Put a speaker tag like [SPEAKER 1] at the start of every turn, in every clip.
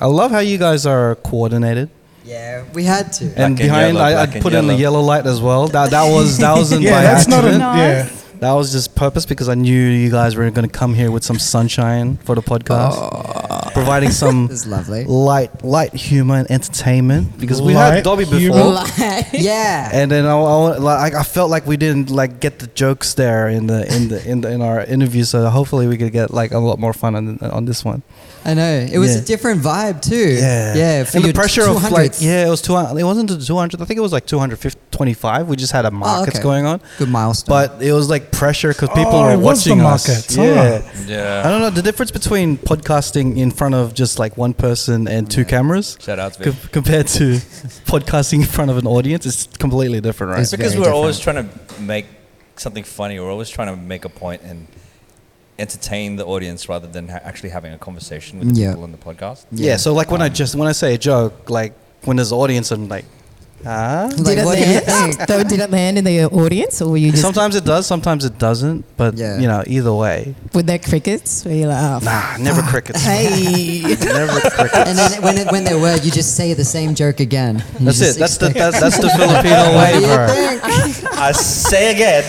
[SPEAKER 1] I love how you guys are coordinated.
[SPEAKER 2] Yeah, we had to.
[SPEAKER 1] and
[SPEAKER 3] and
[SPEAKER 1] behind, I,
[SPEAKER 3] yellow,
[SPEAKER 1] I
[SPEAKER 3] black and
[SPEAKER 1] put in the
[SPEAKER 3] yellow.
[SPEAKER 1] yellow light as well. That that was that wasn't by
[SPEAKER 4] that's not
[SPEAKER 1] accident.
[SPEAKER 4] a
[SPEAKER 5] Nice.
[SPEAKER 4] yeah.
[SPEAKER 1] that was just purpose because I knew you guys were going to come here with some sunshine for the podcast, providing some
[SPEAKER 2] It was lovely.
[SPEAKER 1] light light humor and entertainment because we
[SPEAKER 4] Light
[SPEAKER 1] had Dobby before.
[SPEAKER 4] humor.
[SPEAKER 2] Yeah.
[SPEAKER 1] And then I, I, like, I felt like we didn't like get the jokes there in the in the in, the, in our interview. So hopefully we could get like a lot more fun on, on this one.
[SPEAKER 2] I know. It was
[SPEAKER 1] Yeah.
[SPEAKER 2] a different vibe too.
[SPEAKER 1] Yeah,
[SPEAKER 2] Yeah. For
[SPEAKER 1] and the
[SPEAKER 2] your
[SPEAKER 1] pressure of
[SPEAKER 2] 200s.
[SPEAKER 1] like yeah, it was two hundred. It wasn't the two hundred. I think it was like two hundred twenty-five. We just had a markets
[SPEAKER 2] okay.
[SPEAKER 1] going on,
[SPEAKER 2] Good milestone.
[SPEAKER 1] but it was like pressure because people
[SPEAKER 4] Oh,
[SPEAKER 1] were
[SPEAKER 4] it was the
[SPEAKER 1] watching us.
[SPEAKER 4] markets, huh?
[SPEAKER 1] Yeah. I
[SPEAKER 3] Yeah.
[SPEAKER 1] don't know the difference between podcasting in front of just like one person and two cameras
[SPEAKER 3] Shout out to
[SPEAKER 1] com- compared to podcasting in front of an audience. It's completely different, right?
[SPEAKER 2] It's-
[SPEAKER 3] It's because
[SPEAKER 2] very
[SPEAKER 3] we're always trying to make something funny. We're always trying to make a point and entertain the audience rather than ha- actually having a conversation with the
[SPEAKER 2] Yeah.
[SPEAKER 3] people on the podcast.
[SPEAKER 1] Yeah. So like when I just when I say a joke, like when there's an audience, I'm like, ah.
[SPEAKER 2] like,
[SPEAKER 5] Did it
[SPEAKER 2] what do you
[SPEAKER 5] land?
[SPEAKER 2] think?
[SPEAKER 5] So did it land in the audience, or were you just
[SPEAKER 1] Sometimes it does, sometimes it doesn't. But
[SPEAKER 2] Yeah.
[SPEAKER 1] you know, either way,
[SPEAKER 5] with their crickets? Were you like, oh,
[SPEAKER 1] nah, never crickets.
[SPEAKER 5] hey,
[SPEAKER 1] never crickets.
[SPEAKER 2] And then when, it, when they were, you just say the same joke again. You
[SPEAKER 1] That's
[SPEAKER 2] just
[SPEAKER 1] it. That's the
[SPEAKER 2] expect-
[SPEAKER 1] that's, that's the Filipino
[SPEAKER 2] What do
[SPEAKER 1] way,
[SPEAKER 2] you
[SPEAKER 1] bro.
[SPEAKER 2] think?
[SPEAKER 3] I say again.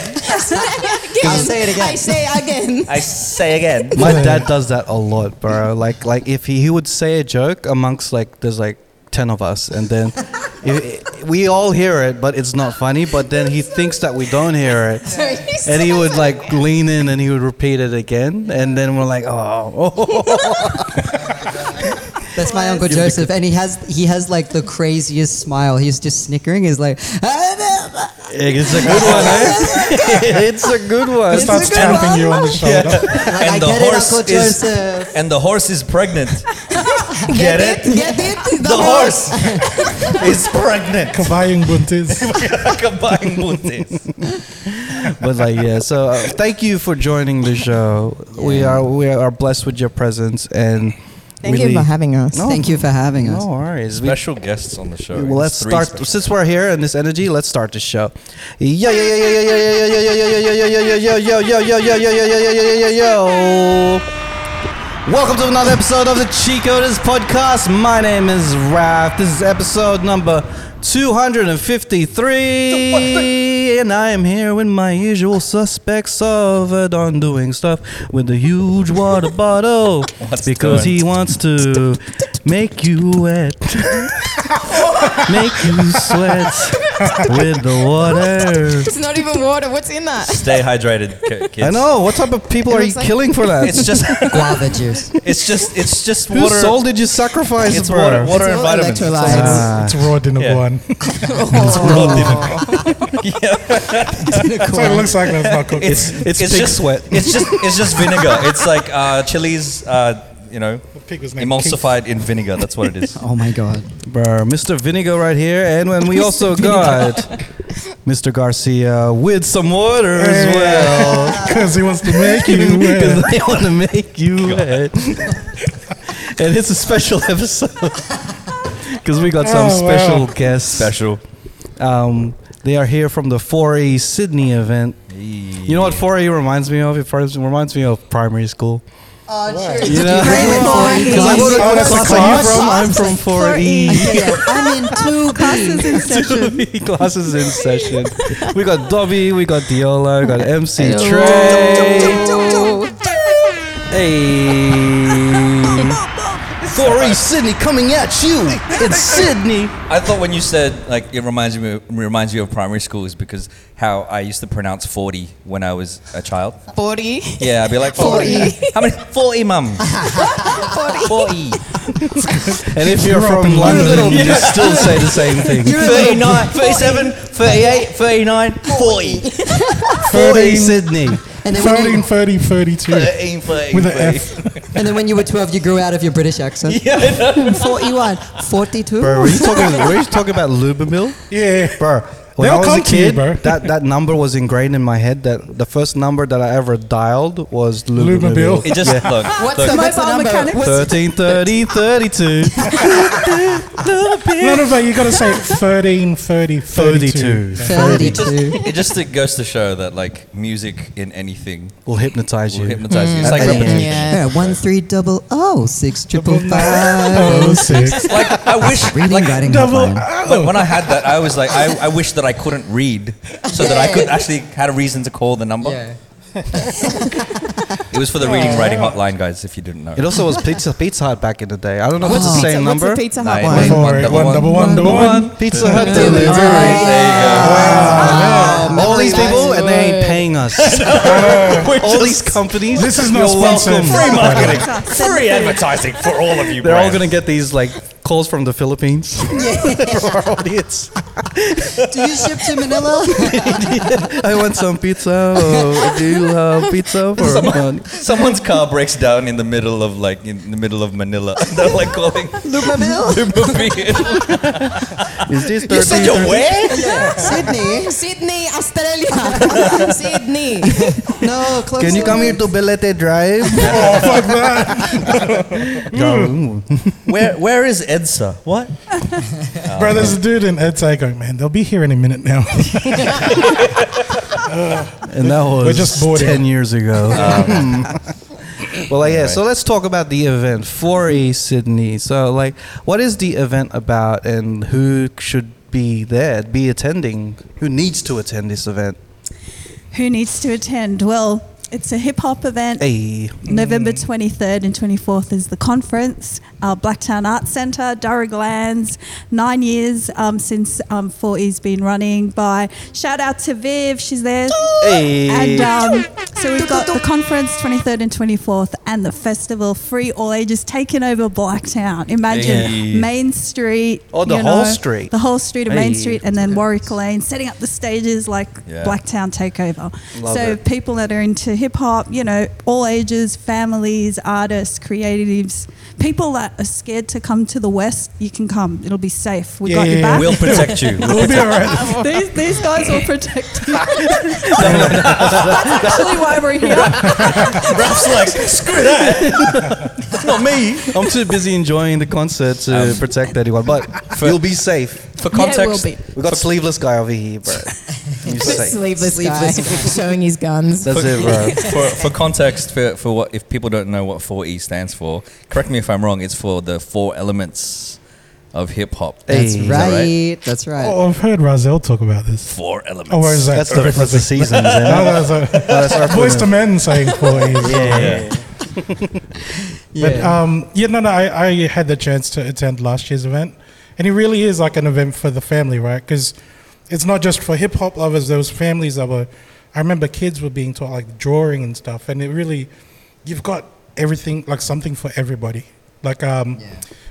[SPEAKER 2] I'll say it again.
[SPEAKER 5] I say again.
[SPEAKER 3] I say again.
[SPEAKER 1] My dad does that a lot, bro. Like like if he, he would say a joke amongst like there's like ten of us, and then i i- we all hear it, but it's not funny. But then he thinks that we don't hear it.
[SPEAKER 5] So you
[SPEAKER 1] And
[SPEAKER 5] say-
[SPEAKER 1] he would like lean in and he would repeat it again. And then we're like, oh,
[SPEAKER 2] That's my uncle Joseph, and he has he has like the craziest smile. He's just snickering. He's like,
[SPEAKER 1] it's a good one, eh? it's a good one.
[SPEAKER 2] It's
[SPEAKER 4] Starts
[SPEAKER 2] a good
[SPEAKER 4] tapping you on the shoulder.
[SPEAKER 2] like I
[SPEAKER 3] the
[SPEAKER 2] get it,
[SPEAKER 3] horse
[SPEAKER 2] Uncle
[SPEAKER 3] is-
[SPEAKER 2] Joseph.
[SPEAKER 3] And the horse is pregnant. Get it?
[SPEAKER 5] Get it?
[SPEAKER 3] The horse is pregnant.
[SPEAKER 4] Kabayang buntis.
[SPEAKER 3] Combined Buntis.
[SPEAKER 1] but like yeah so uh, thank you for joining the show we are we are blessed with your presence and
[SPEAKER 5] Thank
[SPEAKER 1] really-
[SPEAKER 5] you for having us.
[SPEAKER 1] No.
[SPEAKER 2] Thank you for having us.
[SPEAKER 1] no worries we,
[SPEAKER 3] Special guests on the show.
[SPEAKER 1] well let's
[SPEAKER 3] Three
[SPEAKER 1] start
[SPEAKER 3] special-
[SPEAKER 1] since we're here and this energy let's start the show yeah yeah yeah yeah yeah yeah yeah yeah yeah yeah yeah yeah yeah yo yo yo yo yo yo yo yo yo yo yo yo Welcome to another episode of the Chicoders podcast. My name is Raf. This is episode number 253. And I am here with my usual suspects of uh, Don doing stuff with a huge water bottle
[SPEAKER 3] What's
[SPEAKER 1] because
[SPEAKER 3] doing?
[SPEAKER 1] he wants to make you wet. make you sweat with the water.
[SPEAKER 5] It's not even water. What's in that?
[SPEAKER 3] Stay hydrated, ki- kids.
[SPEAKER 1] I know. What type of people
[SPEAKER 5] It
[SPEAKER 1] are you
[SPEAKER 5] looks like-
[SPEAKER 1] killing for that?
[SPEAKER 3] It's just,
[SPEAKER 2] Guava juice.
[SPEAKER 3] it's just, it's just
[SPEAKER 1] Whose
[SPEAKER 3] water.
[SPEAKER 1] soul did you sacrifice,
[SPEAKER 3] it's
[SPEAKER 1] bro?
[SPEAKER 3] water, water and
[SPEAKER 5] all
[SPEAKER 3] vitamins. It's all-
[SPEAKER 5] electrolytes.
[SPEAKER 1] Ah.
[SPEAKER 4] It's raw dinner
[SPEAKER 3] Yeah.
[SPEAKER 4] one.
[SPEAKER 3] it's raw demon. Yeah.
[SPEAKER 4] That's what it looks like when it's not cooked.
[SPEAKER 3] it's
[SPEAKER 1] It's pig
[SPEAKER 3] just
[SPEAKER 1] sweat.
[SPEAKER 3] It's just it's just vinegar. It's like uh, chilies, uh, you know,
[SPEAKER 4] The pig was named
[SPEAKER 3] emulsified in vinegar. That's what it is.
[SPEAKER 2] Oh my god.
[SPEAKER 1] Bruh, Mr. Vinegar right here, and when we also got Mr. Garcia with some water as well.
[SPEAKER 4] Because he wants to make you
[SPEAKER 1] Because
[SPEAKER 4] wet.
[SPEAKER 1] they want to make you wet. and it's a special episode. Because we got some
[SPEAKER 4] Oh, wow.
[SPEAKER 1] special guests.
[SPEAKER 3] Special.
[SPEAKER 1] Um, they are here from the 4A Sydney event. You know what 4A reminds me of? It first reminds me of primary school.
[SPEAKER 5] Oh,
[SPEAKER 1] You know? Because I go to
[SPEAKER 4] Oh,
[SPEAKER 1] what
[SPEAKER 4] that's a
[SPEAKER 1] class are you
[SPEAKER 4] class?
[SPEAKER 1] from? I'm from E. 4E.
[SPEAKER 2] I'm in two classes in
[SPEAKER 1] Two B classes in session. We got Dobby, we got Diola, we got MC Trey. Hey. Corey Sydney coming at you. It's Sydney.
[SPEAKER 3] I thought when you said like it reminds me reminds you of primary school is because how I used to pronounce forty when I was a child.
[SPEAKER 5] 40.
[SPEAKER 3] Yeah, I'd be like forty. How many forty, mum? Forty.
[SPEAKER 1] And if you're from London, you still say the same thing.
[SPEAKER 3] 39, 37, 38, 39, 40.
[SPEAKER 1] 40 Sydney.
[SPEAKER 2] And then, when
[SPEAKER 4] 13,
[SPEAKER 2] you,
[SPEAKER 4] 30, 32.
[SPEAKER 3] 13, 40,
[SPEAKER 4] With an F.
[SPEAKER 2] and then when you were 12, you grew out of your British accent.
[SPEAKER 3] Yeah, I know.
[SPEAKER 2] 41, 42.
[SPEAKER 1] Bro, were you talking, were you talking about Lubermill?
[SPEAKER 4] Yeah.
[SPEAKER 1] Bro, when
[SPEAKER 4] They'll
[SPEAKER 1] I was a
[SPEAKER 4] come to you,
[SPEAKER 1] kid,
[SPEAKER 4] bro.
[SPEAKER 1] that, that number was ingrained in my head. That the first number that I ever dialed was Lubermill.
[SPEAKER 4] Lubermill.
[SPEAKER 3] It just look.
[SPEAKER 5] What's
[SPEAKER 3] look
[SPEAKER 5] the mobile mechanic?
[SPEAKER 1] 13, 30, 32.
[SPEAKER 4] No, no, but you got to say 13, 30,
[SPEAKER 1] 32.
[SPEAKER 4] 32.
[SPEAKER 2] Thirty-two.
[SPEAKER 3] It just it goes to show that like music in anything
[SPEAKER 1] Will hypnotize
[SPEAKER 3] will
[SPEAKER 1] you.
[SPEAKER 3] hypnotize you. It's
[SPEAKER 1] Mm.
[SPEAKER 3] like
[SPEAKER 1] Yeah.
[SPEAKER 3] repetition.
[SPEAKER 5] Yeah.
[SPEAKER 2] Yeah, one three double oh six triple
[SPEAKER 4] Double
[SPEAKER 2] five oh
[SPEAKER 4] Oh,
[SPEAKER 2] six.
[SPEAKER 4] six.
[SPEAKER 3] Like I wish
[SPEAKER 2] Reading,
[SPEAKER 3] like,
[SPEAKER 2] writing,
[SPEAKER 4] Double
[SPEAKER 2] outline.
[SPEAKER 3] But when I had that, I was like, I, I wish that I couldn't read so that I could actually had a reason to call the number.
[SPEAKER 2] Yeah.
[SPEAKER 3] It was for the reading writing hotline, guys, if you didn't know.
[SPEAKER 1] It also was Pizza Pizza Hut back in the day. I don't know if it's
[SPEAKER 5] Oh. What's
[SPEAKER 1] the same
[SPEAKER 5] the pizza, what's
[SPEAKER 1] number.
[SPEAKER 5] the pizza hut
[SPEAKER 3] Nine,
[SPEAKER 5] one?
[SPEAKER 3] eight,
[SPEAKER 4] Four,
[SPEAKER 3] one,
[SPEAKER 4] eight,
[SPEAKER 3] double
[SPEAKER 4] one,
[SPEAKER 3] one.
[SPEAKER 4] double one, double one.
[SPEAKER 1] Pizza Hut
[SPEAKER 5] Delivery.
[SPEAKER 1] delivery.
[SPEAKER 5] Wow.
[SPEAKER 1] All these
[SPEAKER 5] Memory
[SPEAKER 1] people, and they ain't
[SPEAKER 5] lane.
[SPEAKER 1] paying us. All these companies.
[SPEAKER 4] This is not sponsored.
[SPEAKER 3] Free marketing,
[SPEAKER 5] Send the
[SPEAKER 3] free
[SPEAKER 5] food.
[SPEAKER 3] advertising for all of you.
[SPEAKER 1] They're all
[SPEAKER 3] brands.
[SPEAKER 1] gonna get these like calls from the Philippines for our audience.
[SPEAKER 2] Do you ship to Manila?
[SPEAKER 1] I want some pizza. Oh, do you have pizza for money?
[SPEAKER 3] Someone's car breaks down in the middle of like in the middle of Manila. They're like calling.
[SPEAKER 2] Lumaville?
[SPEAKER 3] They're moving.
[SPEAKER 1] Is this 30,
[SPEAKER 3] You're such a whale.
[SPEAKER 2] Sydney?
[SPEAKER 5] Sydney, Australia. Sydney.
[SPEAKER 2] No, close.
[SPEAKER 1] Can you come here to Belete Drive?
[SPEAKER 4] Oh, fuck that.
[SPEAKER 1] Mm.
[SPEAKER 3] Where where is Edsa? What?
[SPEAKER 4] Bro, there's a dude in Edsai going, oh, man, they'll be here any minute now.
[SPEAKER 1] And that was
[SPEAKER 4] just boarding.
[SPEAKER 1] 10 years ago. Um, well, yeah, so let's talk about the event, 4E Sydney. So, like, what is the event about and who should be there, be attending? Who needs to attend this event?
[SPEAKER 6] Who needs to attend? Well, it's a hip hop event.
[SPEAKER 1] Hey.
[SPEAKER 6] November 23rd and 24th is the conference, uh, Blacktown Arts Centre, Darug Lands. Nine years um, since um, 4E's been running by. Shout out to Viv, she's there.
[SPEAKER 1] Hey.
[SPEAKER 6] And um, so we've got the conference 23rd and 24th and the festival, free all ages, taking over Blacktown. Imagine
[SPEAKER 3] Hey.
[SPEAKER 6] Main Street.
[SPEAKER 1] Oh, the
[SPEAKER 6] you
[SPEAKER 1] whole street.
[SPEAKER 6] The whole street of Main
[SPEAKER 1] Hey.
[SPEAKER 6] Street and then Warwick Lane, setting up the stages like
[SPEAKER 3] Yeah.
[SPEAKER 6] Blacktown Takeover.
[SPEAKER 1] Love
[SPEAKER 6] so
[SPEAKER 1] it.
[SPEAKER 6] people that are into hip hop, you know, all ages, families, artists, creatives, people that are scared to come to the West, you can come. It'll be safe. We
[SPEAKER 4] Yeah, yeah,
[SPEAKER 6] got your
[SPEAKER 4] yeah.
[SPEAKER 6] back.
[SPEAKER 3] We'll protect you.
[SPEAKER 4] We'll be all right.
[SPEAKER 6] these, these guys will protect you. That's actually why we're here.
[SPEAKER 3] Raph's like, screw that. That's not me.
[SPEAKER 1] I'm too busy enjoying the concert to protect anyone, but you'll be safe.
[SPEAKER 3] For
[SPEAKER 5] Yeah, it will
[SPEAKER 3] context,
[SPEAKER 5] be.
[SPEAKER 1] We got sleeveless guy over here, bro. You safe.
[SPEAKER 5] Sleeveless,
[SPEAKER 2] Sleeveless
[SPEAKER 5] guy showing his guns.
[SPEAKER 1] That's it, bro.
[SPEAKER 3] for, for context, for, for what if people don't know what 4E stands for, correct me if I'm wrong. It's for the four elements of hip hop.
[SPEAKER 2] That's
[SPEAKER 1] Hey. Is
[SPEAKER 3] that right?
[SPEAKER 2] right. That's right.
[SPEAKER 4] Oh, I've heard Razel talk about this.
[SPEAKER 3] Four elements.
[SPEAKER 4] Oh, where is that?
[SPEAKER 1] That's the, that's the season, isn't it?
[SPEAKER 4] Oh, that's a,
[SPEAKER 1] That's our
[SPEAKER 4] voice to men saying four E's.
[SPEAKER 3] Yeah.
[SPEAKER 4] But um, yeah, no, no, I, I had the chance to attend last year's event, and it really is like an event for the family, right? Because it's not just for hip hop lovers; those families that were. I remember kids were being taught like drawing and stuff, and it really, you've got everything like something for everybody. Like um,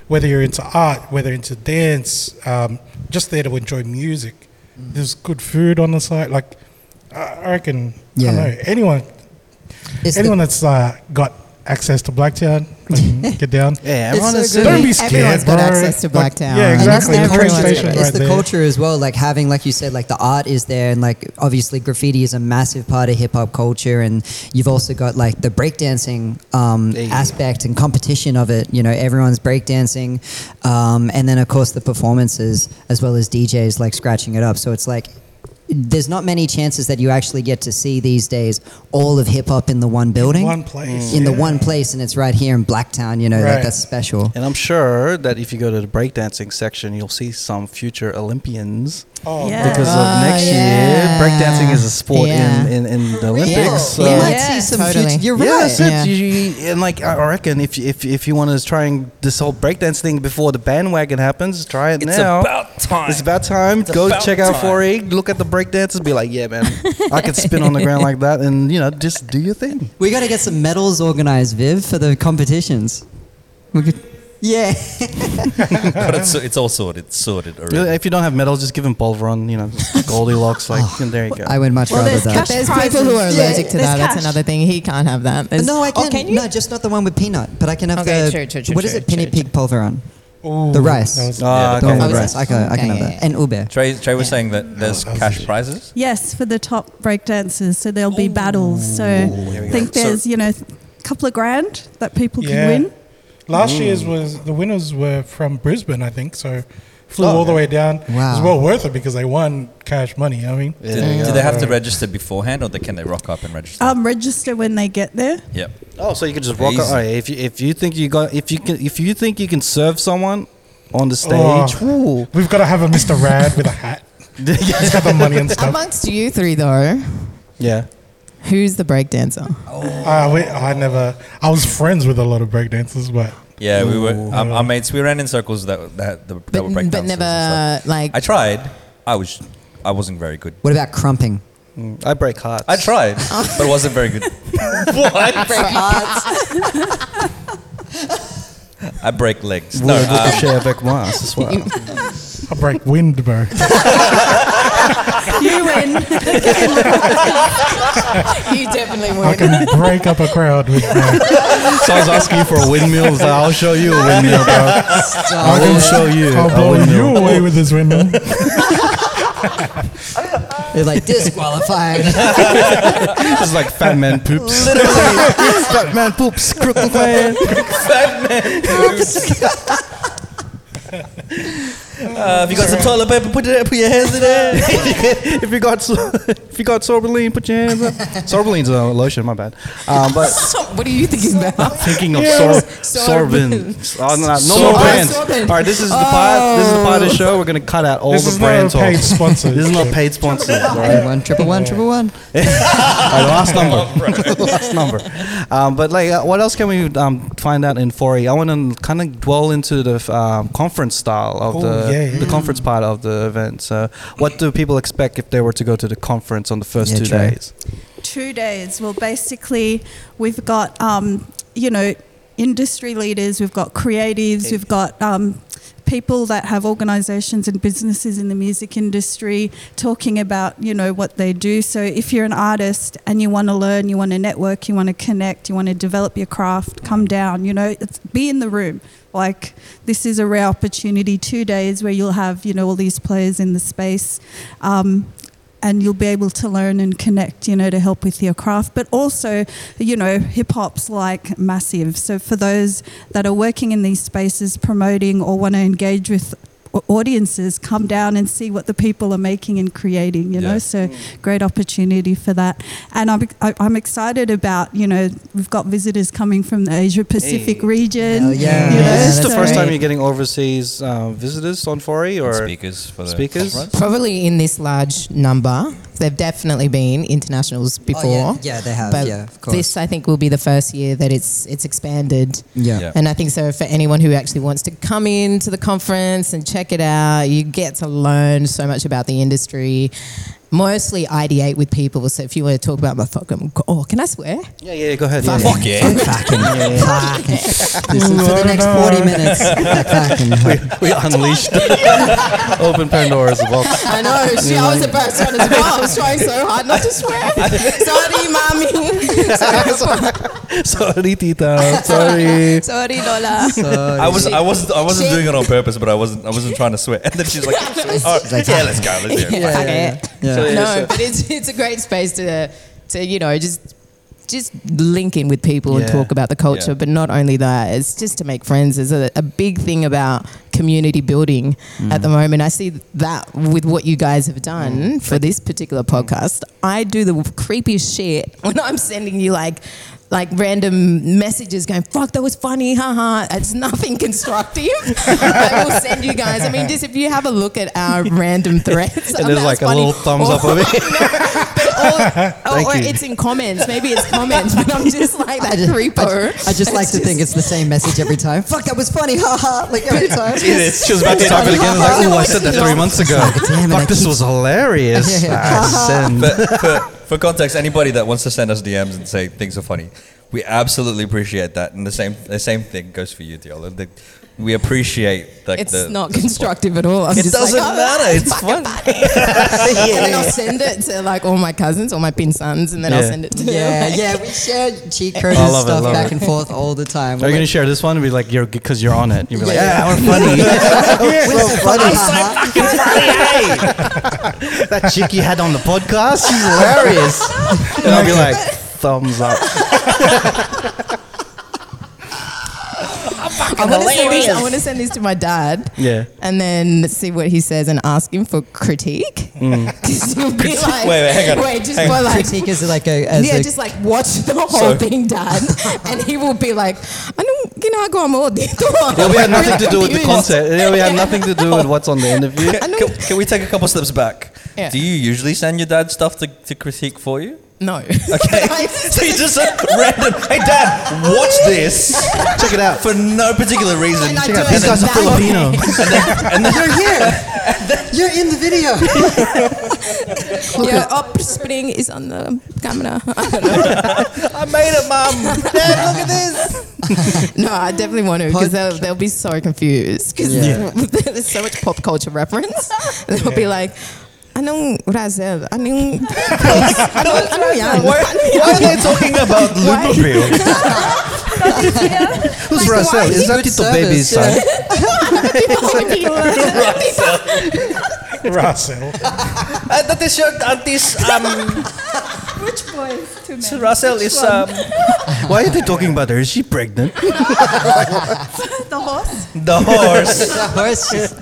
[SPEAKER 4] whether you're into art, whether into dance, um, just there to enjoy music. There's good food on the site. Like I, I reckon,
[SPEAKER 2] Yeah.
[SPEAKER 4] I don't know anyone,
[SPEAKER 2] It's the-
[SPEAKER 4] anyone that's uh, got access to Blacktown, like, get down.
[SPEAKER 1] Yeah,
[SPEAKER 2] It's
[SPEAKER 1] everyone
[SPEAKER 2] so
[SPEAKER 1] is
[SPEAKER 2] good.
[SPEAKER 4] Don't be
[SPEAKER 5] Everyone's
[SPEAKER 4] scared.
[SPEAKER 5] got
[SPEAKER 4] bro.
[SPEAKER 5] access to
[SPEAKER 4] Like,
[SPEAKER 5] Blacktown.
[SPEAKER 4] Yeah,
[SPEAKER 5] And that's
[SPEAKER 4] exactly.
[SPEAKER 5] the
[SPEAKER 4] The train
[SPEAKER 5] everyone's
[SPEAKER 4] station
[SPEAKER 5] got
[SPEAKER 4] right
[SPEAKER 5] it.
[SPEAKER 2] it's the
[SPEAKER 4] there.
[SPEAKER 2] culture as well, like having, like you said, like the art is there, and like obviously graffiti is a massive part of hip hop culture, and you've also got like the breakdancing um,
[SPEAKER 1] Yeah.
[SPEAKER 2] aspect and competition of it. You know, everyone's breakdancing, um, and then of course the performances as well as DJs like scratching it up. So it's like there's not many chances that you actually get to see these days all of hip hop in the one building,
[SPEAKER 4] one place,
[SPEAKER 2] in the
[SPEAKER 4] yeah.
[SPEAKER 2] one place, and it's right here in Blacktown. You know, like
[SPEAKER 4] Right.
[SPEAKER 2] that's special.
[SPEAKER 1] And I'm sure that if you go to the breakdancing section, you'll see some future Olympians
[SPEAKER 4] Oh,
[SPEAKER 6] Yeah.
[SPEAKER 1] because of
[SPEAKER 5] Oh,
[SPEAKER 1] next
[SPEAKER 5] yeah.
[SPEAKER 1] year. Breakdancing is a sport
[SPEAKER 5] Yeah.
[SPEAKER 1] in, in, in the Olympics.
[SPEAKER 5] real?
[SPEAKER 1] So.
[SPEAKER 2] You
[SPEAKER 5] Yeah.
[SPEAKER 2] might
[SPEAKER 6] Yeah,
[SPEAKER 2] see some
[SPEAKER 5] totally.
[SPEAKER 2] future. You're
[SPEAKER 1] Yeah,
[SPEAKER 2] right.
[SPEAKER 1] that's it.
[SPEAKER 5] Yeah.
[SPEAKER 1] You- you- and like I reckon, if you- if if you want to try and this whole breakdance thing before the bandwagon happens, try it
[SPEAKER 3] It's
[SPEAKER 1] now.
[SPEAKER 3] about time.
[SPEAKER 1] it's about time. Go
[SPEAKER 3] about
[SPEAKER 1] check out
[SPEAKER 3] time.
[SPEAKER 1] 4A. Look at the breakdance and be like, yeah, man, I could spin on the ground like that, and you know, just do your thing.
[SPEAKER 2] We got to get some medals organized, Viv, for the competitions. We could, yeah.
[SPEAKER 3] But it's, it's all sorted. It's sorted already.
[SPEAKER 1] If you don't have medals, just give him Bolveron, you know, Goldilocks, like,
[SPEAKER 3] Oh,
[SPEAKER 1] and there you go.
[SPEAKER 2] I would much
[SPEAKER 5] Well,
[SPEAKER 2] rather
[SPEAKER 5] there's
[SPEAKER 2] that.
[SPEAKER 5] cash
[SPEAKER 6] There's
[SPEAKER 5] There's people who are
[SPEAKER 6] prizes.
[SPEAKER 5] allergic to
[SPEAKER 6] Yeah,
[SPEAKER 5] that.
[SPEAKER 6] there's
[SPEAKER 5] That's
[SPEAKER 6] cash.
[SPEAKER 5] another thing. He can't have that. There's-
[SPEAKER 2] No, I
[SPEAKER 5] Oh,
[SPEAKER 2] can.
[SPEAKER 5] can you?
[SPEAKER 2] No, just not the one with peanut. But I can have
[SPEAKER 5] Okay,
[SPEAKER 2] the.
[SPEAKER 5] true, true, true,
[SPEAKER 2] what is
[SPEAKER 5] true,
[SPEAKER 2] it? Penny
[SPEAKER 5] true,
[SPEAKER 2] pig pulveron.
[SPEAKER 4] Ooh,
[SPEAKER 2] The rice.
[SPEAKER 4] that was-
[SPEAKER 1] Ah,
[SPEAKER 3] Yeah,
[SPEAKER 2] The
[SPEAKER 1] okay.
[SPEAKER 2] one with
[SPEAKER 5] Oh, is
[SPEAKER 2] rice.
[SPEAKER 5] it?
[SPEAKER 2] I can, I can
[SPEAKER 5] Okay,
[SPEAKER 2] have
[SPEAKER 5] yeah,
[SPEAKER 2] that. And ube.
[SPEAKER 3] Trey, Trey was saying that there's
[SPEAKER 4] that was
[SPEAKER 3] cash
[SPEAKER 4] it.
[SPEAKER 3] prizes.
[SPEAKER 6] Yes, for the top breakdancers. So there'll be battles. So I think
[SPEAKER 3] So-
[SPEAKER 6] there's, you know, a couple of grand that people
[SPEAKER 4] Yeah.
[SPEAKER 6] can win.
[SPEAKER 1] Mm.
[SPEAKER 4] Last year's was the winners were from Brisbane, I think. So flew
[SPEAKER 1] Oh,
[SPEAKER 4] all the
[SPEAKER 1] yeah.
[SPEAKER 4] way down. It was
[SPEAKER 2] Wow.
[SPEAKER 4] well worth it because they won cash money. I mean,
[SPEAKER 1] Yeah,
[SPEAKER 3] Did,
[SPEAKER 1] there you
[SPEAKER 3] do
[SPEAKER 1] go.
[SPEAKER 3] they have to register beforehand, or they, can they rock up and register?
[SPEAKER 6] Um, register when they get there.
[SPEAKER 3] yep.
[SPEAKER 1] Oh, so you can just rock up.
[SPEAKER 3] Easy.
[SPEAKER 1] Alright, if you if you think you got if you can if you think you can serve someone on the stage,
[SPEAKER 4] Oh.
[SPEAKER 1] ooh.
[SPEAKER 4] we've got to have a Mr. Rad with a hat. He's got the money and stuff.
[SPEAKER 5] Amongst you three, though,
[SPEAKER 1] yeah.
[SPEAKER 5] who's the breakdancer?
[SPEAKER 4] Uh, we, I never. I was friends with a lot of breakdancers, but
[SPEAKER 3] Yeah, we were. Um, our mates, we ran in circles that that, the, that were
[SPEAKER 5] But, but
[SPEAKER 3] breakdancers. and
[SPEAKER 5] never, like,
[SPEAKER 3] stuff. I tried. I was. I wasn't very good.
[SPEAKER 2] What about crumping?
[SPEAKER 1] Mm, I break hearts.
[SPEAKER 3] I tried, but wasn't very good. what? I break legs. No,
[SPEAKER 1] Would
[SPEAKER 3] uh,
[SPEAKER 1] share avec moi ce soir.
[SPEAKER 4] I break wind, bro.
[SPEAKER 6] You win.
[SPEAKER 5] you definitely
[SPEAKER 4] I
[SPEAKER 5] would.
[SPEAKER 4] can break up a crowd with my.
[SPEAKER 1] So I was asking you for a windmill. I was like, I'll show you a windmill, bro. I
[SPEAKER 5] Oh,
[SPEAKER 1] will show you.
[SPEAKER 4] I'll
[SPEAKER 1] a
[SPEAKER 4] blow
[SPEAKER 1] windmill.
[SPEAKER 4] you away with this windmill.
[SPEAKER 2] They're like disqualified.
[SPEAKER 1] Just like fat man poops. Literally, fat man poops. Crooked man.
[SPEAKER 3] uh, if you got some toilet paper, put it. Put your hands in there.
[SPEAKER 1] if you got so- if you got Sorbeline, put your hands up. Sorbeline's a lotion. My bad. Um, but
[SPEAKER 5] what are you thinking about?
[SPEAKER 1] thinking of
[SPEAKER 4] Yeah.
[SPEAKER 1] sor-
[SPEAKER 5] Sorbin.
[SPEAKER 1] sorbin. Oh, no, no, no more
[SPEAKER 4] Sorbin.
[SPEAKER 1] brands.
[SPEAKER 5] Oh, Sorbin.
[SPEAKER 1] All right, this is the part. This is the part of the show. We're gonna cut out all
[SPEAKER 4] This
[SPEAKER 1] the
[SPEAKER 4] is not a
[SPEAKER 1] brands. off.
[SPEAKER 4] paid sponsor.
[SPEAKER 1] This is not paid sponsors. All right.
[SPEAKER 2] Triple one, triple one, triple one.
[SPEAKER 1] All right, last number. last number. Um, but like, uh, what else can we um, find out in 4E? I want to kind of dwell into the f- um, conference style of
[SPEAKER 4] Oh,
[SPEAKER 1] the
[SPEAKER 4] yeah, yeah.
[SPEAKER 1] the conference part of the event. So, what do people expect if they were to go to the conference on the first
[SPEAKER 2] Yeah,
[SPEAKER 1] two
[SPEAKER 2] true.
[SPEAKER 1] days?
[SPEAKER 6] two days. Well, basically, we've got, um, you know, industry leaders, we've got creatives, we've got um, people that have organizations and businesses in the music industry talking about, you know, what they do. So if you're an artist and you want to learn, you want to network, you want to connect, you want to develop your craft, come down, you know, it's, be in the room. Like, this is a rare opportunity, two days where you'll have, you know, all these players in the space. Um, and you'll be able to learn and connect, you know, to help with your craft. But also, you know, hip hop's like massive. So for those that are working in these spaces, promoting or want to engage with au- audiences, come down and see what the people are making and creating, you know.
[SPEAKER 3] Yeah.
[SPEAKER 6] So great opportunity for that. And I'm, I- I'm excited about, you know, we've got visitors coming from the Asia Pacific region.
[SPEAKER 2] Hell yeah.
[SPEAKER 6] you know,
[SPEAKER 2] Yeah,
[SPEAKER 1] Is this the
[SPEAKER 2] that's
[SPEAKER 1] first
[SPEAKER 2] great.
[SPEAKER 1] time you're getting overseas uh, visitors on 4E or
[SPEAKER 3] Speakers for the
[SPEAKER 1] Speakers?
[SPEAKER 3] uh, conference.
[SPEAKER 5] Probably in this large number. They've definitely been internationals before.
[SPEAKER 2] Oh, yeah. yeah, they have.
[SPEAKER 5] But
[SPEAKER 2] yeah, of course.
[SPEAKER 5] this, I think, will be the first year that it's it's expanded.
[SPEAKER 2] yeah.
[SPEAKER 3] Yeah.
[SPEAKER 5] And I think so for anyone who actually wants to come into the conference and check it out, you get to learn so much about the industry. Mostly ideate with people. So if you want to talk about my fucking, oh, can I swear?
[SPEAKER 1] Yeah, yeah, go ahead. Yeah, yeah.
[SPEAKER 3] Fuck yeah.
[SPEAKER 2] Fucking, fucking. Listen, for the next 40 minutes, fucking.
[SPEAKER 1] We unleashed Open Pandora's box.
[SPEAKER 5] I know. She, I was the first one as well. I was trying so hard not to swear. Sorry, mommy.
[SPEAKER 1] Sorry, Tita. Sorry.
[SPEAKER 5] Sorry, Lola.
[SPEAKER 3] I was I was I wasn't
[SPEAKER 5] Shit.
[SPEAKER 3] doing it on purpose, but I wasn't I wasn't trying to swear. And then she's like, "Oh,
[SPEAKER 2] like,
[SPEAKER 3] yeah, let's go, let's do it."
[SPEAKER 5] Fuck
[SPEAKER 1] yeah,
[SPEAKER 5] it.
[SPEAKER 1] yeah. So, yeah,
[SPEAKER 5] no,
[SPEAKER 1] so-
[SPEAKER 5] but it's it's a great space to to you know just just link in with people and
[SPEAKER 1] Yeah.
[SPEAKER 5] talk about the culture.
[SPEAKER 3] Yeah.
[SPEAKER 5] But not only that, it's just to make friends. Is a, a big thing about community building at
[SPEAKER 1] Mm.
[SPEAKER 5] the moment. I see that with what you guys have done for this particular podcast. I do the creepiest shit when I'm sending you like. Like random messages going, fuck, that was funny, haha. It's nothing constructive. I will send you guys. I mean, just if you have a look at our random threads,
[SPEAKER 1] And
[SPEAKER 5] Oh,
[SPEAKER 1] there's
[SPEAKER 5] that
[SPEAKER 1] like a
[SPEAKER 5] was funny.
[SPEAKER 1] little thumbs
[SPEAKER 5] Or-
[SPEAKER 1] up of it.
[SPEAKER 5] Or, or,
[SPEAKER 1] Thank
[SPEAKER 5] or
[SPEAKER 1] you.
[SPEAKER 5] it's in comments. Maybe it's comments, but I'm just like that creeper.
[SPEAKER 2] I just like to think it's the same message every time. Fuck, that was funny, haha. Like every time.
[SPEAKER 1] She was about to type it again. Like, oh, I said that three months ago.
[SPEAKER 2] Damn it, I
[SPEAKER 1] Fuck, this
[SPEAKER 2] keep-
[SPEAKER 1] was hilarious. I send.
[SPEAKER 3] But for, for context, anybody that wants to send us DMs and say things are funny, we absolutely appreciate that. And the same the same thing goes for you, Diola. The- We appreciate like
[SPEAKER 5] It's
[SPEAKER 3] the,
[SPEAKER 5] not constructive at all. I'm
[SPEAKER 3] It
[SPEAKER 5] just
[SPEAKER 3] doesn't
[SPEAKER 5] like, oh,
[SPEAKER 3] matter. It's
[SPEAKER 5] fuck
[SPEAKER 3] fun.
[SPEAKER 5] about it. And then I'll send it to like all my cousins or my pin sons, and then I'll
[SPEAKER 1] Yeah.
[SPEAKER 5] send it to
[SPEAKER 2] Yeah,
[SPEAKER 5] like-
[SPEAKER 2] yeah, we share cheat
[SPEAKER 1] I
[SPEAKER 2] code and
[SPEAKER 1] love it,
[SPEAKER 2] stuff
[SPEAKER 1] love
[SPEAKER 2] back
[SPEAKER 1] it.
[SPEAKER 2] and forth all the time.
[SPEAKER 1] Are you gonna
[SPEAKER 2] We're like,
[SPEAKER 1] share this one? Be like, you're because you're on it. You'll be like, yeah,
[SPEAKER 2] Yeah.
[SPEAKER 1] we're funny.
[SPEAKER 2] "We're so funny, haha."
[SPEAKER 1] that chick you had on the podcast, she's hilarious. And I'll be like, thumbs up.
[SPEAKER 5] I
[SPEAKER 1] fucking
[SPEAKER 5] want to send this. I want
[SPEAKER 1] hilarious.
[SPEAKER 5] to send this to my dad.
[SPEAKER 7] Yeah.
[SPEAKER 5] And then see what he says and ask him for critique. Because he'll be like,
[SPEAKER 3] Mm. Wait, wait, hang on,
[SPEAKER 5] Wait, just
[SPEAKER 3] hang
[SPEAKER 5] for
[SPEAKER 3] on.
[SPEAKER 5] like.
[SPEAKER 2] critique is like a as
[SPEAKER 5] Yeah,
[SPEAKER 2] a-
[SPEAKER 5] just like watch the whole
[SPEAKER 3] So-
[SPEAKER 5] thing, Dad, and he will be like, "I don't, you know, I go on more."
[SPEAKER 7] Yeah, we had nothing to do with the content. Yeah, we had nothing to do with what's on the interview.
[SPEAKER 3] can, can we take a couple steps back?
[SPEAKER 5] Yeah.
[SPEAKER 3] Do you usually send your dad stuff to, to critique for you?
[SPEAKER 5] No.
[SPEAKER 3] Okay. so you just said random, hey dad, watch this
[SPEAKER 7] Check it out.
[SPEAKER 3] for no particular reason.
[SPEAKER 5] And I
[SPEAKER 3] Check
[SPEAKER 5] do
[SPEAKER 3] out
[SPEAKER 5] it
[SPEAKER 7] These
[SPEAKER 3] this.
[SPEAKER 7] guys are
[SPEAKER 5] that
[SPEAKER 7] Filipino.
[SPEAKER 2] You're here. You're in the video.
[SPEAKER 5] yeah, up spring is on the camera.
[SPEAKER 3] I made it, mum.
[SPEAKER 5] Dad, look at this. no, I definitely want to because they'll, they'll be so confused because
[SPEAKER 2] Yeah.
[SPEAKER 5] there's so much pop culture reference. they'll be like, I know Razel, I know, I know, I know, Yang.
[SPEAKER 3] Why are they talking about Lubril?
[SPEAKER 7] Who's Russell? Is that
[SPEAKER 2] Good
[SPEAKER 7] Tito Baby's son?
[SPEAKER 2] service,
[SPEAKER 4] Russell.
[SPEAKER 3] Uh, That is your auntie's. Um,
[SPEAKER 6] Which boys? Two men.
[SPEAKER 3] Russell is. Um,
[SPEAKER 7] Why are they talking about her? Is she pregnant?
[SPEAKER 6] the horse.
[SPEAKER 3] the horse.
[SPEAKER 2] The horse just-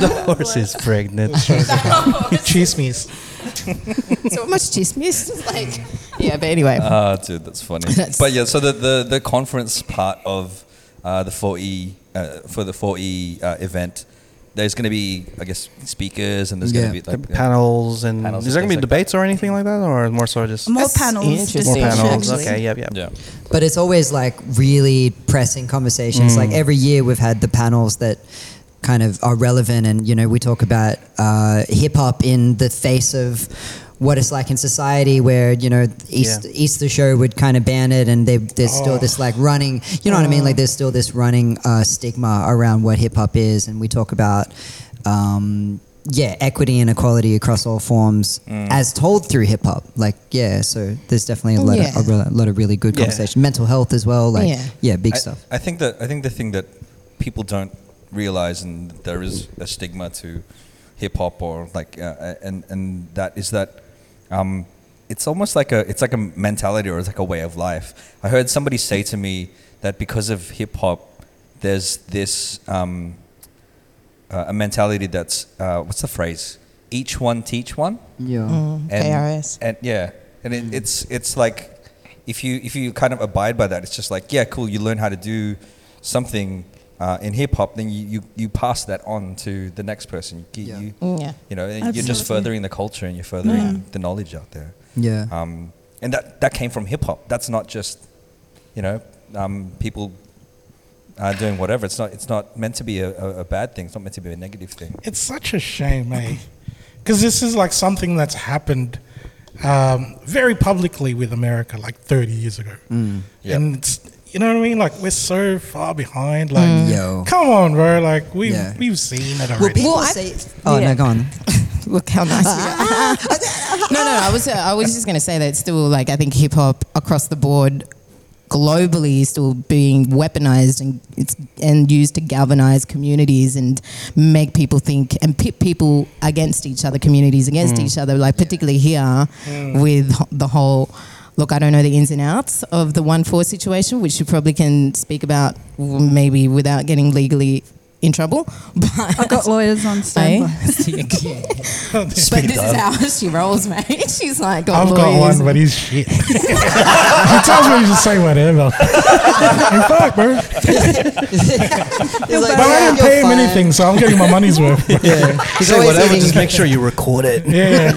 [SPEAKER 7] The horse is pregnant.
[SPEAKER 4] Cheese me's.
[SPEAKER 5] so much chismis. Like, yeah, but anyway.
[SPEAKER 3] Ah, dude, that's funny.
[SPEAKER 5] That's-
[SPEAKER 3] but yeah, so the, the, the conference part of uh, the 4E, uh, for the 4E uh, event, there's going to be, I guess, speakers and there's
[SPEAKER 2] Yeah,
[SPEAKER 3] going to be like,
[SPEAKER 7] Panels and
[SPEAKER 3] Panels
[SPEAKER 7] is
[SPEAKER 3] and
[SPEAKER 7] there gonna be
[SPEAKER 3] things like
[SPEAKER 7] debates or anything like that, or more so just
[SPEAKER 6] More
[SPEAKER 5] That's
[SPEAKER 6] panels.
[SPEAKER 5] interesting.
[SPEAKER 7] more
[SPEAKER 5] Same,
[SPEAKER 7] panels?
[SPEAKER 5] actually.
[SPEAKER 7] Okay, yep, yep.
[SPEAKER 3] Yeah.
[SPEAKER 2] but it's always like really pressing conversations. Like every year, we've had the panels that kind of are relevant, and you know, we talk about uh, hip hop in the face of what it's like in society, where you know, East,
[SPEAKER 7] Yeah.
[SPEAKER 2] Easter show would kind of ban it, and they, there's still this like running, you know what I mean? Like there's still this running uh, stigma around what hip hop is, and we talk about. Um, yeah, equity and equality across all forms, as told through hip hop. Like, yeah, so there's definitely a lot,
[SPEAKER 5] Yeah.
[SPEAKER 2] of, a re- lot of really good
[SPEAKER 7] Yeah.
[SPEAKER 2] conversation mental health as well. Like,
[SPEAKER 5] Yeah.
[SPEAKER 2] yeah, big
[SPEAKER 3] I,
[SPEAKER 2] stuff.
[SPEAKER 3] I think that I think the thing that people don't realize and there is a stigma to hip hop or like uh, and and that is that um, it's almost like a it's like a mentality or it's like a way of life. I heard somebody say to me that because of hip hop, there's this um, uh, a mentality that's uh, what's the phrase? Each one teach one
[SPEAKER 2] Yeah.
[SPEAKER 3] and,
[SPEAKER 5] KRS.
[SPEAKER 3] and yeah and it, it's it's like if you if you kind of abide by that it's just like yeah cool you learn how to do something uh, in hip hop then you, you you pass that on to the next person you keep-
[SPEAKER 2] Yeah.
[SPEAKER 3] you,
[SPEAKER 5] Yeah.
[SPEAKER 3] you know and you're just
[SPEAKER 6] Absolutely.
[SPEAKER 3] furthering the culture and you're furthering the knowledge out there
[SPEAKER 2] Yeah.
[SPEAKER 3] um, and that that came from hip hop that's not just you know um, people uh, doing whatever it's not it's not meant to be a, a, a bad thing it's not meant to be a negative thing
[SPEAKER 4] It's such a shame, eh? Because this is like something that's happened um, very publicly with America like 30 years ago.
[SPEAKER 1] Mm,
[SPEAKER 3] Yep.
[SPEAKER 4] And it's, you know what I mean? Like, we're so far behind. Like,
[SPEAKER 1] Mm.
[SPEAKER 2] Yo.
[SPEAKER 4] come on, bro. Like, we've,
[SPEAKER 2] Yeah.
[SPEAKER 4] we've seen it
[SPEAKER 2] Well,
[SPEAKER 4] already.
[SPEAKER 2] people
[SPEAKER 5] Well, I-
[SPEAKER 2] say. Oh
[SPEAKER 5] yeah.
[SPEAKER 2] no, go on.
[SPEAKER 5] Look how nice we are. no, no, I was, uh, I was just going to say that it's still like I think hip hop across the board globally is still being weaponized and it's and used to galvanize communities and make people think and pit people against each other, communities against
[SPEAKER 6] Mm.
[SPEAKER 5] each other. Like particularly here with h- the whole. Look, I don't know the ins and outs of the one four situation, which you probably can speak about w- maybe without getting legally in trouble. But
[SPEAKER 6] I got lawyers on
[SPEAKER 5] Eh?
[SPEAKER 6] standby.
[SPEAKER 5] But this is how she rolls, mate. She's like, got
[SPEAKER 4] I've got
[SPEAKER 5] lawyers.
[SPEAKER 4] one, but he's shit. he tells me to say whatever. Hey, fuck, bro.
[SPEAKER 2] He's like,
[SPEAKER 4] But I
[SPEAKER 2] "Yeah,
[SPEAKER 4] didn't
[SPEAKER 2] you're
[SPEAKER 4] pay him
[SPEAKER 2] fine."
[SPEAKER 4] anything, so I'm getting my money's worth.
[SPEAKER 7] You
[SPEAKER 2] He's
[SPEAKER 7] say
[SPEAKER 2] always
[SPEAKER 7] whatever,
[SPEAKER 2] eating-
[SPEAKER 7] just make sure you record it.
[SPEAKER 4] Yeah.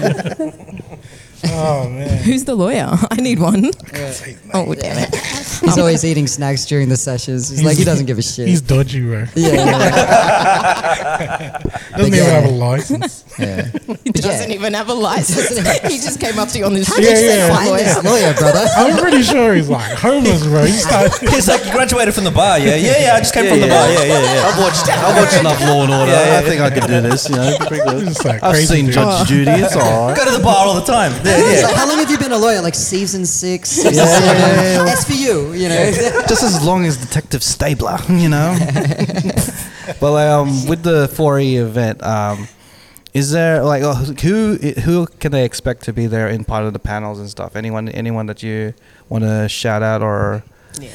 [SPEAKER 4] oh, man.
[SPEAKER 5] Who's the lawyer? I need one. Oh, damn it.
[SPEAKER 2] He's always eating snacks during the sessions. He's like, he doesn't give a shit.
[SPEAKER 4] He's dodgy, bro.
[SPEAKER 2] yeah, yeah,
[SPEAKER 4] Doesn't
[SPEAKER 2] But
[SPEAKER 4] even
[SPEAKER 2] yeah.
[SPEAKER 4] have a license.
[SPEAKER 2] yeah.
[SPEAKER 5] He doesn't even have a license. he just came up to you on the street.
[SPEAKER 4] Yeah,
[SPEAKER 5] and said,
[SPEAKER 4] yeah.
[SPEAKER 5] "Find
[SPEAKER 2] Find
[SPEAKER 5] this
[SPEAKER 2] this lawyer, brother.
[SPEAKER 4] I'm pretty sure he's like homeless, bro. He started,
[SPEAKER 3] He's like, you graduated from the bar, yeah? Yeah, yeah, I just came from the
[SPEAKER 7] yeah.
[SPEAKER 3] bar, yeah, yeah, yeah.
[SPEAKER 7] I've watched I've watched enough Law and Order.
[SPEAKER 3] Yeah, yeah,
[SPEAKER 7] I think I could do this. You know, it'd be pretty good.
[SPEAKER 4] It's like
[SPEAKER 7] I've
[SPEAKER 4] crazy
[SPEAKER 7] seen
[SPEAKER 4] dude.
[SPEAKER 2] Oh.
[SPEAKER 7] Judge Judy. It's all right.
[SPEAKER 3] Go to the bar all the time. Yeah,
[SPEAKER 2] He's
[SPEAKER 3] yeah.
[SPEAKER 2] like, how long have you been a lawyer? Like season six, season
[SPEAKER 7] Yeah.
[SPEAKER 2] seven.
[SPEAKER 7] Yeah.
[SPEAKER 2] That's for you, you know.
[SPEAKER 7] Just as long as Detective Stabler, you know. well, um, with the 4E event, um, is there like oh, who who can they expect to be there in part of the panels and stuff? Anyone anyone that you want to shout out or
[SPEAKER 5] Yeah,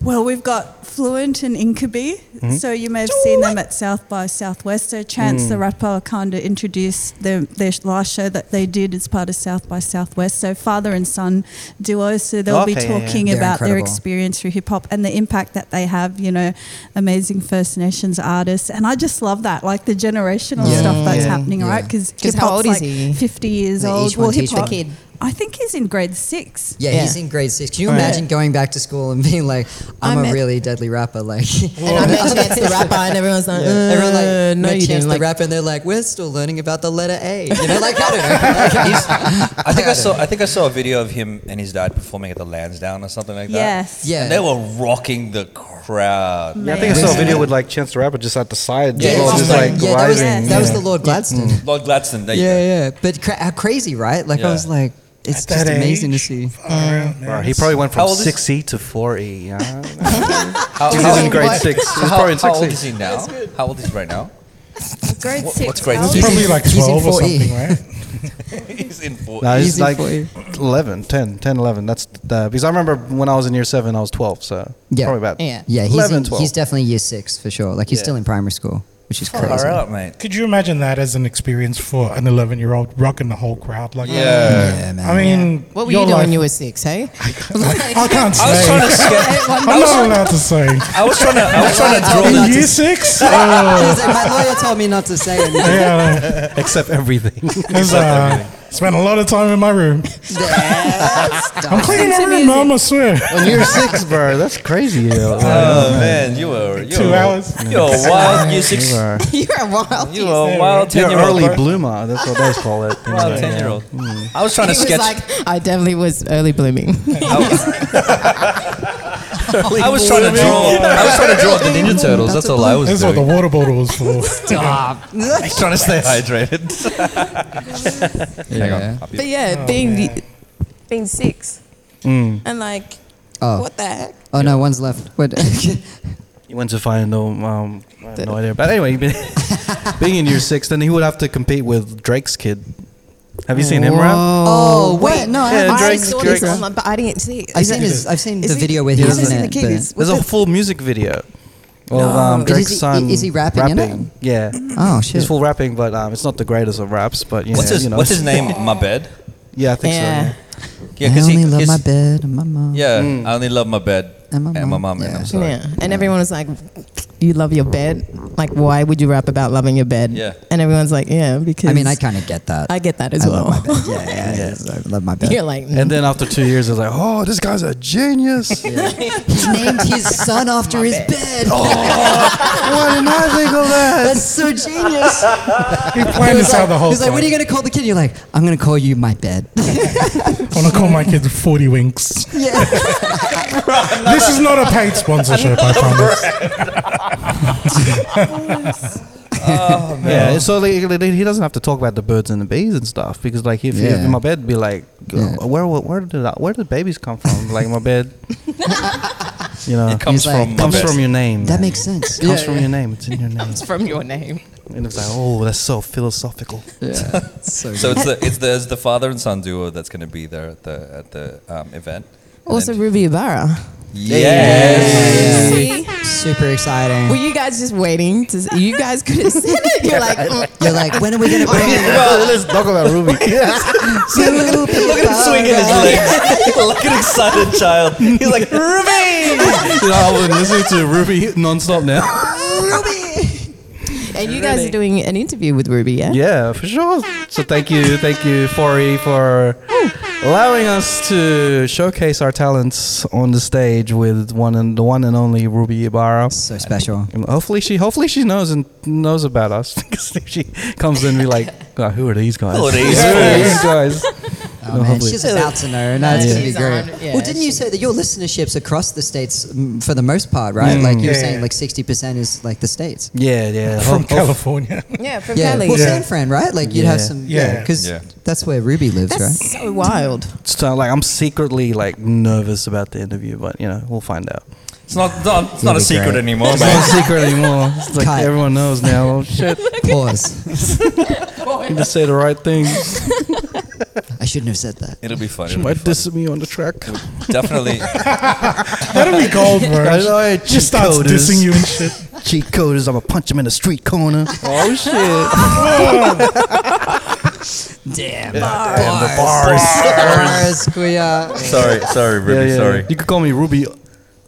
[SPEAKER 6] Well, we've got Fluent and Inkaby. So you may have seen them at South by Southwest. So Chance the rapper kind of introduced their, their last show that they did as part of South by Southwest. So father and son duo. So they'll be
[SPEAKER 7] Okay, yeah, yeah.
[SPEAKER 6] talking
[SPEAKER 2] They're
[SPEAKER 6] about their
[SPEAKER 2] incredible.
[SPEAKER 6] experience through hip hop and the impact that they have, you know, amazing First Nations artists. And I just love that, like the generational
[SPEAKER 2] Yeah.
[SPEAKER 6] stuff that's
[SPEAKER 2] Yeah.
[SPEAKER 6] happening,
[SPEAKER 2] Yeah.
[SPEAKER 6] right? Because
[SPEAKER 5] Just
[SPEAKER 6] hip
[SPEAKER 5] how old
[SPEAKER 6] hop's
[SPEAKER 5] is
[SPEAKER 6] like
[SPEAKER 5] he?
[SPEAKER 6] 50 years
[SPEAKER 2] Like,
[SPEAKER 6] old.
[SPEAKER 2] each one
[SPEAKER 6] Well, hip
[SPEAKER 2] teach one.
[SPEAKER 6] hop.
[SPEAKER 5] Kid.
[SPEAKER 6] I think he's in grade six.
[SPEAKER 2] Yeah,
[SPEAKER 5] Yeah.
[SPEAKER 2] he's in grade six. Can you
[SPEAKER 4] Right.
[SPEAKER 2] imagine going back to school and being like, I'm,
[SPEAKER 5] I'm
[SPEAKER 2] a
[SPEAKER 5] a-
[SPEAKER 2] really deadly rapper? Like,
[SPEAKER 5] And I mentioned it's the rapper, and everyone's like,
[SPEAKER 2] everyone like,
[SPEAKER 5] "Uh, no,
[SPEAKER 2] met
[SPEAKER 5] you
[SPEAKER 2] Chance
[SPEAKER 5] didn't.
[SPEAKER 2] the
[SPEAKER 5] Like,
[SPEAKER 2] rapper, and they're like, we're still learning about the letter A. You know, like I don't know. Like, he's-
[SPEAKER 3] I think I
[SPEAKER 2] don't
[SPEAKER 3] saw.
[SPEAKER 2] know.
[SPEAKER 3] I think I saw a video of him and his dad performing at the Lansdowne or something like that.
[SPEAKER 6] Yes.
[SPEAKER 2] Yeah.
[SPEAKER 3] And they were rocking the crowd.
[SPEAKER 1] Yeah, I think I saw a
[SPEAKER 2] Yeah.
[SPEAKER 1] video with like Chance the Rapper just at the side,
[SPEAKER 2] Yeah,
[SPEAKER 1] just,
[SPEAKER 2] it's
[SPEAKER 1] just
[SPEAKER 2] just
[SPEAKER 1] like
[SPEAKER 2] like- yeah, that was
[SPEAKER 1] rising.
[SPEAKER 2] that was the Lord Gladstone.
[SPEAKER 3] Lord Gladstone. There you
[SPEAKER 2] Yeah,
[SPEAKER 3] go.
[SPEAKER 2] yeah. But cra- how crazy, right? Like
[SPEAKER 3] Yeah.
[SPEAKER 2] I was like, it's
[SPEAKER 4] At that
[SPEAKER 2] just amazing to
[SPEAKER 4] age?
[SPEAKER 2] see.
[SPEAKER 1] Bro, he probably went
[SPEAKER 3] How
[SPEAKER 1] from
[SPEAKER 3] old is-
[SPEAKER 1] six E to four E. Yeah,
[SPEAKER 3] How,
[SPEAKER 1] He's
[SPEAKER 3] how-
[SPEAKER 1] in grade
[SPEAKER 3] what?
[SPEAKER 1] six. He's
[SPEAKER 3] how,
[SPEAKER 1] probably in
[SPEAKER 3] how
[SPEAKER 1] sixth
[SPEAKER 3] old
[SPEAKER 1] E.
[SPEAKER 3] is he now? How old is he right now?
[SPEAKER 6] Grade
[SPEAKER 3] What-
[SPEAKER 6] six.
[SPEAKER 3] what's grade
[SPEAKER 6] How old
[SPEAKER 2] He's
[SPEAKER 4] It's
[SPEAKER 6] is
[SPEAKER 2] in-
[SPEAKER 4] probably like
[SPEAKER 2] he's in
[SPEAKER 4] 12 or
[SPEAKER 2] 4E.
[SPEAKER 4] something, right?
[SPEAKER 3] He's in four.
[SPEAKER 1] no, he's
[SPEAKER 2] Easy
[SPEAKER 1] like
[SPEAKER 2] for you.
[SPEAKER 1] 11, 10, 10, 11. That's the, because I remember when I was in year seven, I was twelve, so
[SPEAKER 2] Yeah.
[SPEAKER 1] probably about
[SPEAKER 5] Yeah.
[SPEAKER 2] Yeah, he's
[SPEAKER 1] 11,
[SPEAKER 2] in,
[SPEAKER 1] 12.
[SPEAKER 2] he's definitely year six for sure. Like he's
[SPEAKER 1] Yeah.
[SPEAKER 2] still in primary school, which is
[SPEAKER 3] Far
[SPEAKER 2] crazy.
[SPEAKER 3] out, mate.
[SPEAKER 4] Could you imagine that as an experience for an 11 year old rocking the whole crowd? Like,
[SPEAKER 3] Yeah.
[SPEAKER 2] Yeah, man.
[SPEAKER 4] I mean,
[SPEAKER 5] what were
[SPEAKER 4] Mm, your
[SPEAKER 5] you doing
[SPEAKER 4] life-
[SPEAKER 5] when you were six? Hey,
[SPEAKER 4] I can't
[SPEAKER 3] I was
[SPEAKER 4] say.
[SPEAKER 3] trying to. Scare,
[SPEAKER 4] I'm not allowed to say.
[SPEAKER 3] I was trying to. I was trying to draw
[SPEAKER 4] In
[SPEAKER 3] that.
[SPEAKER 4] year six? Uh,
[SPEAKER 2] He's like, my lawyer told me not to say it.
[SPEAKER 4] yeah.
[SPEAKER 1] except everything.
[SPEAKER 4] Because uh, spent a lot of time in my room. I'm cleaning my room, mom, I swear.
[SPEAKER 1] when you're six, bro, that's crazy. You know.
[SPEAKER 3] Oh man, you were you
[SPEAKER 4] Two
[SPEAKER 3] were,
[SPEAKER 4] hours.
[SPEAKER 3] You were a wild year six.
[SPEAKER 1] You are-
[SPEAKER 5] you're a wild.
[SPEAKER 3] You were a wild
[SPEAKER 1] You're
[SPEAKER 3] ten year old.
[SPEAKER 1] early bloomer. That's what they call it.
[SPEAKER 3] Wild ten year old.
[SPEAKER 2] Hmm.
[SPEAKER 3] I was trying
[SPEAKER 5] He
[SPEAKER 3] to
[SPEAKER 5] was
[SPEAKER 3] sketch.
[SPEAKER 5] like, I definitely was early blooming.
[SPEAKER 3] I was trying to draw. I was trying to draw the Ninja Turtles. That's all I was
[SPEAKER 4] This is what
[SPEAKER 3] doing.
[SPEAKER 4] the water bottle was for.
[SPEAKER 3] I was trying to stay hydrated. Hang
[SPEAKER 2] Yeah.
[SPEAKER 3] on. I'll be-
[SPEAKER 5] But yeah, being being six and like,
[SPEAKER 2] Oh.
[SPEAKER 5] what the heck?
[SPEAKER 2] Oh no, one's left. What?
[SPEAKER 1] He went to find um, um I have no idea. But anyway, being- being in year six, then he would have to compete with Drake's kid. Have you seen him around?
[SPEAKER 2] oh wait, no, I
[SPEAKER 1] Yeah,
[SPEAKER 2] haven't.
[SPEAKER 1] Drake-
[SPEAKER 5] I
[SPEAKER 1] Drake's-
[SPEAKER 5] saw
[SPEAKER 1] Drake's-
[SPEAKER 5] this online, but I didn't see.
[SPEAKER 2] I've
[SPEAKER 5] Is
[SPEAKER 2] seen
[SPEAKER 5] it-
[SPEAKER 2] his, I've seen
[SPEAKER 5] is
[SPEAKER 2] the
[SPEAKER 5] he-
[SPEAKER 2] video with
[SPEAKER 5] Yeah,
[SPEAKER 2] him
[SPEAKER 5] I've
[SPEAKER 2] in
[SPEAKER 5] seen the
[SPEAKER 2] it.
[SPEAKER 5] kid.
[SPEAKER 2] but-
[SPEAKER 5] It's-
[SPEAKER 1] There's a full music video of um,
[SPEAKER 2] But is
[SPEAKER 1] Drake's
[SPEAKER 2] he-
[SPEAKER 1] son.
[SPEAKER 2] is he rapping in it?
[SPEAKER 1] Yeah.
[SPEAKER 2] Oh shit.
[SPEAKER 1] He's full rapping, but um, it's not the greatest of raps. But you
[SPEAKER 3] What's
[SPEAKER 1] know,
[SPEAKER 3] his
[SPEAKER 1] you know.
[SPEAKER 3] What's his name? My bed.
[SPEAKER 1] Yeah, I think
[SPEAKER 5] Yeah.
[SPEAKER 1] so.
[SPEAKER 3] Yeah,
[SPEAKER 2] I
[SPEAKER 3] because
[SPEAKER 2] only
[SPEAKER 3] he.
[SPEAKER 2] love my
[SPEAKER 3] 'cause-
[SPEAKER 2] bed and my mom.
[SPEAKER 3] Yeah, I only love my bed
[SPEAKER 2] And my
[SPEAKER 3] and my
[SPEAKER 2] mum,
[SPEAKER 3] mum, and
[SPEAKER 2] yeah.
[SPEAKER 3] I'm sorry.
[SPEAKER 5] Yeah, and everyone was like, "You love your bed? Like, why would you rap about loving your bed?"
[SPEAKER 3] Yeah.
[SPEAKER 5] and everyone's like, "Yeah, because
[SPEAKER 2] I mean, I kind of get that.
[SPEAKER 5] I get that as
[SPEAKER 2] I
[SPEAKER 5] well."
[SPEAKER 2] Love my bed. Yeah, yeah, yeah. I love my bed.
[SPEAKER 5] You're like,
[SPEAKER 1] And then after two years, I was like, oh, this guy's a genius.
[SPEAKER 2] He named his son after his bed.
[SPEAKER 1] Why didn't I think of that?
[SPEAKER 2] That's so genius.
[SPEAKER 4] He planned this out the whole
[SPEAKER 2] He's like,
[SPEAKER 4] time.
[SPEAKER 2] what are you going to call the kid? You're like, I'm going to call you my bed.
[SPEAKER 4] I want to call my kids 40 winks.
[SPEAKER 2] yeah.
[SPEAKER 4] This is not a paid sponsorship, I promise.
[SPEAKER 1] Yeah, so like, like, he doesn't have to talk about the birds and the bees and stuff because like if
[SPEAKER 2] Yeah.
[SPEAKER 1] if my bed be like,
[SPEAKER 2] Yeah.
[SPEAKER 1] where where- where did I, where did babies come from? Like my bed, you know,
[SPEAKER 3] It comes
[SPEAKER 2] He's like-
[SPEAKER 3] from my
[SPEAKER 1] comes
[SPEAKER 3] bed.
[SPEAKER 1] from your name.
[SPEAKER 2] That makes sense.
[SPEAKER 1] comes from your name. It's in your name.
[SPEAKER 5] from your name.
[SPEAKER 1] And it's like, oh, that's so philosophical.
[SPEAKER 2] Yeah. So,
[SPEAKER 3] So
[SPEAKER 2] good.
[SPEAKER 3] it's the it's the, it's the father and son duo that's going to be there at the at the um, event. And
[SPEAKER 5] Also,
[SPEAKER 3] then-
[SPEAKER 5] Ruby Ibarra.
[SPEAKER 3] yes.
[SPEAKER 5] See,
[SPEAKER 2] super exciting.
[SPEAKER 5] were you guys just waiting to? See? You guys could have said it. You're like, mm,
[SPEAKER 2] You're like, when are we going to bring it?
[SPEAKER 1] Well, let's talk about Ruby.
[SPEAKER 2] Look at
[SPEAKER 3] He's swinging his legs like an excited child. He's like Ruby.
[SPEAKER 1] you know, I've been listening to Ruby nonstop now.
[SPEAKER 5] and you guys are doing an interview with Ruby, yeah?
[SPEAKER 1] Yeah, for sure. So thank you, thank you, Forey, for allowing us to showcase our talents on the stage with one and the one and only Ruby Ibarra.
[SPEAKER 2] So special.
[SPEAKER 1] And hopefully she, hopefully she knows and knows about us because if she comes in, be like, "God, who are these guys?
[SPEAKER 3] Who are these
[SPEAKER 1] these guys?
[SPEAKER 2] Oh,
[SPEAKER 1] No,
[SPEAKER 2] man,
[SPEAKER 1] hopefully-
[SPEAKER 2] she's about to know. No, it's going
[SPEAKER 5] Yeah.
[SPEAKER 2] to be
[SPEAKER 5] She's
[SPEAKER 2] great.
[SPEAKER 5] on- yeah,
[SPEAKER 2] well, didn't you
[SPEAKER 5] she-
[SPEAKER 2] say that your listenership's across the states mm, for the most part, right? Like you were
[SPEAKER 4] Yeah,
[SPEAKER 2] saying,
[SPEAKER 4] yeah.
[SPEAKER 2] like 60% is like the states.
[SPEAKER 1] yeah, yeah.
[SPEAKER 4] From
[SPEAKER 1] Ho- ho-
[SPEAKER 4] California.
[SPEAKER 5] Yeah, from
[SPEAKER 2] Yeah.
[SPEAKER 5] Cali.
[SPEAKER 2] Well,
[SPEAKER 4] Yeah.
[SPEAKER 2] San Fran, right? Like you'd have
[SPEAKER 1] Yeah.
[SPEAKER 2] some,
[SPEAKER 4] Yeah.
[SPEAKER 2] yeah, because
[SPEAKER 3] Yeah.
[SPEAKER 2] that's where Ruby lives, right?
[SPEAKER 5] That's so wild.
[SPEAKER 1] so like, I'm secretly like nervous about the interview, but you know, we'll find out.
[SPEAKER 3] It's not not, it's not a
[SPEAKER 2] Ruby
[SPEAKER 3] secret
[SPEAKER 2] Gray.
[SPEAKER 3] anymore,
[SPEAKER 1] It's not a
[SPEAKER 3] man.
[SPEAKER 1] secret anymore. It's like
[SPEAKER 2] Cut.
[SPEAKER 1] everyone knows now. Oh shit!
[SPEAKER 2] Pause.
[SPEAKER 1] You just say the right thing.
[SPEAKER 2] I I shouldn't have said that.
[SPEAKER 3] It'll be fun.
[SPEAKER 1] She
[SPEAKER 3] it'll be
[SPEAKER 1] might
[SPEAKER 3] fun.
[SPEAKER 1] diss me on the track.
[SPEAKER 3] Definitely.
[SPEAKER 4] That'll be gold,
[SPEAKER 1] I know,
[SPEAKER 4] bro.
[SPEAKER 1] I
[SPEAKER 4] Just starts
[SPEAKER 1] cheat coders.
[SPEAKER 4] dissing you and shit.
[SPEAKER 1] Cheat coders. I'm gonna punch him in the street corner.
[SPEAKER 3] oh shit!
[SPEAKER 2] Damn.
[SPEAKER 3] Damn the bars.
[SPEAKER 2] Bars, queer.
[SPEAKER 3] sorry, sorry, Ruby. Sorry.
[SPEAKER 1] You could call me Ruby,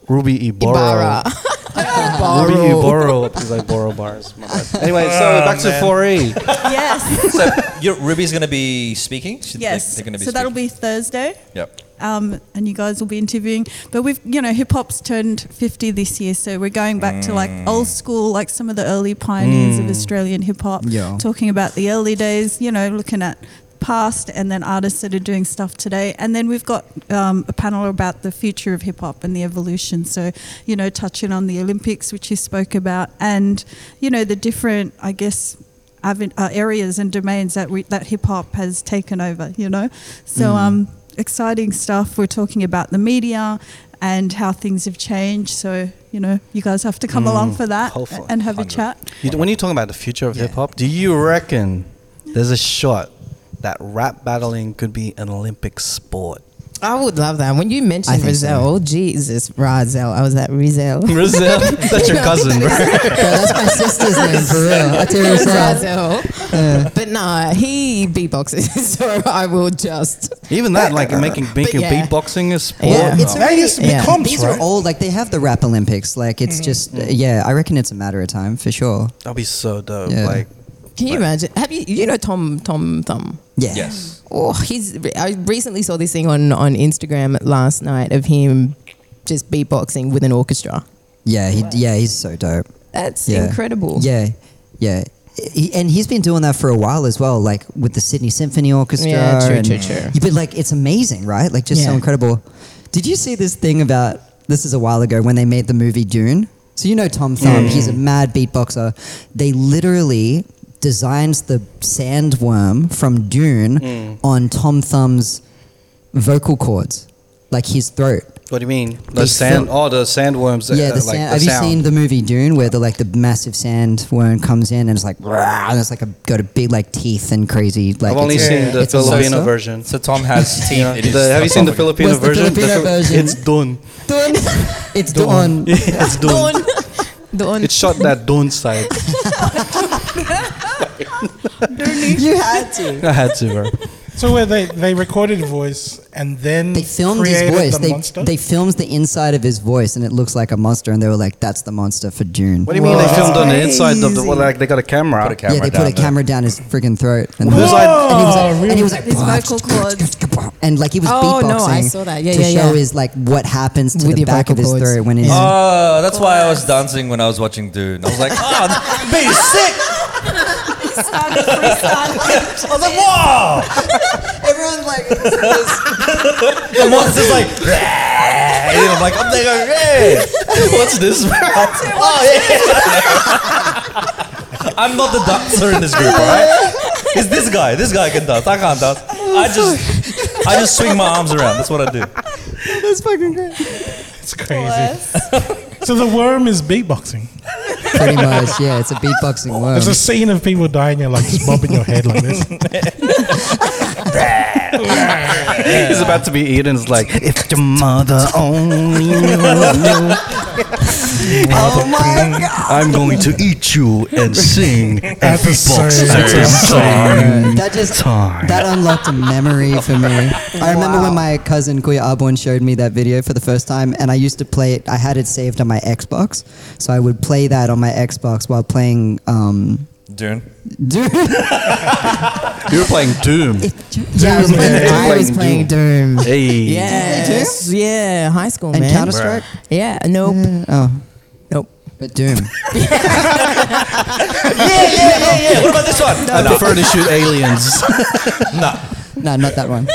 [SPEAKER 1] Ruby Ibarra.
[SPEAKER 5] Barra. Barra.
[SPEAKER 1] Ruby Ibarra because I borrow bars. My bad. Anyway, so
[SPEAKER 3] Ah,
[SPEAKER 1] back to 4E.
[SPEAKER 6] yes,
[SPEAKER 3] So you Ruby's gonna be speaking. She- they-
[SPEAKER 6] yes.
[SPEAKER 3] They're gonna be.
[SPEAKER 6] so that'll
[SPEAKER 3] speaking.
[SPEAKER 6] be Thursday.
[SPEAKER 3] Yep.
[SPEAKER 6] um, and you guys will be interviewing. But we've, you know, hip hop's turned 50 this year, so we're going back to like
[SPEAKER 3] Mm.
[SPEAKER 6] old school, like some of the early pioneers of Australian hip hop,
[SPEAKER 2] Yeah.
[SPEAKER 6] talking about the early days, you know, looking at past and then artists that are doing stuff today. And then we've got um, a panel about the future of hip hop and the evolution. So, you know, touching on the Olympics, which you spoke about, and, you know, the different, I guess, aven- uh, areas and domains that we, that hip hop has taken over. You know, so um, exciting stuff. We're talking about the media and how things have changed. So you know, you guys have to come along for that
[SPEAKER 1] hopefully.
[SPEAKER 6] and have a
[SPEAKER 3] Hundred.
[SPEAKER 6] chat.
[SPEAKER 1] You, when you're talking about the future of hip hop, do you reckon there's a shot that rap battling could be an Olympic sport?
[SPEAKER 5] I would love that. When you
[SPEAKER 2] I
[SPEAKER 5] mentioned
[SPEAKER 2] think so.
[SPEAKER 5] Rizal, Jesus, Razel, I was at Rizal.
[SPEAKER 1] Brazil? That's your cousin, bro.
[SPEAKER 2] Bro, that's my sister's name for real. I tell you what's up.
[SPEAKER 5] Razel. But nah, he beatboxes, so I will just.
[SPEAKER 1] Even that, like making making
[SPEAKER 5] yeah.
[SPEAKER 1] beatboxing a sport.
[SPEAKER 5] Yeah.
[SPEAKER 2] Well, it's
[SPEAKER 4] That
[SPEAKER 2] already,
[SPEAKER 4] used to be
[SPEAKER 5] yeah.
[SPEAKER 4] comps,
[SPEAKER 2] these
[SPEAKER 4] right?
[SPEAKER 2] are old. Like they have the rap Olympics. Like it's just yeah. I reckon it's a matter of time for sure.
[SPEAKER 1] That'd be so dope.
[SPEAKER 2] Yeah.
[SPEAKER 1] Like
[SPEAKER 5] Can you
[SPEAKER 1] Right.
[SPEAKER 5] imagine? Have you you know Tom Tom Thumb?
[SPEAKER 2] Yeah.
[SPEAKER 3] Yes.
[SPEAKER 5] Oh, he's. I recently saw this thing on on Instagram last night of him just beatboxing with an orchestra.
[SPEAKER 2] Yeah. He, yeah. He's so dope.
[SPEAKER 5] That's
[SPEAKER 2] Yeah.
[SPEAKER 5] incredible.
[SPEAKER 2] Yeah, yeah. He, and he's been doing that for a while as well, like with the Sydney Symphony Orchestra.
[SPEAKER 5] Yeah, true,
[SPEAKER 2] and
[SPEAKER 5] true, true.
[SPEAKER 2] You've been like, it's amazing, right? Like, just so
[SPEAKER 5] Yeah.
[SPEAKER 2] incredible. Did you see this thing about this is a while ago when they made the movie Dune? So you know Tom Thumb,
[SPEAKER 5] Mm.
[SPEAKER 2] he's a mad beatboxer. They literally designed the sandworm from Dune
[SPEAKER 5] Mm.
[SPEAKER 2] on Tom Thumb's vocal cords, like his throat.
[SPEAKER 1] what do you mean? The
[SPEAKER 2] They
[SPEAKER 1] sand
[SPEAKER 2] film-
[SPEAKER 1] oh the sandworms
[SPEAKER 2] Yeah,
[SPEAKER 1] uh,
[SPEAKER 2] the
[SPEAKER 1] like
[SPEAKER 2] sand.
[SPEAKER 1] the
[SPEAKER 2] have
[SPEAKER 1] sound.
[SPEAKER 2] you seen the movie Dune, where the like the massive sand worm comes in and it's like, "Rah," and it's like a got a big like teeth and crazy like.
[SPEAKER 1] I've only
[SPEAKER 2] it's-
[SPEAKER 1] seen the
[SPEAKER 2] it's a
[SPEAKER 1] Filipino
[SPEAKER 2] monster.
[SPEAKER 1] version.
[SPEAKER 3] So Tom has teeth.
[SPEAKER 1] Yeah.
[SPEAKER 3] in his
[SPEAKER 1] The- have you seen the
[SPEAKER 3] sarcophagus.
[SPEAKER 1] Filipino
[SPEAKER 2] What's the
[SPEAKER 1] version?
[SPEAKER 2] Filipino
[SPEAKER 1] Fil-
[SPEAKER 2] version?
[SPEAKER 1] It's done.
[SPEAKER 2] Dun. it's Dawn.
[SPEAKER 1] it's done.
[SPEAKER 5] Don,
[SPEAKER 1] It's shot that done side.
[SPEAKER 2] you had to.
[SPEAKER 1] I had to, bro.
[SPEAKER 4] So where they, they recorded his voice and then
[SPEAKER 2] They filmed his
[SPEAKER 4] created
[SPEAKER 2] voice.
[SPEAKER 4] the monster.
[SPEAKER 2] They, they filmed the inside of his voice, and it looks like a monster. And they were like, "That's the monster for Dune."
[SPEAKER 1] What do you mean they filmed on the inside of the well, like they got a camera?
[SPEAKER 3] Put a camera
[SPEAKER 2] yeah, they
[SPEAKER 3] down
[SPEAKER 2] put a
[SPEAKER 3] there.
[SPEAKER 2] camera down his friggin' throat, and,
[SPEAKER 1] Whoa!
[SPEAKER 2] and he was like, and he was like,
[SPEAKER 6] His vocal cords.
[SPEAKER 2] and like he was
[SPEAKER 5] Oh,
[SPEAKER 2] beatboxing
[SPEAKER 5] no, I saw that. Yeah,
[SPEAKER 2] to
[SPEAKER 5] yeah,
[SPEAKER 2] show
[SPEAKER 5] yeah.
[SPEAKER 2] his like what happens to
[SPEAKER 5] With
[SPEAKER 2] the
[SPEAKER 5] your
[SPEAKER 2] back of his
[SPEAKER 5] vocal cords.
[SPEAKER 2] throat when he's
[SPEAKER 5] Yeah.
[SPEAKER 3] Oh, that's why I was dancing when I was watching Dune. I was like, oh, be sick. I was like, wow.
[SPEAKER 2] Everyone's like,
[SPEAKER 3] The monster's like, "Rah!" And I'm like, I'm there going, hey, what's this? oh, yeah. I'm not the dancer in this group, all right? It's this guy. This guy can dance. I can't dance. I just, I just swing my arms around. That's what I do.
[SPEAKER 2] that's fucking great.
[SPEAKER 4] it's crazy. so the worm is beatboxing.
[SPEAKER 2] Pretty much, yeah. It's a beatboxing worm.
[SPEAKER 4] There's a
[SPEAKER 3] Um,
[SPEAKER 4] scene of people dying. You're like just bobbing your head like this.
[SPEAKER 1] He's about to be eaten. It's like if your mother only knew,
[SPEAKER 2] oh my god!
[SPEAKER 1] I'm going to eat you and sing
[SPEAKER 4] At the same
[SPEAKER 1] song.
[SPEAKER 2] That just
[SPEAKER 1] Time.
[SPEAKER 2] that unlocked a memory for me. I remember when my cousin Kuya Abon showed me that video for the first time, and I used to play it. I had it saved on my Xbox, so I would play that on my Xbox while playing. Um,
[SPEAKER 3] Dune.
[SPEAKER 2] Doom.
[SPEAKER 1] You were playing Doom.
[SPEAKER 2] yeah, I was playing,
[SPEAKER 5] I
[SPEAKER 2] I
[SPEAKER 5] was
[SPEAKER 2] was
[SPEAKER 5] playing Doom.
[SPEAKER 1] Hey.
[SPEAKER 5] Yes. Yeah, high school
[SPEAKER 2] and
[SPEAKER 5] man.
[SPEAKER 2] Counter Strike.
[SPEAKER 5] yeah, nope,
[SPEAKER 2] Oh,
[SPEAKER 5] nope.
[SPEAKER 2] but Doom.
[SPEAKER 3] Yeah, what about this one?
[SPEAKER 1] I prefer to shoot aliens.
[SPEAKER 2] no, not that one.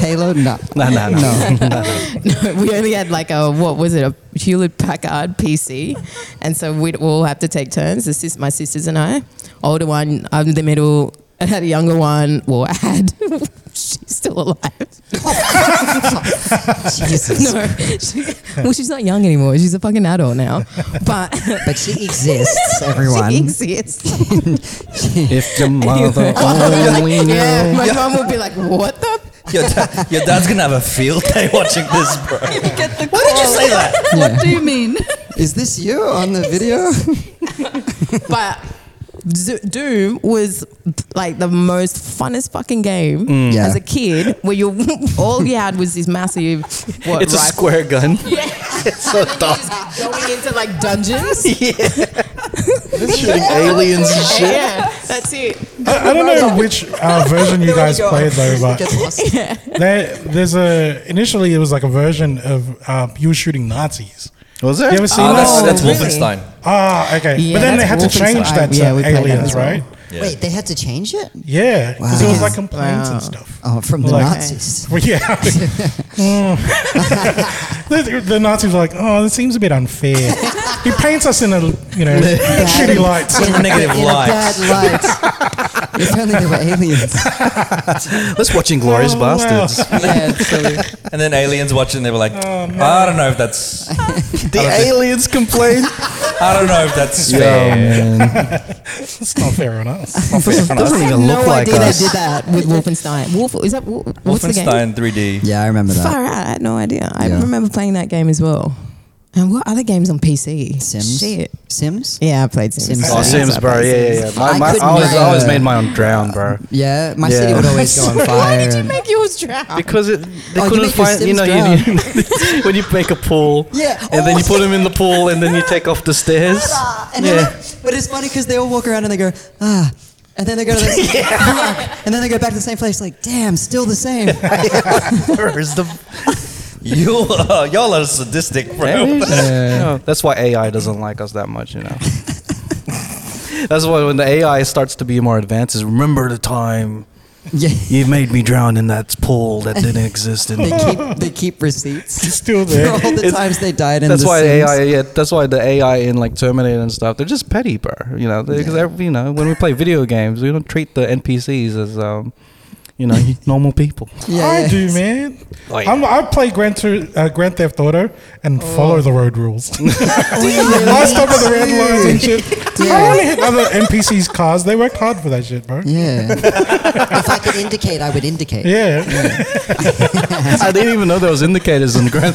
[SPEAKER 2] Halo. No.
[SPEAKER 1] No, no, no.
[SPEAKER 5] we only had like a what was it a Hewlett Packard PC, and so we'd all have to take turns. The sis, my sisters and I, older one, I'm the middle. I had a younger one. Well, I had. she's still alive.
[SPEAKER 2] Jesus.
[SPEAKER 5] No, she, well, she's not young anymore. She's a fucking adult now, but
[SPEAKER 2] But she exists, everyone.
[SPEAKER 5] she exists.
[SPEAKER 1] If your mother only knew.
[SPEAKER 5] yeah, my mom would be like, "What the
[SPEAKER 3] Your, da- your dad's gonna have a field day watching this, bro.
[SPEAKER 6] Get the
[SPEAKER 3] Why did you say that?
[SPEAKER 2] Yeah.
[SPEAKER 6] what do you mean?
[SPEAKER 2] Is this you on the video?
[SPEAKER 5] but Z- Doom was like the most funnest fucking game
[SPEAKER 1] Mm.
[SPEAKER 2] Yeah.
[SPEAKER 5] as a kid, where you all you had was this massive. What,
[SPEAKER 1] It's a
[SPEAKER 5] rifle?
[SPEAKER 1] square gun.
[SPEAKER 5] It's so dumb. Going into like dungeons.
[SPEAKER 1] shooting aliens and shit.
[SPEAKER 5] Yeah, that's it.
[SPEAKER 4] I, I don't know which uh, version you guys played though, but
[SPEAKER 2] Gets lost.
[SPEAKER 4] there, there's a initially it was like a version of uh, you were shooting Nazis.
[SPEAKER 1] Was there?
[SPEAKER 4] You ever seen
[SPEAKER 3] Ah, that's,
[SPEAKER 4] that?
[SPEAKER 3] that's
[SPEAKER 5] really?
[SPEAKER 3] Wolfenstein.
[SPEAKER 4] Ah, okay.
[SPEAKER 5] Yeah,
[SPEAKER 4] but then they
[SPEAKER 5] that's
[SPEAKER 4] had to
[SPEAKER 5] Wolfenstein.
[SPEAKER 4] change that to
[SPEAKER 5] Yeah, we played that
[SPEAKER 4] aliens,
[SPEAKER 5] as well.
[SPEAKER 4] right?
[SPEAKER 3] Yeah.
[SPEAKER 2] Wait, they had to change it?
[SPEAKER 4] Yeah, because it was
[SPEAKER 2] Wow.
[SPEAKER 4] like complaints
[SPEAKER 5] Wow.
[SPEAKER 4] and stuff.
[SPEAKER 2] Oh, from the
[SPEAKER 4] Like-
[SPEAKER 2] Nazis.
[SPEAKER 4] Well, yeah. Mm. the, the Nazis were like, oh, this seems a bit unfair. he paints us in a, you know, shitty light.
[SPEAKER 2] In a-
[SPEAKER 3] Negative
[SPEAKER 2] in a
[SPEAKER 3] light.
[SPEAKER 2] bad light. if only there were aliens.
[SPEAKER 1] Let's watch Inglorious
[SPEAKER 4] Oh, wow.
[SPEAKER 1] Bastards.
[SPEAKER 2] Yeah, absolutely.
[SPEAKER 3] And then aliens watch it and they were like, I don't know if that's,
[SPEAKER 1] The aliens complain.
[SPEAKER 3] I don't know if that's
[SPEAKER 1] Yeah,
[SPEAKER 3] fair.
[SPEAKER 1] man.
[SPEAKER 4] It's not fair on us.
[SPEAKER 1] Doesn't
[SPEAKER 5] I
[SPEAKER 1] even
[SPEAKER 5] had
[SPEAKER 1] look
[SPEAKER 5] no
[SPEAKER 1] like
[SPEAKER 5] idea
[SPEAKER 1] us.
[SPEAKER 5] they did that with Wolfenstein. Wolf is that Wolf, what's the game?
[SPEAKER 3] Wolfenstein 3D.
[SPEAKER 2] Yeah, I remember that.
[SPEAKER 5] Far out. I had no idea. I
[SPEAKER 2] Yeah.
[SPEAKER 5] remember playing that game as well. And what other games on PC?
[SPEAKER 2] Sims.
[SPEAKER 5] Shit.
[SPEAKER 2] Sims?
[SPEAKER 5] Yeah, I played Sims.
[SPEAKER 2] Sims.
[SPEAKER 1] Oh,
[SPEAKER 2] Yeah.
[SPEAKER 1] Sims, bro. Yeah, yeah, yeah. My,
[SPEAKER 2] I
[SPEAKER 1] my, I,
[SPEAKER 2] couldn't
[SPEAKER 1] always, I always
[SPEAKER 2] make-
[SPEAKER 1] made my own drown, bro.
[SPEAKER 2] Yeah, my
[SPEAKER 1] Yeah.
[SPEAKER 2] city would always go on fire.
[SPEAKER 5] Why did you
[SPEAKER 2] and-
[SPEAKER 5] make yours drown?
[SPEAKER 1] Because it, they
[SPEAKER 2] Oh, you
[SPEAKER 1] couldn't
[SPEAKER 2] make your
[SPEAKER 1] find, you
[SPEAKER 2] Sims
[SPEAKER 1] know, you, you- when you make a pool,
[SPEAKER 2] Yeah.
[SPEAKER 1] and then
[SPEAKER 2] Oh,
[SPEAKER 1] you put them in the pool, and then you take off the stairs.
[SPEAKER 2] And
[SPEAKER 1] Yeah.
[SPEAKER 2] then- but it's funny because they all walk around and they go, ah. And then they go to the yeah. and then they go back to the same place. Like, damn, still the same.
[SPEAKER 1] Where's the?
[SPEAKER 3] You, uh, y'all are sadistic, bro.
[SPEAKER 1] No, that's why AI doesn't like us that much, you know. that's why when the AI starts to be more advanced, is remember the time
[SPEAKER 2] yeah.
[SPEAKER 1] you made me drown in that pool that didn't exist
[SPEAKER 2] They
[SPEAKER 1] anymore.
[SPEAKER 2] keep they keep receipts
[SPEAKER 4] It's still
[SPEAKER 2] for
[SPEAKER 4] there.
[SPEAKER 2] all the
[SPEAKER 1] It's-
[SPEAKER 2] times they died in
[SPEAKER 1] That's
[SPEAKER 2] the
[SPEAKER 1] why
[SPEAKER 2] Sims.
[SPEAKER 1] AI. Yeah, that's why the AI in like Terminator and stuff. They're just petty, bro. You know, because you know when we play video games, we don't treat the NPCs as um, you know, normal people.
[SPEAKER 2] Yeah,
[SPEAKER 4] I
[SPEAKER 2] yeah.
[SPEAKER 4] do, man.
[SPEAKER 1] Oh, yeah.
[SPEAKER 4] I'm, I play Grand, Tur- uh, Grand Theft Auto and follow the road rules. I stop at the red lines and shit. I only hit other NPCs' cars. They worked hard for that shit, bro.
[SPEAKER 2] Yeah. if I could indicate, I would indicate.
[SPEAKER 4] Yeah.
[SPEAKER 1] I didn't even know there was indicators in Grand,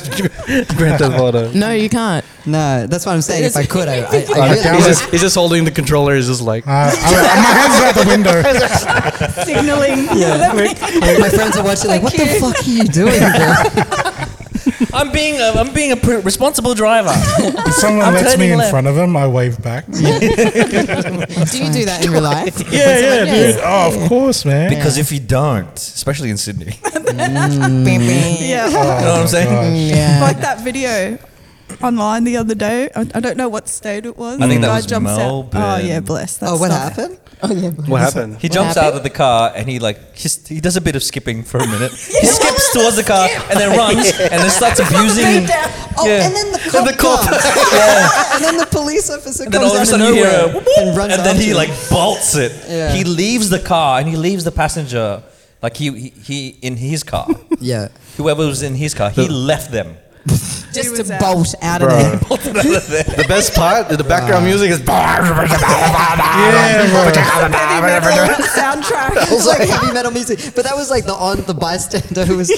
[SPEAKER 1] Grand Theft Auto.
[SPEAKER 5] No, you can't.
[SPEAKER 2] No, that's what I'm saying. If I could, I, I, I
[SPEAKER 1] He's
[SPEAKER 2] really would.
[SPEAKER 1] just, he's just holding the controller. He's just like,
[SPEAKER 4] Uh, I- my hands are out the window.
[SPEAKER 5] Signaling.
[SPEAKER 2] Like, my friends are watching. Like, what the fuck are you doing, bro?
[SPEAKER 3] I'm being a, I'm being a pr- responsible driver.
[SPEAKER 4] If someone
[SPEAKER 3] I'm
[SPEAKER 4] lets me
[SPEAKER 3] turning
[SPEAKER 4] in
[SPEAKER 3] left.
[SPEAKER 4] front of them, I wave back. Yeah,
[SPEAKER 5] Do you do that in real life?
[SPEAKER 4] yeah, dude. Oh, of course, man.
[SPEAKER 3] because if you don't, especially in Sydney, you
[SPEAKER 6] Yeah.
[SPEAKER 2] Oh.
[SPEAKER 4] Oh,
[SPEAKER 3] know what I'm saying?
[SPEAKER 5] yeah.
[SPEAKER 6] like that video online the other day. I, I don't know what state it was.
[SPEAKER 3] I think
[SPEAKER 6] The
[SPEAKER 3] that
[SPEAKER 6] guy
[SPEAKER 3] was
[SPEAKER 6] jumps Out. Oh
[SPEAKER 3] Melbourne.
[SPEAKER 6] yeah, bless. That's
[SPEAKER 2] Oh, what
[SPEAKER 6] not-
[SPEAKER 2] happened?
[SPEAKER 1] what happened?
[SPEAKER 3] He jumps
[SPEAKER 5] happened?
[SPEAKER 3] out of the car and he like just, he does a bit of skipping for a minute. He skips towards the car and then runs and then starts abusing.
[SPEAKER 2] Oh,
[SPEAKER 3] Yeah.
[SPEAKER 2] and then the cop,
[SPEAKER 1] the cop-
[SPEAKER 2] comes. and then the police officer
[SPEAKER 3] And
[SPEAKER 2] comes
[SPEAKER 3] then all of
[SPEAKER 2] out
[SPEAKER 3] a sudden you
[SPEAKER 2] of
[SPEAKER 3] hear a
[SPEAKER 2] nowhere
[SPEAKER 3] whoop, whoop,
[SPEAKER 2] and
[SPEAKER 3] and,
[SPEAKER 2] runs
[SPEAKER 3] then
[SPEAKER 2] after
[SPEAKER 3] he
[SPEAKER 2] him.
[SPEAKER 3] like bolts it.
[SPEAKER 2] Yeah.
[SPEAKER 3] He leaves the car and he leaves the passenger like he he, he in his car.
[SPEAKER 2] yeah.
[SPEAKER 3] Whoever was in his car, he left them.
[SPEAKER 5] Just
[SPEAKER 6] was
[SPEAKER 5] to
[SPEAKER 6] out.
[SPEAKER 5] bolt out of
[SPEAKER 1] Bro.
[SPEAKER 5] there.
[SPEAKER 3] Bolted out of there.
[SPEAKER 1] The best part, the background music is.
[SPEAKER 2] It was like heavy metal music, but that was like the on the bystander who was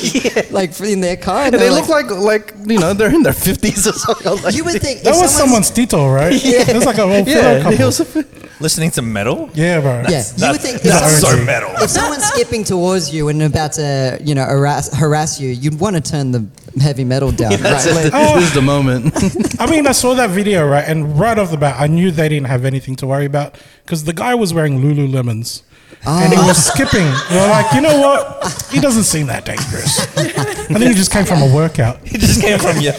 [SPEAKER 2] like in their car. And
[SPEAKER 1] They
[SPEAKER 2] they're
[SPEAKER 1] look like like you know they're in their fifties or something. Like,
[SPEAKER 2] you would think
[SPEAKER 4] That
[SPEAKER 2] if
[SPEAKER 4] was someone's Tito, right? Yeah. That was like an old fellow
[SPEAKER 1] yeah, he
[SPEAKER 4] couple.
[SPEAKER 1] was a,
[SPEAKER 3] Listening to metal.
[SPEAKER 4] Yeah, bro.
[SPEAKER 2] Yeah, you would think if,
[SPEAKER 3] That's
[SPEAKER 2] someone's-
[SPEAKER 3] so metal.
[SPEAKER 2] if someone's skipping towards you and about to you know harass, harass you, you'd want to turn the heavy metal down.
[SPEAKER 1] that's
[SPEAKER 2] right?
[SPEAKER 1] it. This is the moment.
[SPEAKER 4] I mean, I saw that video, right? And right off the bat, I knew they didn't have anything to worry about because the guy was wearing Lululemons. And he
[SPEAKER 2] Ah.
[SPEAKER 4] was skipping. We We're like, you know what? He doesn't seem that dangerous. I think he just came from a workout.
[SPEAKER 3] He just came from yo-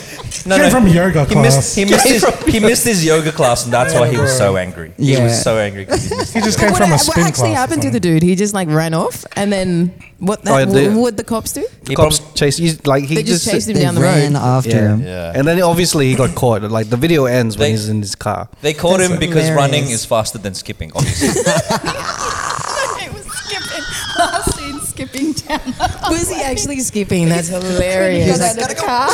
[SPEAKER 3] no,
[SPEAKER 4] Came
[SPEAKER 3] no,
[SPEAKER 4] from yoga
[SPEAKER 3] he
[SPEAKER 4] class.
[SPEAKER 3] Missed, he, missed his, he missed his yoga class, and that's why he was so angry. He
[SPEAKER 2] Yeah.
[SPEAKER 3] was so angry. 'cause he missed
[SPEAKER 4] He just
[SPEAKER 3] yoga.
[SPEAKER 4] came
[SPEAKER 5] What,
[SPEAKER 4] from a
[SPEAKER 5] what
[SPEAKER 4] spin
[SPEAKER 5] actually
[SPEAKER 4] class or
[SPEAKER 5] happened to the
[SPEAKER 4] something.
[SPEAKER 5] dude? He just like ran off, and then what? That,
[SPEAKER 1] Oh, they-
[SPEAKER 5] what would the cops do?
[SPEAKER 3] He
[SPEAKER 1] Cops
[SPEAKER 3] probably-
[SPEAKER 1] chased. He's, like he
[SPEAKER 5] They just chased him
[SPEAKER 2] They
[SPEAKER 5] down the
[SPEAKER 2] ran
[SPEAKER 5] road.
[SPEAKER 2] after
[SPEAKER 1] Yeah.
[SPEAKER 2] him.
[SPEAKER 3] Yeah.
[SPEAKER 1] and then obviously he got caught. Like the video ends when
[SPEAKER 3] They-
[SPEAKER 1] he's in his car.
[SPEAKER 3] They caught
[SPEAKER 5] That's
[SPEAKER 3] him because
[SPEAKER 5] hilarious.
[SPEAKER 3] running is faster than skipping. Obviously,
[SPEAKER 6] It was skipping. Last scene skipping down.
[SPEAKER 2] Oh,
[SPEAKER 5] Was he actually skipping? That's
[SPEAKER 6] He
[SPEAKER 5] hilarious.
[SPEAKER 6] got out of the car.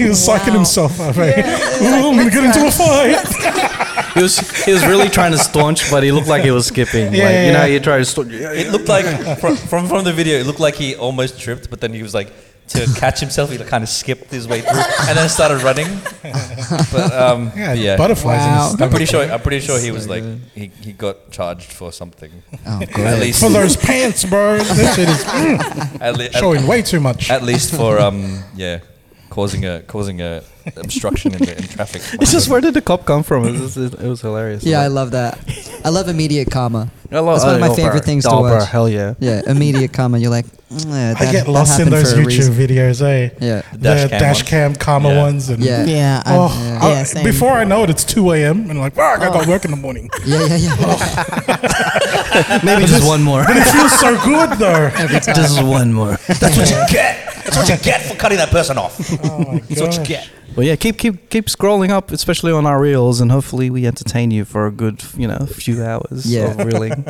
[SPEAKER 4] He was psyching himself up. eh? Ooh, I'm going to get into a fight.
[SPEAKER 1] he was he was really trying to staunch, but he looked like he was skipping.
[SPEAKER 4] Yeah,
[SPEAKER 1] like,
[SPEAKER 4] yeah,
[SPEAKER 1] you know,
[SPEAKER 4] yeah.
[SPEAKER 1] how you try to staunch.
[SPEAKER 3] It looked like from, from from the video, it looked like he almost tripped, but then he was like to catch himself, he kind of skipped his way through and then started running. But um,
[SPEAKER 4] Yeah,
[SPEAKER 3] yeah,
[SPEAKER 4] butterflies in
[SPEAKER 5] Wow.
[SPEAKER 4] his
[SPEAKER 3] I'm
[SPEAKER 4] stomach.
[SPEAKER 3] pretty sure. I'm pretty sure he was like he, he got charged for something.
[SPEAKER 2] Oh,
[SPEAKER 3] At
[SPEAKER 2] great.
[SPEAKER 3] least
[SPEAKER 4] For those pants, bro. That shit is
[SPEAKER 3] at, le- at,
[SPEAKER 4] showing way too much.
[SPEAKER 3] at least for um yeah, causing a causing a obstruction in, the, in traffic.
[SPEAKER 1] It's just where did the cop come from? It was, it was hilarious.
[SPEAKER 2] Yeah, I love that. I love immediate karma.
[SPEAKER 1] I love-
[SPEAKER 2] That's one of my
[SPEAKER 1] oh, bro.
[SPEAKER 2] favorite things to
[SPEAKER 1] Oh, bro,
[SPEAKER 2] watch.
[SPEAKER 1] Hell yeah.
[SPEAKER 2] Yeah, immediate karma. You're like, mm, yeah, that,
[SPEAKER 4] I get
[SPEAKER 2] that
[SPEAKER 4] lost in
[SPEAKER 2] happened
[SPEAKER 4] those
[SPEAKER 2] for a reason.
[SPEAKER 4] YouTube videos, eh?
[SPEAKER 2] Yeah.
[SPEAKER 4] The
[SPEAKER 3] Dash
[SPEAKER 4] dash
[SPEAKER 3] cam
[SPEAKER 4] cam,
[SPEAKER 3] ones.
[SPEAKER 4] karma
[SPEAKER 3] Yeah.
[SPEAKER 4] ones. And
[SPEAKER 2] Yeah.
[SPEAKER 5] Yeah. I-
[SPEAKER 4] Oh, I-
[SPEAKER 5] yeah, same. Oh.
[SPEAKER 4] before I know it, it's 2 a.m. and like, fuck, I got work in the morning.
[SPEAKER 2] Yeah, yeah, yeah.
[SPEAKER 1] Maybe just one more.
[SPEAKER 4] But it feels so good, though.
[SPEAKER 1] just one more.
[SPEAKER 3] that's what you get. That's what you get for cutting that person off.
[SPEAKER 5] Oh,
[SPEAKER 3] that's what you get.
[SPEAKER 1] Well, yeah, keep keep keep scrolling up, especially on our reels, and hopefully we entertain you for a good, you know, few hours
[SPEAKER 2] Yeah.
[SPEAKER 1] of reeling.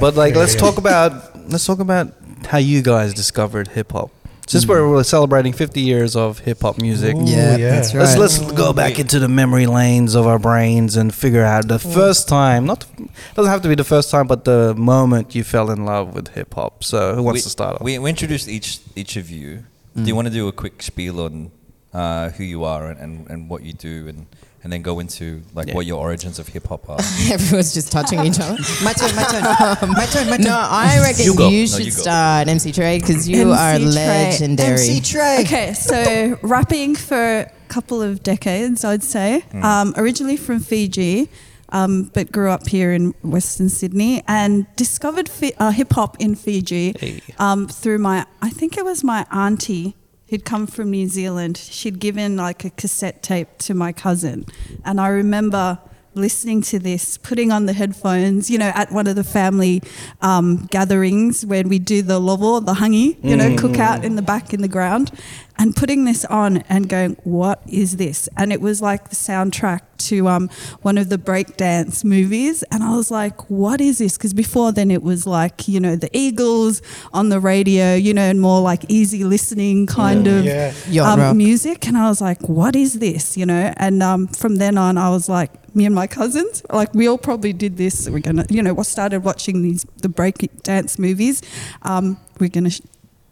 [SPEAKER 1] but like, let's talk about let's talk about how you guys discovered hip hop. Since we're, we're celebrating 50 years of hip hop music,
[SPEAKER 4] Ooh,
[SPEAKER 2] yeah,
[SPEAKER 4] yeah.
[SPEAKER 2] that's right.
[SPEAKER 1] let's let's go back into the memory lanes of our brains and figure out the first time. Not doesn't have to be the first time, but the moment you fell in love with hip hop. So who wants
[SPEAKER 3] we,
[SPEAKER 1] to start off?
[SPEAKER 3] We, we introduced each each of you. Do
[SPEAKER 1] Mm.
[SPEAKER 3] you want to do a quick spiel on uh, who you are and, and, and what you do, and, and then go into like
[SPEAKER 1] Yeah.
[SPEAKER 3] what your origins of hip hop are?
[SPEAKER 5] Everyone's just touching each other. Um,
[SPEAKER 2] my turn, my turn. My turn, my turn.
[SPEAKER 5] No, I reckon
[SPEAKER 3] You
[SPEAKER 5] you,
[SPEAKER 3] go. No,
[SPEAKER 5] should
[SPEAKER 3] you go.
[SPEAKER 5] start MC Trey because you
[SPEAKER 6] MC
[SPEAKER 5] are
[SPEAKER 6] Trey.
[SPEAKER 5] legendary.
[SPEAKER 2] MC Trey.
[SPEAKER 6] Okay, so rapping for a couple of decades, I'd say. Um, originally from Fiji, um, but grew up here in Western Sydney and discovered fi- uh, hip hop in Fiji um, through my, I think it was my auntie who'd come from New Zealand. She'd given like a cassette tape to my cousin. And I remember listening to this, putting on the headphones, you know, at one of the family um, gatherings when we do the lobo, the hangi, you know, cookout in the back in the ground, and putting this on and going, what is this? And it was like the soundtrack to um, one of the breakdance movies. And I was like, what is this? Because before then it was like, you know, the Eagles on the radio, you know, and more like easy listening kind of
[SPEAKER 4] Yeah.
[SPEAKER 5] Yacht rock.
[SPEAKER 6] um, music and I was like, what is this? You know, and um, from then on, I was like, me and my cousins, like we all probably did this. We're gonna, you know, what started watching these the break dance movies. Um, we're gonna sh-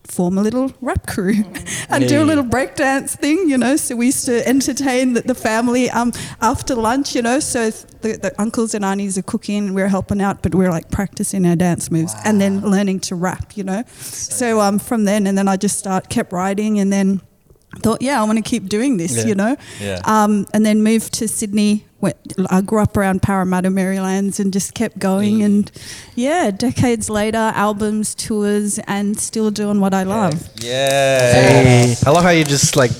[SPEAKER 6] form a little rap crew and do a little breakdance thing, you know. So we used to entertain the, the family um, after lunch, you know. So if the, the uncles and aunties are cooking, we're helping out, but we're like practicing our dance moves and then learning to rap, you know. So um, from then, and then I just start kept writing and then thought, yeah, I want to keep doing this,
[SPEAKER 1] Yeah.
[SPEAKER 6] you know.
[SPEAKER 3] Yeah.
[SPEAKER 6] Um, and then moved to Sydney. Went, I grew up around Parramatta, Marylands, and just kept
[SPEAKER 1] Mm.
[SPEAKER 6] going. And yeah, decades later, albums, tours, and still doing what I love.
[SPEAKER 3] yeah.
[SPEAKER 1] Hey. I love how you just like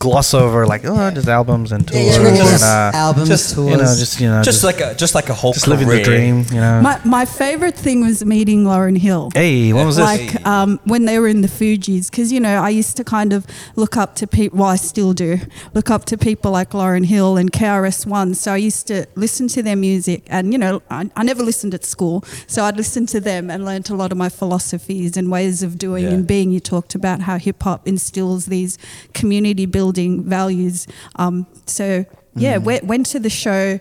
[SPEAKER 1] gloss over like oh just albums and
[SPEAKER 2] Yeah,
[SPEAKER 1] tours
[SPEAKER 2] yeah, we're
[SPEAKER 1] and
[SPEAKER 2] just
[SPEAKER 1] uh,
[SPEAKER 2] albums,
[SPEAKER 3] just,
[SPEAKER 2] tours.
[SPEAKER 1] you know just you know
[SPEAKER 3] Just
[SPEAKER 1] just,
[SPEAKER 3] like a just like a whole
[SPEAKER 1] just living the
[SPEAKER 3] career.
[SPEAKER 1] dream you know.
[SPEAKER 6] My, my favorite thing was meeting Lauren Hill.
[SPEAKER 1] hey, when was this?
[SPEAKER 6] like um, when they were in the Fugees, because you know I used to kind of look up to people. Well, I still do look up to people like Lauren Hill and KRS One. So I used to listen to their music, and you know I, I never listened at school, so I'd listen to them and learnt a lot of my philosophies and ways of doing
[SPEAKER 3] Yeah.
[SPEAKER 6] and being. You talked about how hip hop instills these community building values. Um, so
[SPEAKER 1] Mm.
[SPEAKER 6] yeah, went, went to the show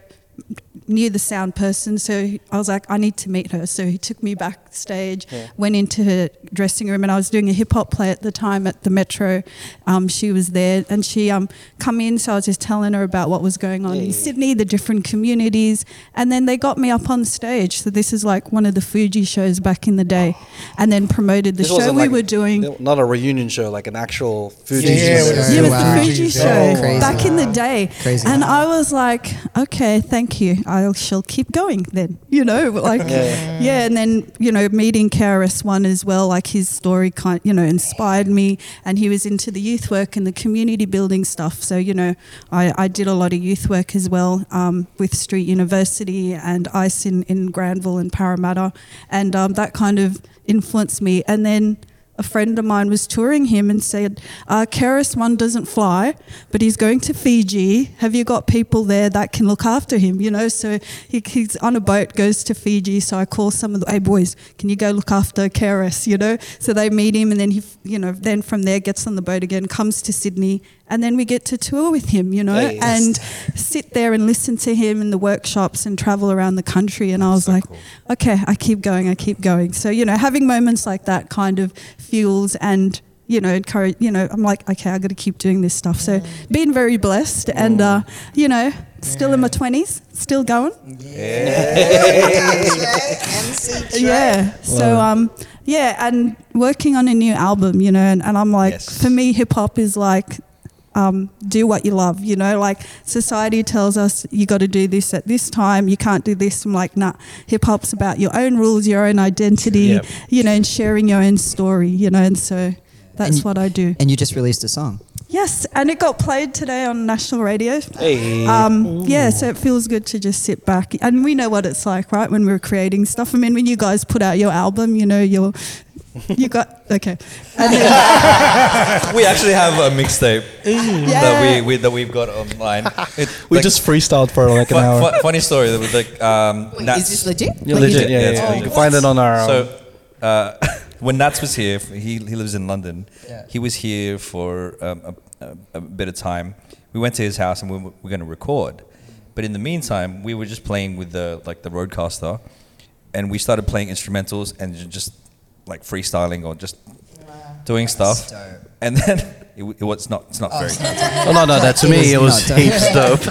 [SPEAKER 6] knew the sound person, so I was like, I need to meet her. So he took me backstage, went into her dressing room, and I was doing a hip hop play at the time at the Metro. Um, she was there, and she um come in, so I was just telling her about what was going on in Sydney, the different communities, and then they got me up on stage. So this is like one of the Fuji shows back in the day, and then promoted the show we were doing.
[SPEAKER 1] not a reunion show, like an actual food.
[SPEAKER 4] Yeah, yeah,
[SPEAKER 2] show. Yeah,
[SPEAKER 4] with
[SPEAKER 6] Yeah,
[SPEAKER 4] the
[SPEAKER 6] it
[SPEAKER 2] with
[SPEAKER 6] was
[SPEAKER 2] Wow.
[SPEAKER 6] the
[SPEAKER 4] Fugees,
[SPEAKER 6] Fuji
[SPEAKER 4] yeah.
[SPEAKER 6] show
[SPEAKER 2] Crazy.
[SPEAKER 6] back in the day.
[SPEAKER 2] Crazy.
[SPEAKER 6] And I was like, okay, thank you. I shall keep going then. You know, like, yeah. And then, you know, meeting KRS1 as well, like his story kind, you know, inspired me. And he was into the youth work and the community building stuff. So, you know, I, I did a lot of youth work as well um, with Street University and ICE in, in Granville and Parramatta. And um, that kind of influenced me. And then, a friend of mine was touring him and said, uh, Keras One doesn't fly, but he's going to Fiji. Have you got people there that can look after him? You know, so he, he's on a boat, goes to Fiji. So I call some of the, hey, boys, can you go look after Keras? You know, so they meet him and then he, f- you know, then from there gets on the boat again, comes to Sydney and then we get to tour with him, you know,
[SPEAKER 3] Yes.
[SPEAKER 6] and sit there and listen to him in the workshops and travel around the country. And I was
[SPEAKER 3] So
[SPEAKER 6] like,
[SPEAKER 3] cool.
[SPEAKER 6] okay, I keep going, I keep going. So, you know, having moments like that kind of fuels and, you know, encourage, you know, I'm like, okay, I got to keep doing this stuff. So, being very blessed and,
[SPEAKER 3] Mm.
[SPEAKER 6] uh, you know, still in my 20s, still going. Yeah. So um yeah, and working on a new album, you know, and, and I'm like
[SPEAKER 3] Yes.
[SPEAKER 6] for me hip hop is like um, do what you love, you know, like society tells us you got to do this at this time, you can't do this. I'm like, nah, hip hop's about your own rules, your own identity,
[SPEAKER 1] Yep.
[SPEAKER 6] you know, and sharing your own story, you know, and so that's
[SPEAKER 2] And-
[SPEAKER 6] what I do.
[SPEAKER 2] And you just released a song.
[SPEAKER 6] Yes, and it got played today on national radio. Um, yeah, so it feels good to just sit back, and we know what it's like, right? When we're creating stuff. I mean, when you guys put out your album, you know, you're you got okay. And then,
[SPEAKER 3] We actually have a mixtape that
[SPEAKER 6] Yeah.
[SPEAKER 3] we, we that we've got online. It,
[SPEAKER 1] We
[SPEAKER 3] like,
[SPEAKER 1] just freestyled for like an
[SPEAKER 3] fu-
[SPEAKER 1] hour.
[SPEAKER 3] fu- funny story. That was like um, Nats-
[SPEAKER 5] Is this legit?
[SPEAKER 1] Yeah,
[SPEAKER 5] Like,
[SPEAKER 1] legit,
[SPEAKER 3] did-
[SPEAKER 1] yeah, yeah.
[SPEAKER 3] yeah, it's
[SPEAKER 1] yeah.
[SPEAKER 2] Oh,
[SPEAKER 5] Oh,
[SPEAKER 3] really
[SPEAKER 1] You can
[SPEAKER 3] good.
[SPEAKER 1] find it on our. own.
[SPEAKER 3] So, uh, when Nats was here, he, he lives in London. He was here for um, a, a, a bit of time. We went to his house and we were, were going to record, but in the meantime, we were just playing with the like the Roadcaster, and we started playing instrumentals and ju- just like freestyling or just doing stuff. And then it, w- it was not it's not very, good.
[SPEAKER 1] oh no, no, that to me it was
[SPEAKER 2] not dope.
[SPEAKER 1] heaps dope.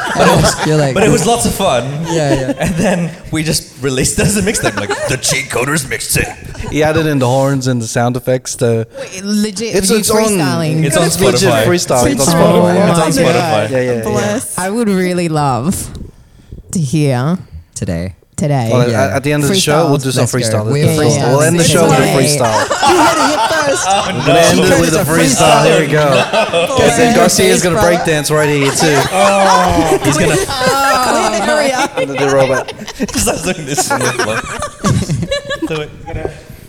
[SPEAKER 2] You're like,
[SPEAKER 3] but it was lots of fun.
[SPEAKER 2] Yeah, yeah.
[SPEAKER 3] And then we just released it as a mixtape, like the Cheat Coders mixtape.
[SPEAKER 1] he added in the horns and the sound effects. The
[SPEAKER 5] Wait, legit.
[SPEAKER 1] It's-
[SPEAKER 5] It's, you
[SPEAKER 1] it's on-
[SPEAKER 5] freestyling.
[SPEAKER 3] It's on
[SPEAKER 1] It's legit
[SPEAKER 3] Spotify.
[SPEAKER 1] freestyle.
[SPEAKER 6] It's
[SPEAKER 1] It's on
[SPEAKER 6] on-
[SPEAKER 1] Spotify.
[SPEAKER 6] Oh
[SPEAKER 3] It's
[SPEAKER 6] my
[SPEAKER 3] on
[SPEAKER 6] God.
[SPEAKER 3] Spotify.
[SPEAKER 1] Yeah, yeah, yeah.
[SPEAKER 6] bless.
[SPEAKER 5] I would really love to hear
[SPEAKER 2] today.
[SPEAKER 5] today.
[SPEAKER 1] Well,
[SPEAKER 2] Yeah.
[SPEAKER 1] at- at the end of the show, we'll do some
[SPEAKER 2] Let's go.
[SPEAKER 1] freestyle.
[SPEAKER 2] We're
[SPEAKER 1] Let's do freestyle.
[SPEAKER 5] freestyling.
[SPEAKER 1] We'll end the show with a
[SPEAKER 5] Yeah.
[SPEAKER 1] freestyle.
[SPEAKER 2] You had it first.
[SPEAKER 1] We'll end it with a freestyle. Here we go.
[SPEAKER 6] Bless.
[SPEAKER 1] Garcia Garcia's gonna break dance right here too.
[SPEAKER 3] He's gonna
[SPEAKER 2] Oh,
[SPEAKER 5] Oh,
[SPEAKER 1] Under the robot.
[SPEAKER 3] Because I was doing this in the club.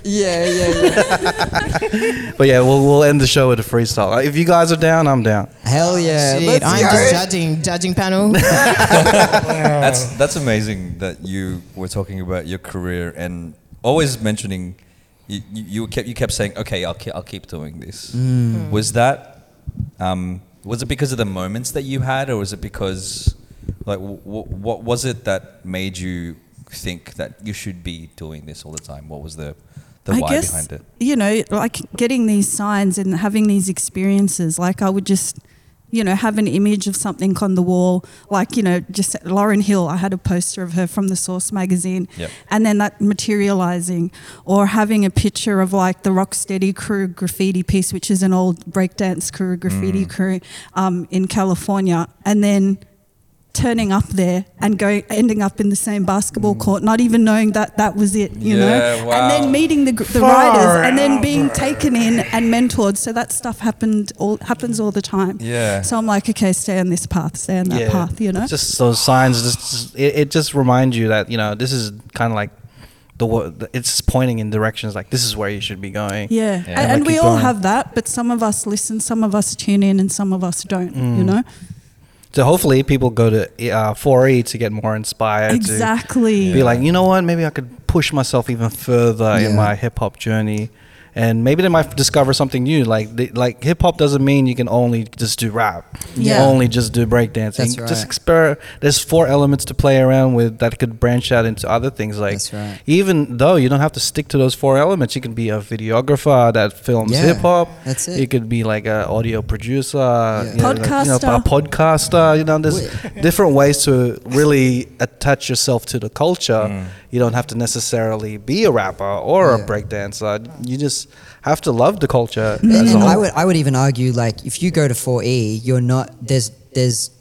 [SPEAKER 2] Yeah, yeah, yeah.
[SPEAKER 1] But yeah, we'll we'll end the show with a freestyle. If you guys are down, I'm down.
[SPEAKER 2] Hell yeah.
[SPEAKER 5] Shit,
[SPEAKER 2] Let's
[SPEAKER 5] I'm
[SPEAKER 2] go.
[SPEAKER 5] just judging. Judging panel.
[SPEAKER 3] That's that's amazing that you were talking about your career and always mentioning. You, you, you kept you kept saying, "Okay, I'll keep, I'll keep doing this."
[SPEAKER 5] Mm.
[SPEAKER 3] Was that um, was it because of the moments that you had, or was it because like w- what was it that made you think that you should be doing this all the time? What was the the why behind it?
[SPEAKER 6] You know, like getting these signs and having these experiences, like I would just, you know, have an image of something on the wall, like, you know, just Lauren Hill, I had a poster of her from the Source magazine.
[SPEAKER 3] Yep.
[SPEAKER 6] And then that materializing or having a picture of like the Rocksteady crew graffiti piece, which is an old breakdance crew, graffiti
[SPEAKER 3] Mm.
[SPEAKER 6] crew um, in California. And then turning up there and going ending up in the same basketball court not even knowing that that was it you
[SPEAKER 3] Mm. Yeah,
[SPEAKER 6] know and
[SPEAKER 3] wow.
[SPEAKER 6] then meeting the, gr- the
[SPEAKER 4] Far
[SPEAKER 6] riders and then
[SPEAKER 4] out.
[SPEAKER 6] being taken in and mentored so that stuff happened all happens all the time
[SPEAKER 3] Yeah.
[SPEAKER 6] so i'm like okay stay on this path stay on that path you know
[SPEAKER 1] Just those signs. Just, just- it, it just reminds you that you know this is kind of like the wo- the- it's pointing in directions like this is where you should be going.
[SPEAKER 6] yeah,
[SPEAKER 3] Yeah.
[SPEAKER 6] and,
[SPEAKER 1] I
[SPEAKER 6] and we
[SPEAKER 1] keep
[SPEAKER 6] all
[SPEAKER 1] going.
[SPEAKER 6] have that but some of us listen some of us tune in and some of us don't you know
[SPEAKER 1] So hopefully people go to uh, 4E to get more inspired.
[SPEAKER 6] exactly
[SPEAKER 1] To be like, you know what? Maybe I could push myself even further in
[SPEAKER 2] Yeah.
[SPEAKER 1] my hip hop journey. And maybe they might discover something new. Like, they, like hip hop doesn't mean you can only just do rap,
[SPEAKER 6] Yeah.
[SPEAKER 1] only just do breakdancing.
[SPEAKER 2] That's
[SPEAKER 1] Just
[SPEAKER 2] right.
[SPEAKER 1] exper. There's four elements to play around with that could branch out into other things. Like,
[SPEAKER 2] That's right.
[SPEAKER 1] even though you don't have to stick to those four elements, you can be a videographer that films
[SPEAKER 2] Yeah,
[SPEAKER 1] hip hop.
[SPEAKER 2] that's it.
[SPEAKER 1] You could be like an audio producer, you know, like, you know,
[SPEAKER 6] Podcaster.
[SPEAKER 1] a podcaster. You know, there's different ways to really attach yourself to the culture. You don't have to necessarily be a rapper or
[SPEAKER 2] Yeah.
[SPEAKER 1] a breakdancer. You just have to love the culture
[SPEAKER 2] And
[SPEAKER 1] as a
[SPEAKER 2] then
[SPEAKER 1] whole.
[SPEAKER 2] I would I would even argue like if you go to 4E, you're not there's there's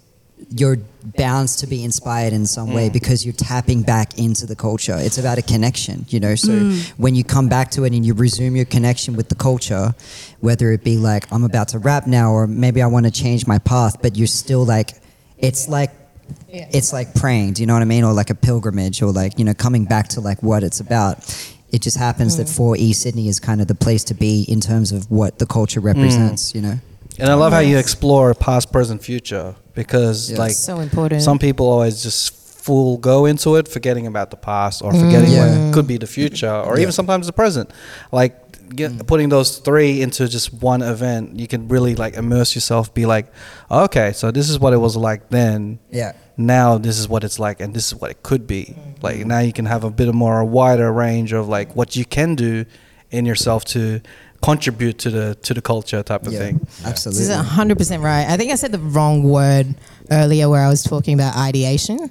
[SPEAKER 2] you're bound to be inspired in some way because you're tapping back into the culture. It's about a connection, you know. So when you come back to it and you resume your connection with the culture, whether it be like I'm about to rap now or maybe I want to change my path, but you're still like it's like it's like praying do you know what i mean or like a pilgrimage or like you know coming back to like what it's about it just happens that 4e sydney is kind of the place to be in terms of what the culture represents you know
[SPEAKER 1] And I love how you explore past, present, future because
[SPEAKER 2] Yeah.
[SPEAKER 1] like
[SPEAKER 5] So important.
[SPEAKER 1] Some people always just full go into it, forgetting about the past or forgetting
[SPEAKER 2] Yeah.
[SPEAKER 1] what could be the future or even sometimes the present. Like get, putting those three into just one event, you can really like immerse yourself, be like, okay, so this is what it was like then.
[SPEAKER 2] Yeah.
[SPEAKER 1] Now this is what it's like, and this is what it could be. Like now you can have a bit of more a wider range of like what you can do in yourself to contribute to the to the culture type of
[SPEAKER 2] Yeah.
[SPEAKER 1] thing.
[SPEAKER 2] Absolutely.
[SPEAKER 5] This is 100% right. I think I said the wrong word earlier where I was talking about ideation.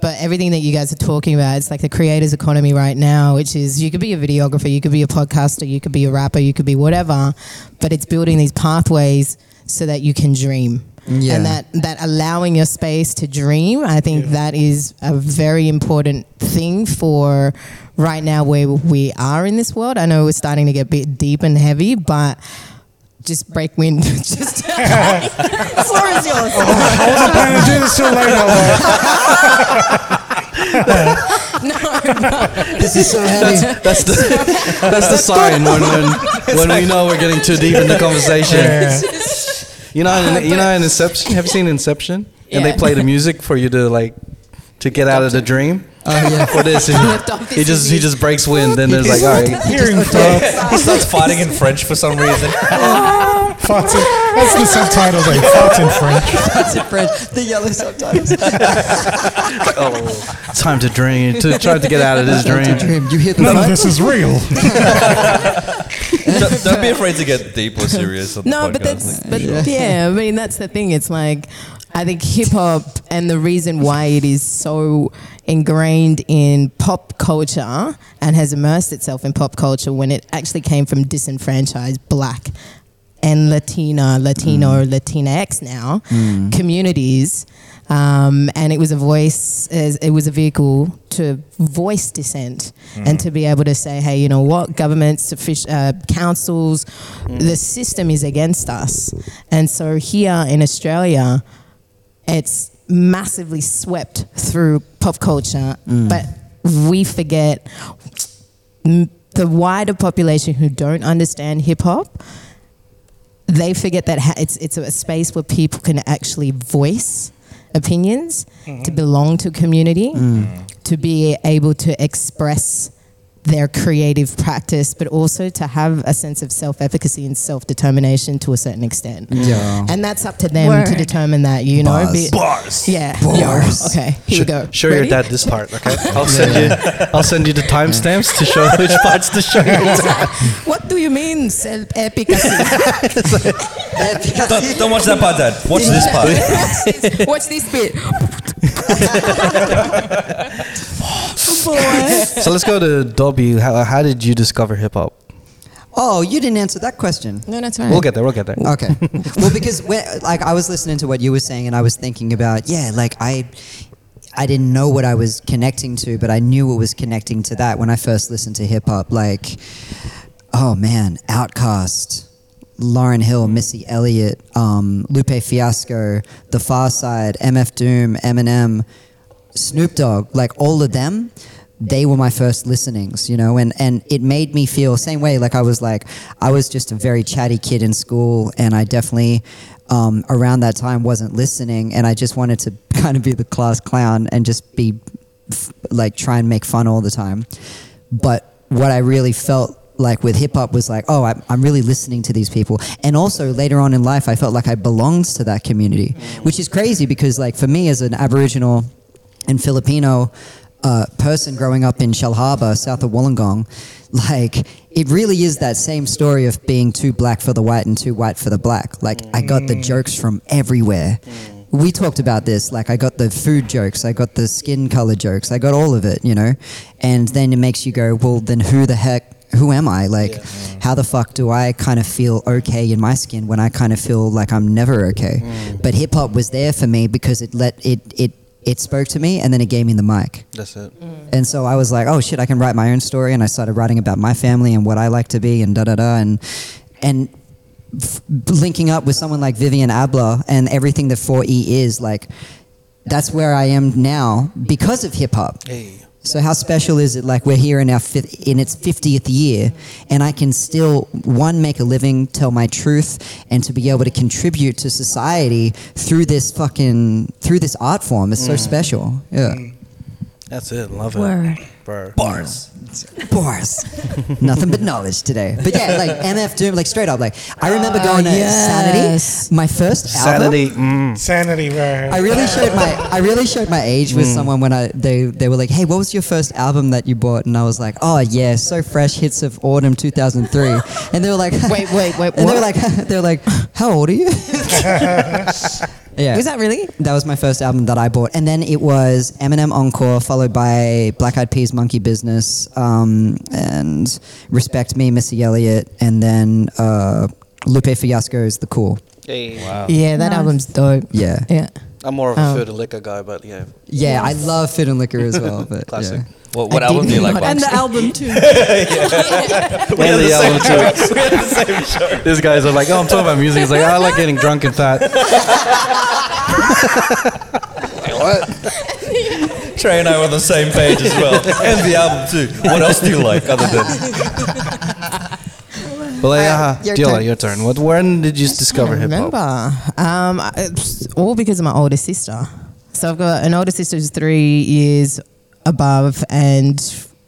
[SPEAKER 5] But everything that you guys are talking about, it's like the creator's economy right now, which is you could be a videographer, you could be a podcaster, you could be a rapper, you could be whatever, but it's building these pathways so that you can dream.
[SPEAKER 2] Yeah.
[SPEAKER 5] And that, that allowing your space to dream, I think that is a very important thing for right now where we are in this world. I know we're starting to get a bit deep and heavy, but just break wind. just the floor is yours.
[SPEAKER 4] I wasn't planning to do this till later. but-
[SPEAKER 2] This is so heavy.
[SPEAKER 1] That's the that's the sign when when, when we know we're getting too deep in the conversation.
[SPEAKER 4] Yeah.
[SPEAKER 1] You know, in, you know, in Inception. Have you seen Inception? And they
[SPEAKER 5] Yeah.
[SPEAKER 1] play the music for you to like to get out of the dream.
[SPEAKER 2] Oh yeah.
[SPEAKER 1] For this, he,
[SPEAKER 5] Adopt this
[SPEAKER 1] he just he
[SPEAKER 5] disease.
[SPEAKER 1] just breaks wind. Then there's like, all right,
[SPEAKER 4] Hearing farts.
[SPEAKER 3] He starts fighting in French for some reason.
[SPEAKER 4] farts in, that's the subtitle thing. Farts in French.
[SPEAKER 2] That's in French. The yellow subtitles.
[SPEAKER 1] oh, time to dream to try to get out of this dream.
[SPEAKER 2] Dream. You hear the
[SPEAKER 4] None of
[SPEAKER 2] fun?
[SPEAKER 4] this is real.
[SPEAKER 3] don't, don't be afraid to get deep or serious. On
[SPEAKER 5] No,
[SPEAKER 3] the podcast.
[SPEAKER 5] but that's
[SPEAKER 3] Like,
[SPEAKER 5] but yeah. I mean that's the thing. It's like I think hip hop and the reason why it is so ingrained in pop culture and has immersed itself in pop culture when it actually came from disenfranchised black and Latina, Latino, Latinx now communities. Um, and it was a voice, as- it was a vehicle to voice dissent and to be able to say, hey, you know what, governments, offic- uh, councils, the system is against us. And so here in Australia, it's massively swept through pop culture, but we forget m- the wider population who don't understand hip hop. They forget that ha- it's it's a space where people can actually voice opinions, to belong to community, to be able to express their creative practice, but also to have a sense of self-efficacy and self-determination to a certain extent.
[SPEAKER 2] Yeah.
[SPEAKER 5] and that's up to them to
[SPEAKER 6] Word.
[SPEAKER 5] determine that. You know,
[SPEAKER 2] Bars.
[SPEAKER 5] bars. Yeah,
[SPEAKER 2] Bars.
[SPEAKER 5] Yeah. Okay, here we go.
[SPEAKER 1] Show
[SPEAKER 5] Ready?
[SPEAKER 1] your dad this part, okay? I'll send you I'll send you the timestamps to show which parts to show.
[SPEAKER 5] What do you mean self-efficacy?
[SPEAKER 3] don't, don't watch that part, Dad. Watch this part.
[SPEAKER 5] Watch this bit. Boy.
[SPEAKER 1] So let's go to Dobby. How, how did you discover hip hop?
[SPEAKER 2] Oh, you didn't answer that question.
[SPEAKER 5] No, that's all right.
[SPEAKER 1] We'll get there. We'll get there.
[SPEAKER 2] Okay. well, because when, like I was listening to what you were saying, and I was thinking about yeah, like I, I didn't know what I was connecting to, but I knew it was connecting to that when I first listened to hip hop. Like, oh man, Outkast, Lauren Hill, Missy Elliott, um, Lupe Fiasco, The Far Side, MF Doom, Eminem, Snoop Dogg, like all of them, they were my first listenings, you know, and, and it made me feel same way. Like I was like, I was just a very chatty kid in school and I definitely um, around that time wasn't listening and I just wanted to kind of be the class clown and just be f- like try and make fun all the time. But what I really felt like with hip hop was like, oh, I'm, I'm really listening to these people. And also later on in life, I felt like I belonged to that community, which is crazy because like for me as an Aboriginal and Filipino uh, person growing up in Shell Harbour, south of Wollongong, like it really is that same story of being too black for the white and too white for the black. Like I got the jokes from everywhere. We talked about this. Like I got the food jokes, I got the skin color jokes, I got all of it, you know. And then it makes you go, well, then who the heck? Who am I? Like, how the fuck do I kind of feel okay in my skin when I kind of feel like I'm never okay? But hip hop was there for me because it let it it it spoke to me, and then it gave me the mic.
[SPEAKER 1] That's it.
[SPEAKER 2] And so I was like, oh shit, I can write my own story. And I started writing about my family and what I like to be and da da da. And, and f- linking up with someone like Vivian Abloh and everything that 4E is, like, that's where I am now because of hip hop. So how special is it? Like we're here in our fifth, in its fiftieth year, and I can still one make a living, tell my truth, and to be able to contribute
[SPEAKER 5] Mm.
[SPEAKER 2] to society through this fucking through this art form is so special. Yeah.
[SPEAKER 1] That's it. Love
[SPEAKER 6] Word.
[SPEAKER 1] it. Burr.
[SPEAKER 7] Bars.
[SPEAKER 2] Bars. Nothing but knowledge today. But yeah, like MF Doom, like straight up, like I remember
[SPEAKER 5] Ah,
[SPEAKER 2] going to
[SPEAKER 5] yes.
[SPEAKER 2] Sanity, my first album.
[SPEAKER 1] Sanity. Mm.
[SPEAKER 4] Sanity, bro.
[SPEAKER 2] I really showed my I really showed my age
[SPEAKER 5] Mm.
[SPEAKER 2] with someone when I they they were like, "Hey, what was your first album that you bought?" And I was like, "Oh yeah, So Fresh Hits of Autumn 2003." And they were like,
[SPEAKER 5] Wait, wait, wait,
[SPEAKER 2] And they were
[SPEAKER 5] what?
[SPEAKER 2] like, they were like, "How old are you?" yeah.
[SPEAKER 5] Was that really?
[SPEAKER 2] That was my first album that I bought, and then it was Eminem Encore, followed by Black Eyed Peas' Monkey Business, um, and Respect Me, Missy Elliott, and then uh, Lupe Fiasco's The Cool.
[SPEAKER 1] Oh.
[SPEAKER 5] Yeah, that
[SPEAKER 6] Nice.
[SPEAKER 5] album's dope.
[SPEAKER 2] Yeah.
[SPEAKER 5] Yeah.
[SPEAKER 8] I'm more of a
[SPEAKER 5] Um,
[SPEAKER 8] food and liquor guy, but yeah.
[SPEAKER 2] Yeah, I love Fit and Liquor as well. But
[SPEAKER 8] Classic.
[SPEAKER 2] yeah.
[SPEAKER 3] What, what
[SPEAKER 5] I
[SPEAKER 3] album
[SPEAKER 5] did
[SPEAKER 3] do you like?
[SPEAKER 5] not
[SPEAKER 3] Bob?
[SPEAKER 6] and the album too.
[SPEAKER 1] Yeah, the album too. These guys are like, oh, I'm talking about music. It's like, I like getting drunk and fat.
[SPEAKER 3] Trey and I were on the same page as well, and the album too. What else do you like other than?
[SPEAKER 1] But like, uh,
[SPEAKER 5] your turn.
[SPEAKER 1] your turn. What? When did you discover hip
[SPEAKER 5] remember.
[SPEAKER 1] hop?
[SPEAKER 5] Um, I- it's all because of my older sister. So I've got an older sister who's three years above, and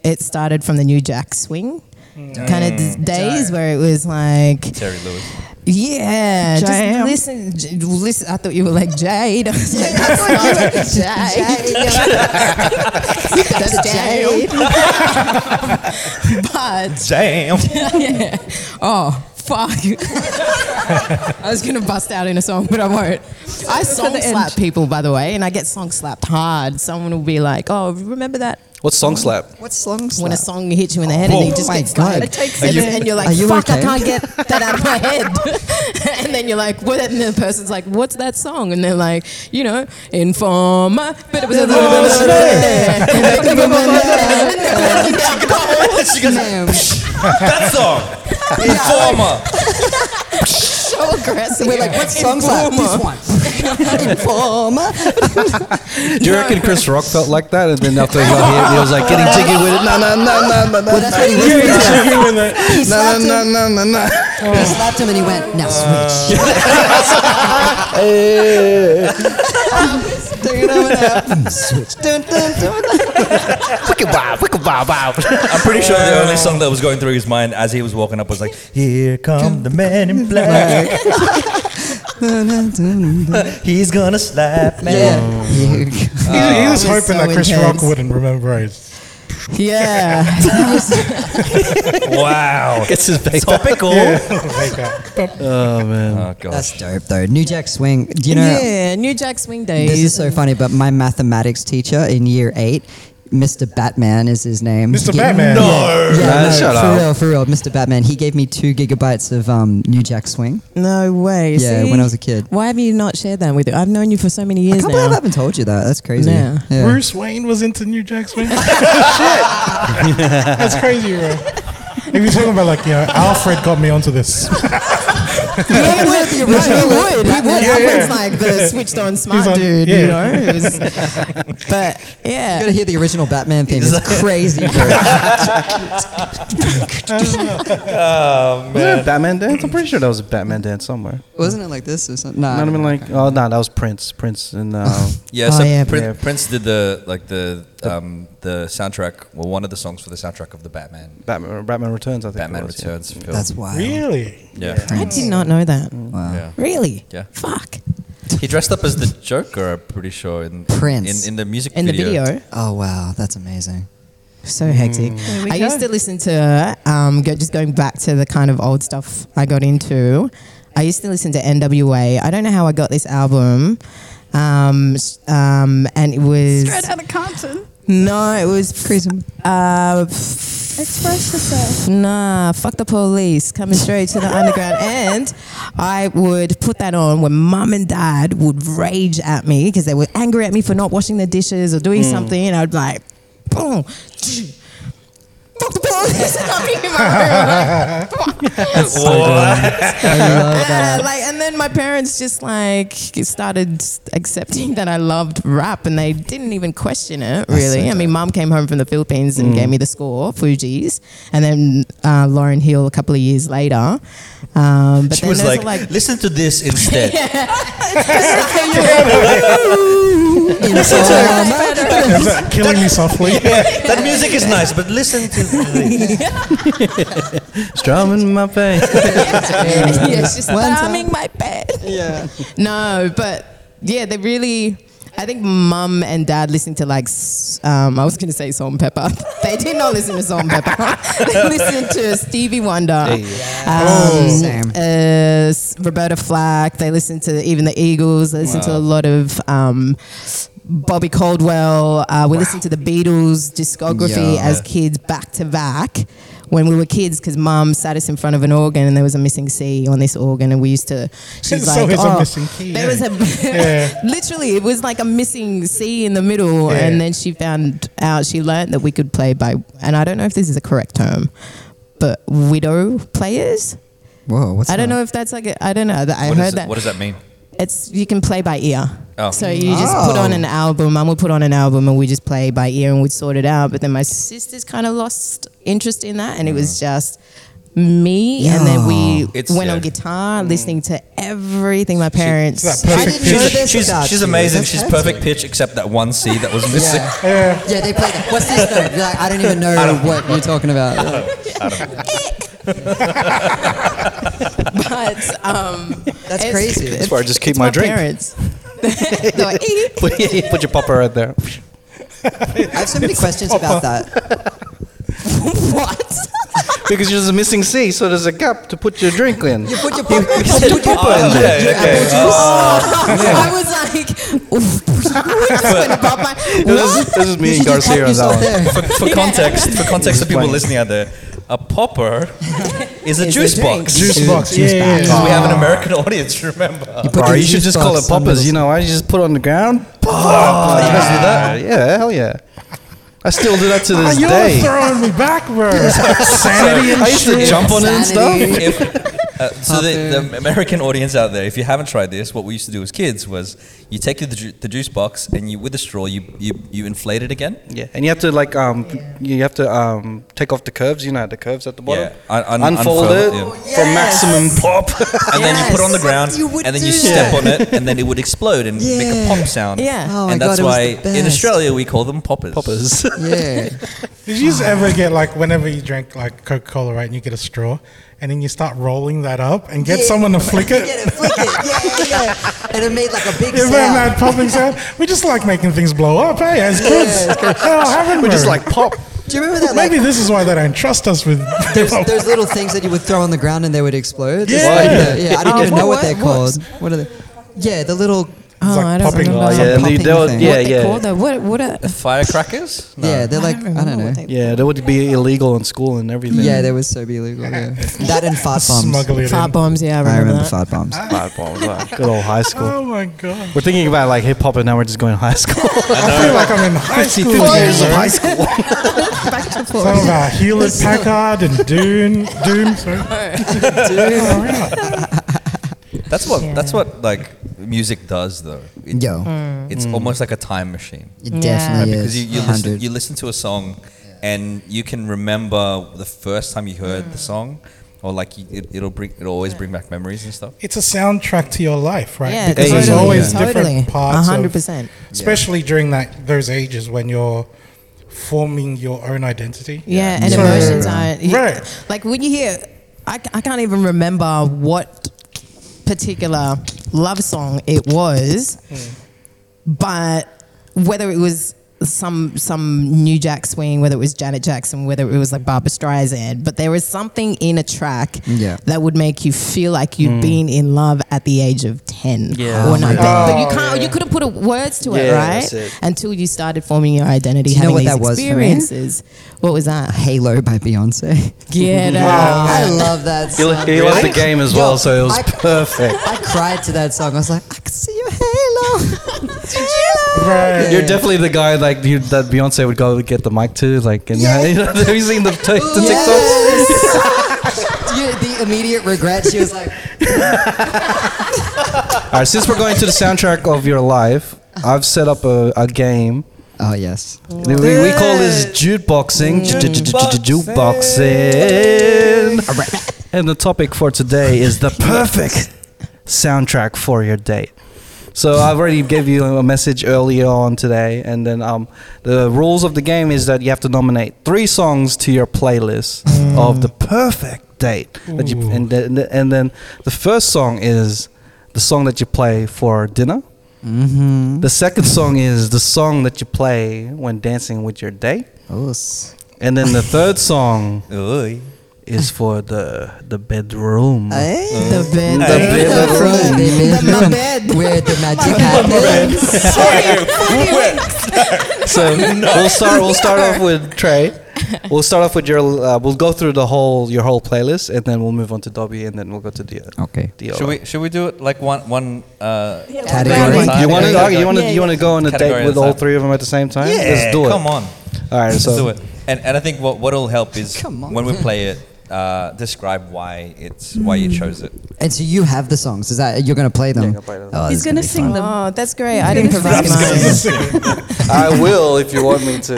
[SPEAKER 5] it started from the New Jack Swing
[SPEAKER 1] Hmm.
[SPEAKER 5] kind
[SPEAKER 1] Mm.
[SPEAKER 5] of days where it was like
[SPEAKER 3] Terry Lewis.
[SPEAKER 5] Yeah,
[SPEAKER 6] Jam.
[SPEAKER 5] just listen, j- listen. I thought you were like Jade. I was like, that's not Jade. That's Jade. but
[SPEAKER 3] Damn.
[SPEAKER 5] oh fuck, I was gonna bust out in a song, but I won't. I song slap people, by the way, and I get song slapped hard. Someone will be like, "Oh, remember that
[SPEAKER 1] What's song slap?
[SPEAKER 2] What songs?
[SPEAKER 5] when a song hits you in the head and you just
[SPEAKER 2] my
[SPEAKER 5] get
[SPEAKER 2] God.
[SPEAKER 5] slapped.
[SPEAKER 2] It takes
[SPEAKER 5] and,
[SPEAKER 2] a
[SPEAKER 5] then-
[SPEAKER 2] minute.
[SPEAKER 5] and you're like,
[SPEAKER 2] Are you
[SPEAKER 5] fuck, I
[SPEAKER 2] okay?"
[SPEAKER 5] can't get that out of my head. and then you're like, what? And the person's like, what's that song? And they're like, you know, Informer. But it was a little bit of
[SPEAKER 3] she goes, that song. Informer.
[SPEAKER 5] so aggressive.
[SPEAKER 2] We're like, what songs are this one? Informer.
[SPEAKER 1] Do you reckon Chris Rock felt like that? And then after he got hit, he was like getting jiggy with it. No, no, no, no, no, no.
[SPEAKER 2] That's what he
[SPEAKER 4] You're
[SPEAKER 2] listened to.
[SPEAKER 4] jiggy with it.
[SPEAKER 2] He
[SPEAKER 1] No,
[SPEAKER 2] slapped
[SPEAKER 1] no,
[SPEAKER 2] him.
[SPEAKER 1] no, no, no, no.
[SPEAKER 2] He slapped him, and he went, "Now switch." Take it over now. Switch. Dun, dun, dun, dun.
[SPEAKER 3] I'm pretty sure the only song that was going through his mind as he was walking up was like, Here come the man in black. He's gonna slap me.
[SPEAKER 2] Yeah. You-
[SPEAKER 4] He, he was
[SPEAKER 5] it was
[SPEAKER 4] hoping
[SPEAKER 5] Oh, so
[SPEAKER 4] that Chris
[SPEAKER 5] intense.
[SPEAKER 4] Rock wouldn't remember it.
[SPEAKER 5] Yeah. That was-
[SPEAKER 3] Wow.
[SPEAKER 1] Gets his back.
[SPEAKER 3] Topical.
[SPEAKER 4] Like that.
[SPEAKER 1] Oh man.
[SPEAKER 3] Oh, gosh.
[SPEAKER 2] That's dope, though. New Jack Swing. Do you know?
[SPEAKER 5] yeah, New Jack Swing
[SPEAKER 2] This is
[SPEAKER 5] Days.
[SPEAKER 2] so funny, but my mathematics teacher in year eight, Mr. Batman is his name.
[SPEAKER 4] Mr.
[SPEAKER 2] He-
[SPEAKER 4] Batman. No.
[SPEAKER 2] Yeah,
[SPEAKER 1] Nah,
[SPEAKER 2] no,
[SPEAKER 1] shut
[SPEAKER 2] for
[SPEAKER 1] up.
[SPEAKER 2] real, for real, Mr. Batman. He gave me two gigabytes of um, New Jack Swing.
[SPEAKER 5] No way.
[SPEAKER 2] Yeah,
[SPEAKER 5] See?
[SPEAKER 2] when I was a kid.
[SPEAKER 5] Why have you not shared that with you? I've known you for so many
[SPEAKER 2] I
[SPEAKER 5] years
[SPEAKER 2] can't
[SPEAKER 5] now.
[SPEAKER 2] believe I haven't told you that. That's crazy.
[SPEAKER 5] Yeah.
[SPEAKER 4] Bruce Wayne was into New Jack Swing. Shit. That's crazy, bro. If you're talking about like, you know, Alfred got me onto this.
[SPEAKER 5] Yeah, he would. He would. He would.
[SPEAKER 2] Batman,
[SPEAKER 5] That was like the switched on smart
[SPEAKER 4] like,
[SPEAKER 5] dude,
[SPEAKER 4] yeah.
[SPEAKER 5] you know? It was, but yeah.
[SPEAKER 2] You gotta hear the original Batman theme. It's crazy. bro.
[SPEAKER 1] Was there a Batman dance? I'm pretty sure that was a Batman dance somewhere.
[SPEAKER 2] Wasn't it like this or something? No.
[SPEAKER 1] You know what I mean? Like, oh no, that was Prince. Prince and uh,
[SPEAKER 3] Yeah,
[SPEAKER 2] Oh,
[SPEAKER 3] so
[SPEAKER 2] yeah,
[SPEAKER 3] Prin-
[SPEAKER 1] yeah.
[SPEAKER 3] Prince did the like the um, the soundtrack, well, one of the songs for the soundtrack of the Batman,
[SPEAKER 1] Batman, Batman Returns. I think. it
[SPEAKER 3] Batman
[SPEAKER 1] was, yeah.
[SPEAKER 3] Returns film.
[SPEAKER 2] That's wild.
[SPEAKER 4] Really?
[SPEAKER 3] yeah.
[SPEAKER 5] I did not know that.
[SPEAKER 2] Wow.
[SPEAKER 3] yeah.
[SPEAKER 5] Really?
[SPEAKER 3] Yeah.
[SPEAKER 5] Fuck.
[SPEAKER 3] He dressed up as the Joker, I'm pretty sure, in
[SPEAKER 2] Prince.
[SPEAKER 3] in, in the music
[SPEAKER 5] In the video.
[SPEAKER 2] Oh wow, that's amazing.
[SPEAKER 5] So
[SPEAKER 2] Mm.
[SPEAKER 5] hectic.
[SPEAKER 6] we
[SPEAKER 5] I
[SPEAKER 6] go.
[SPEAKER 5] used to listen to, um, go, just going back to the kind of old stuff I got into, I used to listen to NWA. I don't know how I got this album. Um, s- um, and it was.
[SPEAKER 6] Straight out of Compton.
[SPEAKER 5] No, it was. Prism. Uh,
[SPEAKER 6] Express yourself.
[SPEAKER 5] Nah, fuck the police. Coming straight to the underground. And I would put that on when mum and dad would rage at me because they were angry at me for not washing the dishes or doing something. And I'd be like, boom. Fuck the police. And I'm in my room. Like, fuck.
[SPEAKER 3] Oh,
[SPEAKER 2] I love
[SPEAKER 5] And,
[SPEAKER 2] that.
[SPEAKER 5] like, and then my parents just like started accepting that I loved rap, and they didn't even question it really. I mean, mom came home from the Philippines and
[SPEAKER 3] Mm.
[SPEAKER 5] gave me the score, Fuji's, and then uh, Lauren Hill a couple of years later. Um, but
[SPEAKER 3] she
[SPEAKER 5] then
[SPEAKER 3] was
[SPEAKER 5] there's
[SPEAKER 3] like, listen to this instead.
[SPEAKER 4] Is that killing me softly?
[SPEAKER 3] That music is nice, but listen to this.
[SPEAKER 1] Strumming my face.
[SPEAKER 5] yeah, it's just
[SPEAKER 2] One time.
[SPEAKER 5] thumbing my bed. Yeah. No, but yeah, they really. I think mum and dad listened to like, s- um, I was going to say Salt and Pepper. they did not listen to Salt and Pepper. they listened to Stevie Wonder, um,
[SPEAKER 2] Same.
[SPEAKER 5] uh, s- Roberta Flack. They listened to even the Eagles. They listened to a lot of um, Bobby Caldwell. Uh, we listened to the Beatles discography
[SPEAKER 2] Yeah.
[SPEAKER 5] as kids back to back when we were kids because mum sat us in front of an organ and there was a missing C on this organ and we used to she's
[SPEAKER 4] There's
[SPEAKER 5] like
[SPEAKER 4] always a
[SPEAKER 5] oh
[SPEAKER 4] missing key, Ah,
[SPEAKER 5] there
[SPEAKER 4] yeah.
[SPEAKER 5] was a
[SPEAKER 4] Yeah.
[SPEAKER 5] literally it was like a missing C in the middle
[SPEAKER 4] Yeah.
[SPEAKER 5] and then she found out she learned that we could play by and I don't know if this is a correct term but widow players
[SPEAKER 2] Whoa, what's
[SPEAKER 5] I don't
[SPEAKER 2] that?
[SPEAKER 5] know if that's like a, I don't know that I
[SPEAKER 3] What
[SPEAKER 5] heard
[SPEAKER 3] is it-
[SPEAKER 5] that
[SPEAKER 3] what does that mean?
[SPEAKER 5] it's you can play by ear.
[SPEAKER 3] Oh.
[SPEAKER 5] So you just put on an album. Mum would put on an album, and we just play by ear, and we'd sort it out. But then my sisters kind of lost interest in that, and it was just me. And then we
[SPEAKER 3] Mm. It's- Mm.
[SPEAKER 5] went on
[SPEAKER 3] yeah.
[SPEAKER 5] guitar, listening to everything my
[SPEAKER 4] It's that
[SPEAKER 5] parents.
[SPEAKER 2] I
[SPEAKER 4] perfect
[SPEAKER 2] didn't know
[SPEAKER 3] She's,
[SPEAKER 2] this
[SPEAKER 3] she's,
[SPEAKER 2] about
[SPEAKER 3] she's
[SPEAKER 2] you.
[SPEAKER 3] amazing.
[SPEAKER 2] That's
[SPEAKER 3] She's
[SPEAKER 2] perfect.
[SPEAKER 3] perfect pitch, except that one C that was missing.
[SPEAKER 2] Yeah. Yeah, they play that. What's this note? You're like, I don't even know what you're talking about.
[SPEAKER 5] but um,
[SPEAKER 2] That's
[SPEAKER 5] it's-
[SPEAKER 2] crazy.
[SPEAKER 5] it's-
[SPEAKER 1] why I just keep
[SPEAKER 5] it's
[SPEAKER 1] my drink.
[SPEAKER 5] Parents. They're like, "Eh."
[SPEAKER 1] put, put your popper right there.
[SPEAKER 2] I have so many questions about that.
[SPEAKER 5] what?
[SPEAKER 1] Because there's a missing C, so there's a cup to put your drink in.
[SPEAKER 2] You put your pop- put your popper in
[SPEAKER 3] Oh,
[SPEAKER 2] there.
[SPEAKER 3] okay,
[SPEAKER 2] Your
[SPEAKER 3] okay.
[SPEAKER 2] apple juice.
[SPEAKER 5] I was like, oof, just went above my.
[SPEAKER 1] This, is- this is me
[SPEAKER 2] You
[SPEAKER 1] and
[SPEAKER 2] should just
[SPEAKER 1] Garcia on that
[SPEAKER 2] pop yourself
[SPEAKER 1] one.
[SPEAKER 2] there.
[SPEAKER 3] For, for context, for context, the people listening out there, a popper is a
[SPEAKER 5] Is a
[SPEAKER 3] juice
[SPEAKER 5] drink.
[SPEAKER 3] box.
[SPEAKER 4] Juice box.
[SPEAKER 2] Juice
[SPEAKER 4] yeah,
[SPEAKER 2] box.
[SPEAKER 4] yeah,
[SPEAKER 3] We have an American audience. Remember,
[SPEAKER 2] put
[SPEAKER 1] Bro,
[SPEAKER 2] your
[SPEAKER 1] you should
[SPEAKER 2] juice
[SPEAKER 1] just call
[SPEAKER 2] box
[SPEAKER 1] it
[SPEAKER 2] on
[SPEAKER 1] poppers.
[SPEAKER 2] the-
[SPEAKER 1] You know, I just put on the ground. Pop! you guys do that? Yeah, hell yeah. I still do that to
[SPEAKER 2] Ah,
[SPEAKER 4] yeah.
[SPEAKER 1] this
[SPEAKER 4] You're
[SPEAKER 1] day.
[SPEAKER 4] throwing me backwards. Sanity and
[SPEAKER 1] I used to
[SPEAKER 4] shit.
[SPEAKER 1] jump on it and stuff.
[SPEAKER 2] Sanity.
[SPEAKER 3] if, uh, so the, the American audience out there, if you haven't tried this, what we used to do as kids was you take the, ju- the juice box and you with a straw you, you, you inflate it again.
[SPEAKER 1] Yeah, and you have to like um, you have to um, take off the curves. You know the curves at the bottom.
[SPEAKER 3] Yeah, un- un-
[SPEAKER 1] unfold,
[SPEAKER 3] unfurl
[SPEAKER 1] it
[SPEAKER 3] it, yeah.
[SPEAKER 1] for maximum pop.
[SPEAKER 3] And then you put it on the
[SPEAKER 5] Yes.
[SPEAKER 3] ground
[SPEAKER 2] Ah, You would
[SPEAKER 3] and then you
[SPEAKER 2] do
[SPEAKER 3] step
[SPEAKER 2] that.
[SPEAKER 3] on it and then it would explode and make a
[SPEAKER 2] Yeah.
[SPEAKER 3] pop sound.
[SPEAKER 5] Yeah.
[SPEAKER 2] Oh my
[SPEAKER 3] and
[SPEAKER 2] God,
[SPEAKER 3] that's
[SPEAKER 2] it was
[SPEAKER 3] why
[SPEAKER 2] the
[SPEAKER 3] in
[SPEAKER 2] best.
[SPEAKER 3] Australia we call them poppers.
[SPEAKER 1] Poppers.
[SPEAKER 2] Yeah.
[SPEAKER 4] Did you just ever get like whenever you drink like Coca Cola, right? And you get a straw, and then you start rolling that up and get
[SPEAKER 2] Yeah.
[SPEAKER 4] someone to flick
[SPEAKER 2] You
[SPEAKER 4] it.
[SPEAKER 2] get it, flick it. Yeah, yeah, yeah. And it made like a big
[SPEAKER 4] Yeah,
[SPEAKER 2] sound.
[SPEAKER 4] man, that popping sound. We just like making things blow up, hey? As kids, hell, haven't
[SPEAKER 1] we just like pop.
[SPEAKER 2] Do you remember that? Like,
[SPEAKER 4] Maybe this is why they don't trust us with.
[SPEAKER 2] there's, there's little things that you would throw on the ground and they would explode. It's
[SPEAKER 4] Yeah.
[SPEAKER 2] like the- yeah. I don't
[SPEAKER 5] Oh,
[SPEAKER 2] even know Uh, what
[SPEAKER 5] what-
[SPEAKER 2] they're
[SPEAKER 5] what-
[SPEAKER 2] called. What are they? Yeah, the little.
[SPEAKER 5] Oh,
[SPEAKER 4] like
[SPEAKER 5] I don't
[SPEAKER 4] popping-
[SPEAKER 5] remember.
[SPEAKER 1] Oh, yeah,
[SPEAKER 2] Some
[SPEAKER 1] and they-
[SPEAKER 2] popping
[SPEAKER 1] they'll-
[SPEAKER 2] thing.
[SPEAKER 1] yeah,
[SPEAKER 5] what
[SPEAKER 1] yeah.
[SPEAKER 5] they call them. What what a
[SPEAKER 3] Firecrackers?
[SPEAKER 2] Yeah, they're like I don't
[SPEAKER 5] remember
[SPEAKER 2] know.
[SPEAKER 5] what they-
[SPEAKER 1] Yeah, that would be illegal in school and everything.
[SPEAKER 2] Yeah, they were so illegal. Yeah. that and fart bombs.
[SPEAKER 4] Smuggle it
[SPEAKER 5] Fart
[SPEAKER 4] in. Ah.
[SPEAKER 5] bombs, yeah, I remember,
[SPEAKER 2] I remember
[SPEAKER 5] that.
[SPEAKER 2] fart bombs.
[SPEAKER 1] good old high school.
[SPEAKER 4] Oh my god!
[SPEAKER 1] We're thinking about like hip hop, and now we're just going high school.
[SPEAKER 4] I feel like I'm in high school.
[SPEAKER 1] years of high school.
[SPEAKER 4] Some of our Hewlett Packard and Dune, Doom. Sorry. Oh, yeah.
[SPEAKER 3] That's what that's what like music does though. It-
[SPEAKER 2] Yo,
[SPEAKER 3] It's
[SPEAKER 2] Mm.
[SPEAKER 3] almost like a time machine.
[SPEAKER 2] it definitely
[SPEAKER 5] Yeah,
[SPEAKER 2] is.
[SPEAKER 3] because you, you listen
[SPEAKER 2] 100.
[SPEAKER 3] you listen to a song and you can remember the first time you heard the song or like you, it, it'll bring it'll always bring back memories and stuff
[SPEAKER 4] It's a soundtrack to your life, right?
[SPEAKER 5] Yeah,
[SPEAKER 4] because there's
[SPEAKER 1] totally,
[SPEAKER 4] always
[SPEAKER 5] yeah. Totally.
[SPEAKER 4] different parts. of-
[SPEAKER 5] 100%.
[SPEAKER 4] Especially during that those ages when you're forming your own identity.
[SPEAKER 5] Yeah, and
[SPEAKER 2] Yeah.
[SPEAKER 5] emotions
[SPEAKER 2] Yeah.
[SPEAKER 5] aren't.
[SPEAKER 4] Right.
[SPEAKER 5] Like when you hear, I, I can't even remember what particular love song it was,
[SPEAKER 1] Hmm.
[SPEAKER 5] but whether it was some some New Jack Swing, whether it was Janet Jackson, whether it was like Barbara Streisand, but there was something in a track
[SPEAKER 2] Yeah.
[SPEAKER 5] that would make you feel like you'd been in love at the age of ten
[SPEAKER 1] Yeah.
[SPEAKER 5] or
[SPEAKER 1] Oh my
[SPEAKER 5] nine.
[SPEAKER 1] God.
[SPEAKER 5] But you can't, you couldn't put a, words to it,
[SPEAKER 1] Yeah,
[SPEAKER 5] right?
[SPEAKER 1] that's it.
[SPEAKER 5] Until you started forming your identity,
[SPEAKER 2] Do you know
[SPEAKER 5] having
[SPEAKER 2] what
[SPEAKER 5] these
[SPEAKER 2] that was for me?
[SPEAKER 5] experiences. What was that?
[SPEAKER 2] Halo by Beyonce.
[SPEAKER 5] Yeah,
[SPEAKER 2] I love that
[SPEAKER 1] He,
[SPEAKER 2] song.
[SPEAKER 1] lo- he loved the game as well, so it was
[SPEAKER 2] I-
[SPEAKER 1] perfect.
[SPEAKER 2] I cried to that song. I was like, I can see your halo. Did you?
[SPEAKER 4] Right.
[SPEAKER 1] You're definitely the guy like you, that Beyonce would go get the mic to, like, and
[SPEAKER 2] Yeah.
[SPEAKER 1] have you seen the, t- the TikToks?
[SPEAKER 2] Yes. you, the immediate regret. She was like,
[SPEAKER 1] All right, since we're going to the soundtrack of your life, I've set up a, a game.
[SPEAKER 2] "Oh yes,
[SPEAKER 1] We, we call this jukeboxing. Ju- ju- ju- ju- ju- Jukeboxing. And the topic for today is the perfect soundtrack for your date. So I've already gave you a message earlier on today, and then um, the rules of the game is that you have to nominate three songs to your playlist of the perfect date. That you, and, then, and then the first song is the song that you play for dinner. The second song is the song that you play when dancing with your date.
[SPEAKER 2] oh, s-
[SPEAKER 1] And then the third song
[SPEAKER 3] Oy.
[SPEAKER 1] is for the the bedroom.
[SPEAKER 2] eh?
[SPEAKER 5] The bed.
[SPEAKER 1] The bed.
[SPEAKER 2] The bed. where the magic happens."
[SPEAKER 1] So we'll start we'll start off with Trey. We'll start off with your uh, we'll go through the whole your whole playlist and then we'll move on to Dobby and then we'll go to the
[SPEAKER 2] Okay.
[SPEAKER 1] the
[SPEAKER 3] Should we should we do it like one one uh
[SPEAKER 2] Category.
[SPEAKER 3] one
[SPEAKER 1] You want to
[SPEAKER 3] category?
[SPEAKER 1] you want to you want to go on a
[SPEAKER 3] Category
[SPEAKER 1] date with
[SPEAKER 3] at a
[SPEAKER 1] all
[SPEAKER 3] time.
[SPEAKER 1] three of them at the same time?
[SPEAKER 3] Yeah,
[SPEAKER 1] Let's do it.
[SPEAKER 3] Come on.
[SPEAKER 1] All right, so
[SPEAKER 3] Let's do it. And and I think what what'll help is
[SPEAKER 2] Come on.
[SPEAKER 3] when we play it, uh, describe why it's why you chose it.
[SPEAKER 2] And so you have the songs. Is that you're gonna play them?
[SPEAKER 1] Yeah, I'll play them.
[SPEAKER 2] Oh, this
[SPEAKER 6] He's
[SPEAKER 2] is
[SPEAKER 6] going to
[SPEAKER 2] be
[SPEAKER 6] sing
[SPEAKER 2] fun.
[SPEAKER 6] them.
[SPEAKER 5] Oh, that's great. I didn't provide mine.
[SPEAKER 6] That's
[SPEAKER 1] I will if you want me to.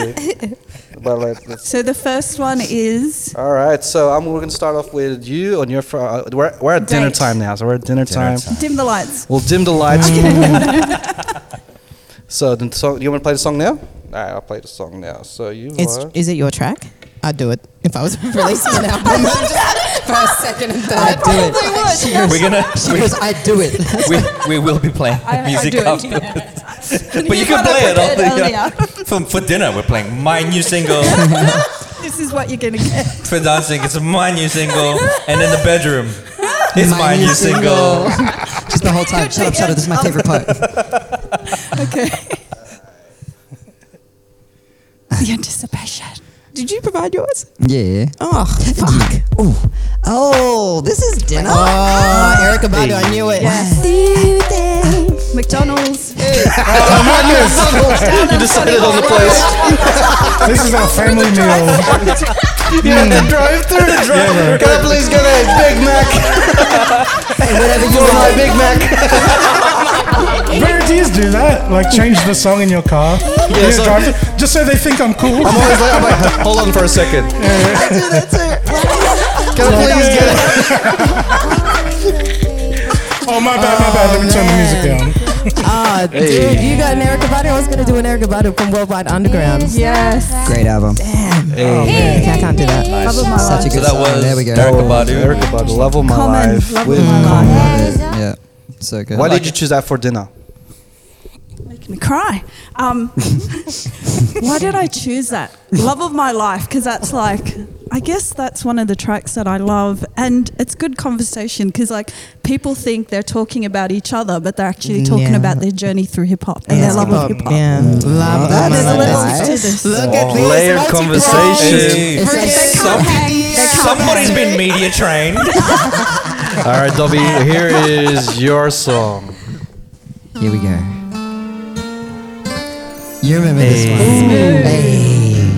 [SPEAKER 1] But let, let's
[SPEAKER 6] So the first one is
[SPEAKER 1] All right, so I'm, we're gonna start off with you on your. Fr- uh, we're, we're at dinner
[SPEAKER 6] Date.
[SPEAKER 1] time now, so we're at dinner, time.
[SPEAKER 3] Dinner time.
[SPEAKER 6] Dim the Lights.
[SPEAKER 1] We'll dim the lights. so, the song, you want to play the song now? All right, I'll play the song now. So you.
[SPEAKER 5] It's,
[SPEAKER 1] are-
[SPEAKER 5] is it your track? I'd do it if I was releasing an album. First, second, and third.
[SPEAKER 2] I do it. She goes,
[SPEAKER 3] We're gonna
[SPEAKER 2] she goes, I do it.
[SPEAKER 3] we, we will be playing
[SPEAKER 6] I- I
[SPEAKER 3] music
[SPEAKER 6] do it.
[SPEAKER 3] after But you can
[SPEAKER 6] got up
[SPEAKER 3] play it
[SPEAKER 6] with
[SPEAKER 3] all
[SPEAKER 6] it
[SPEAKER 3] the
[SPEAKER 6] earlier.
[SPEAKER 3] for, for dinner we're playing my new single.
[SPEAKER 6] This is what you're going to get.
[SPEAKER 3] for dancing it's my new single. And in the bedroom. It's my, new single.
[SPEAKER 2] Just the whole time. Shut up, shut up. This is my favorite part.
[SPEAKER 6] Okay. the anticipation.
[SPEAKER 5] Did you provide yours?
[SPEAKER 2] Yeah.
[SPEAKER 5] Oh, fuck.
[SPEAKER 2] Ooh. Oh, this is dinner. Oh, Erica Badu, I knew it.
[SPEAKER 6] McDonald's.
[SPEAKER 1] you decided on the place.
[SPEAKER 4] This is our family meal. Hmm.
[SPEAKER 1] You're at the drive-through. Can I please get a Big Mac?
[SPEAKER 2] Whatever you
[SPEAKER 1] For my
[SPEAKER 2] like.
[SPEAKER 1] Big Mac.
[SPEAKER 4] Rarities do that. Like change the song in your car. Yeah,
[SPEAKER 1] so-
[SPEAKER 4] drive- just so they think I'm cool.
[SPEAKER 1] I'm always like, I'm like, hold on for a second. Can I please get it?
[SPEAKER 4] Oh my bad, my bad. Let me turn the music down.
[SPEAKER 5] Oh, dude, you got an Erica Badu. I was going to do an Erica Badu from Worldwide Underground.
[SPEAKER 6] Yes.
[SPEAKER 2] Great album.
[SPEAKER 5] Okay, I can't do that.
[SPEAKER 6] Love of my life.
[SPEAKER 2] Such a
[SPEAKER 3] So
[SPEAKER 2] good
[SPEAKER 3] that
[SPEAKER 2] song.
[SPEAKER 3] was
[SPEAKER 2] there we go.
[SPEAKER 3] Erica Badu.
[SPEAKER 1] Erica Badu, love of my
[SPEAKER 6] Common,
[SPEAKER 1] life.
[SPEAKER 6] Love of
[SPEAKER 1] with-
[SPEAKER 6] My Life.
[SPEAKER 2] Yeah. So good.
[SPEAKER 1] Why did you choose that for dinner?
[SPEAKER 6] making me cry. Um, why did I choose that? Love of my life, because that's like, I guess that's one of the tracks that I love. And it's good conversation because, like, people think they're talking about each other, but they're actually talking
[SPEAKER 5] Yeah.
[SPEAKER 6] about their journey through hip hop and
[SPEAKER 5] Yeah.
[SPEAKER 6] their love of hip hop.
[SPEAKER 5] Yeah, love
[SPEAKER 2] that
[SPEAKER 5] that.
[SPEAKER 2] is
[SPEAKER 6] There's a
[SPEAKER 2] Love of
[SPEAKER 6] little to this.
[SPEAKER 5] Look at this.
[SPEAKER 1] Layered
[SPEAKER 5] multiple-
[SPEAKER 1] conversation.
[SPEAKER 3] Hey,
[SPEAKER 2] It's like
[SPEAKER 5] Forget
[SPEAKER 2] some-
[SPEAKER 3] Somebody's been media trained.
[SPEAKER 1] All right, Dobby, here is your song.
[SPEAKER 2] Here we go. You remember this one? Hey.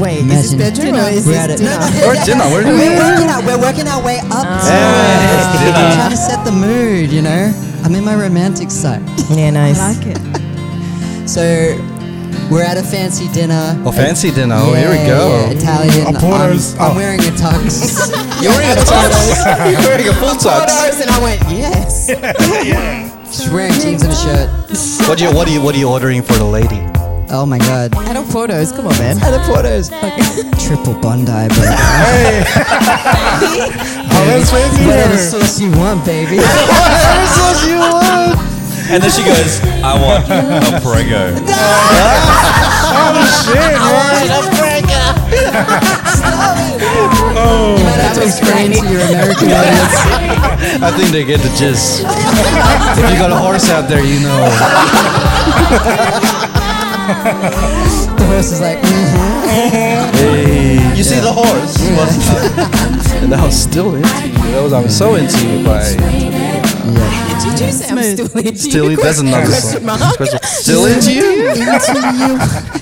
[SPEAKER 5] Wait, is this
[SPEAKER 2] Imagine.
[SPEAKER 5] bedroom or is
[SPEAKER 2] We're at
[SPEAKER 5] this
[SPEAKER 2] it.
[SPEAKER 5] dinner?
[SPEAKER 1] Or dinner. Where do
[SPEAKER 2] We're working our, we're working our way up. to
[SPEAKER 5] Uh,
[SPEAKER 1] Hey,
[SPEAKER 2] it.
[SPEAKER 1] dinner.
[SPEAKER 2] I'm trying to set the mood, you know. I'm in my romantic side.
[SPEAKER 5] Yeah, nice.
[SPEAKER 6] I like it.
[SPEAKER 2] So we're at a fancy dinner.
[SPEAKER 1] Oh, fancy dinner. Oh, here we
[SPEAKER 2] Yeah,
[SPEAKER 1] go.
[SPEAKER 2] yeah, Italian.
[SPEAKER 4] A Porto's-
[SPEAKER 2] I'm, I'm
[SPEAKER 4] oh.
[SPEAKER 2] wearing a tux.
[SPEAKER 1] You're wearing a tux. You're wearing a full tux.
[SPEAKER 5] and I went, yes.
[SPEAKER 2] She's wearing jeans and a shirt.
[SPEAKER 1] What do you What are you What are you ordering for the lady?
[SPEAKER 2] Oh my god.
[SPEAKER 5] Out of photos, come on, man.
[SPEAKER 2] the Porto's. Triple Bondi, bro.
[SPEAKER 4] Oh, that's fancy.
[SPEAKER 2] Whatever
[SPEAKER 4] though.
[SPEAKER 2] sauce you want, baby.
[SPEAKER 3] And then she goes, I want a prego.
[SPEAKER 2] You might have to explain to your American audience.
[SPEAKER 1] I think they get the gist. if you got a horse out there, you know.
[SPEAKER 2] The horse is like, mm-hmm.
[SPEAKER 1] You see the horse. and I was still into you. That was I'm so into you by.
[SPEAKER 2] yeah.
[SPEAKER 5] Did you say I'm still into you?
[SPEAKER 1] Still, that's another
[SPEAKER 5] Question
[SPEAKER 1] song.
[SPEAKER 5] mark.
[SPEAKER 1] Still into you.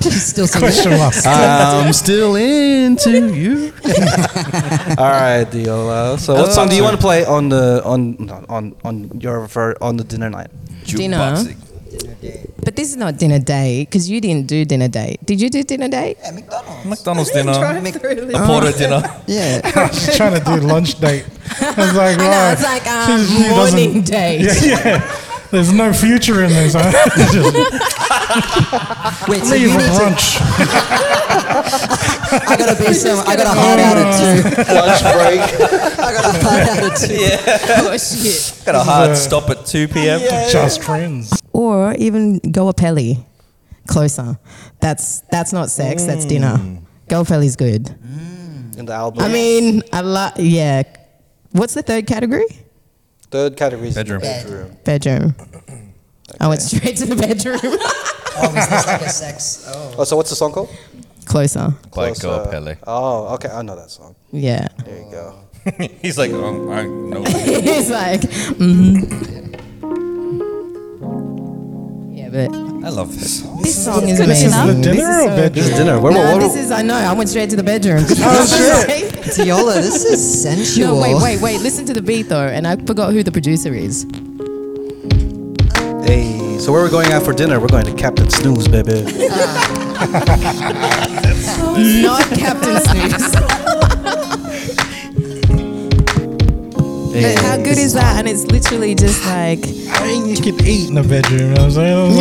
[SPEAKER 2] She's still singing.
[SPEAKER 4] Question mark.
[SPEAKER 1] I'm still into you. All right, Diola. So, what song do you want to play on the on on on your for, on the dinner night?
[SPEAKER 5] Dinner.
[SPEAKER 3] Jukeboxing.
[SPEAKER 5] But this is not dinner date because you didn't do dinner date. Did you do dinner date?
[SPEAKER 3] McDonald's dinner.
[SPEAKER 2] Mc-
[SPEAKER 3] A Porter dinner.
[SPEAKER 2] yeah.
[SPEAKER 4] She's trying to do lunch date. I was like,
[SPEAKER 5] I
[SPEAKER 4] wow.
[SPEAKER 5] know, it's like um,
[SPEAKER 4] She- she doesn't-
[SPEAKER 5] morning date.
[SPEAKER 4] Yeah, yeah. There's no future in this. Huh? Just
[SPEAKER 2] Wait, so you
[SPEAKER 4] leave
[SPEAKER 2] need to,
[SPEAKER 4] lunch.
[SPEAKER 2] I gotta be some. I gotta hard out at two.
[SPEAKER 3] Lunch break.
[SPEAKER 2] I gotta hard out at two.
[SPEAKER 5] Oh, shit.
[SPEAKER 3] Got a hard
[SPEAKER 4] a-
[SPEAKER 3] stop at 2 p.m.
[SPEAKER 4] Just friends.
[SPEAKER 5] Or even go a pelly closer. That's that's not sex. That's dinner. Go a pelly's good.
[SPEAKER 1] In the album,
[SPEAKER 5] I mean, I lo- Yeah. What's the third category?
[SPEAKER 1] third category is
[SPEAKER 3] Bedroom.
[SPEAKER 1] bedroom.
[SPEAKER 5] Bedroom. I went straight to the bedroom.
[SPEAKER 2] Oh, is this like a sex? Oh.
[SPEAKER 1] Oh, so what's the song called?
[SPEAKER 5] closer.
[SPEAKER 3] Like
[SPEAKER 1] Closer.
[SPEAKER 3] go Pele.
[SPEAKER 1] Oh, okay, I know that song.
[SPEAKER 5] Yeah.
[SPEAKER 1] There you go.
[SPEAKER 3] He's like, um, I know.
[SPEAKER 5] He's like, mm. yeah, but
[SPEAKER 3] I love this. song.
[SPEAKER 5] this song is
[SPEAKER 6] good
[SPEAKER 5] amazing.
[SPEAKER 6] enough.
[SPEAKER 4] Is it dinner or
[SPEAKER 1] This
[SPEAKER 4] bedroom?
[SPEAKER 1] is dinner. Where,
[SPEAKER 5] No,
[SPEAKER 1] what-
[SPEAKER 5] this is I know. I went straight to the bedroom.
[SPEAKER 4] Oh,
[SPEAKER 2] Tiola, this is
[SPEAKER 5] no,
[SPEAKER 2] sensual.
[SPEAKER 5] wait, wait, wait. Listen to the beat though, and I forgot who the producer is.
[SPEAKER 1] hey, so where we're going out for dinner? We're going to Captain Snooze, baby.
[SPEAKER 5] Not Captain Snooze. But how good is that? And it's literally just like,
[SPEAKER 4] I mean, you could eat in the bedroom. I was like, oh,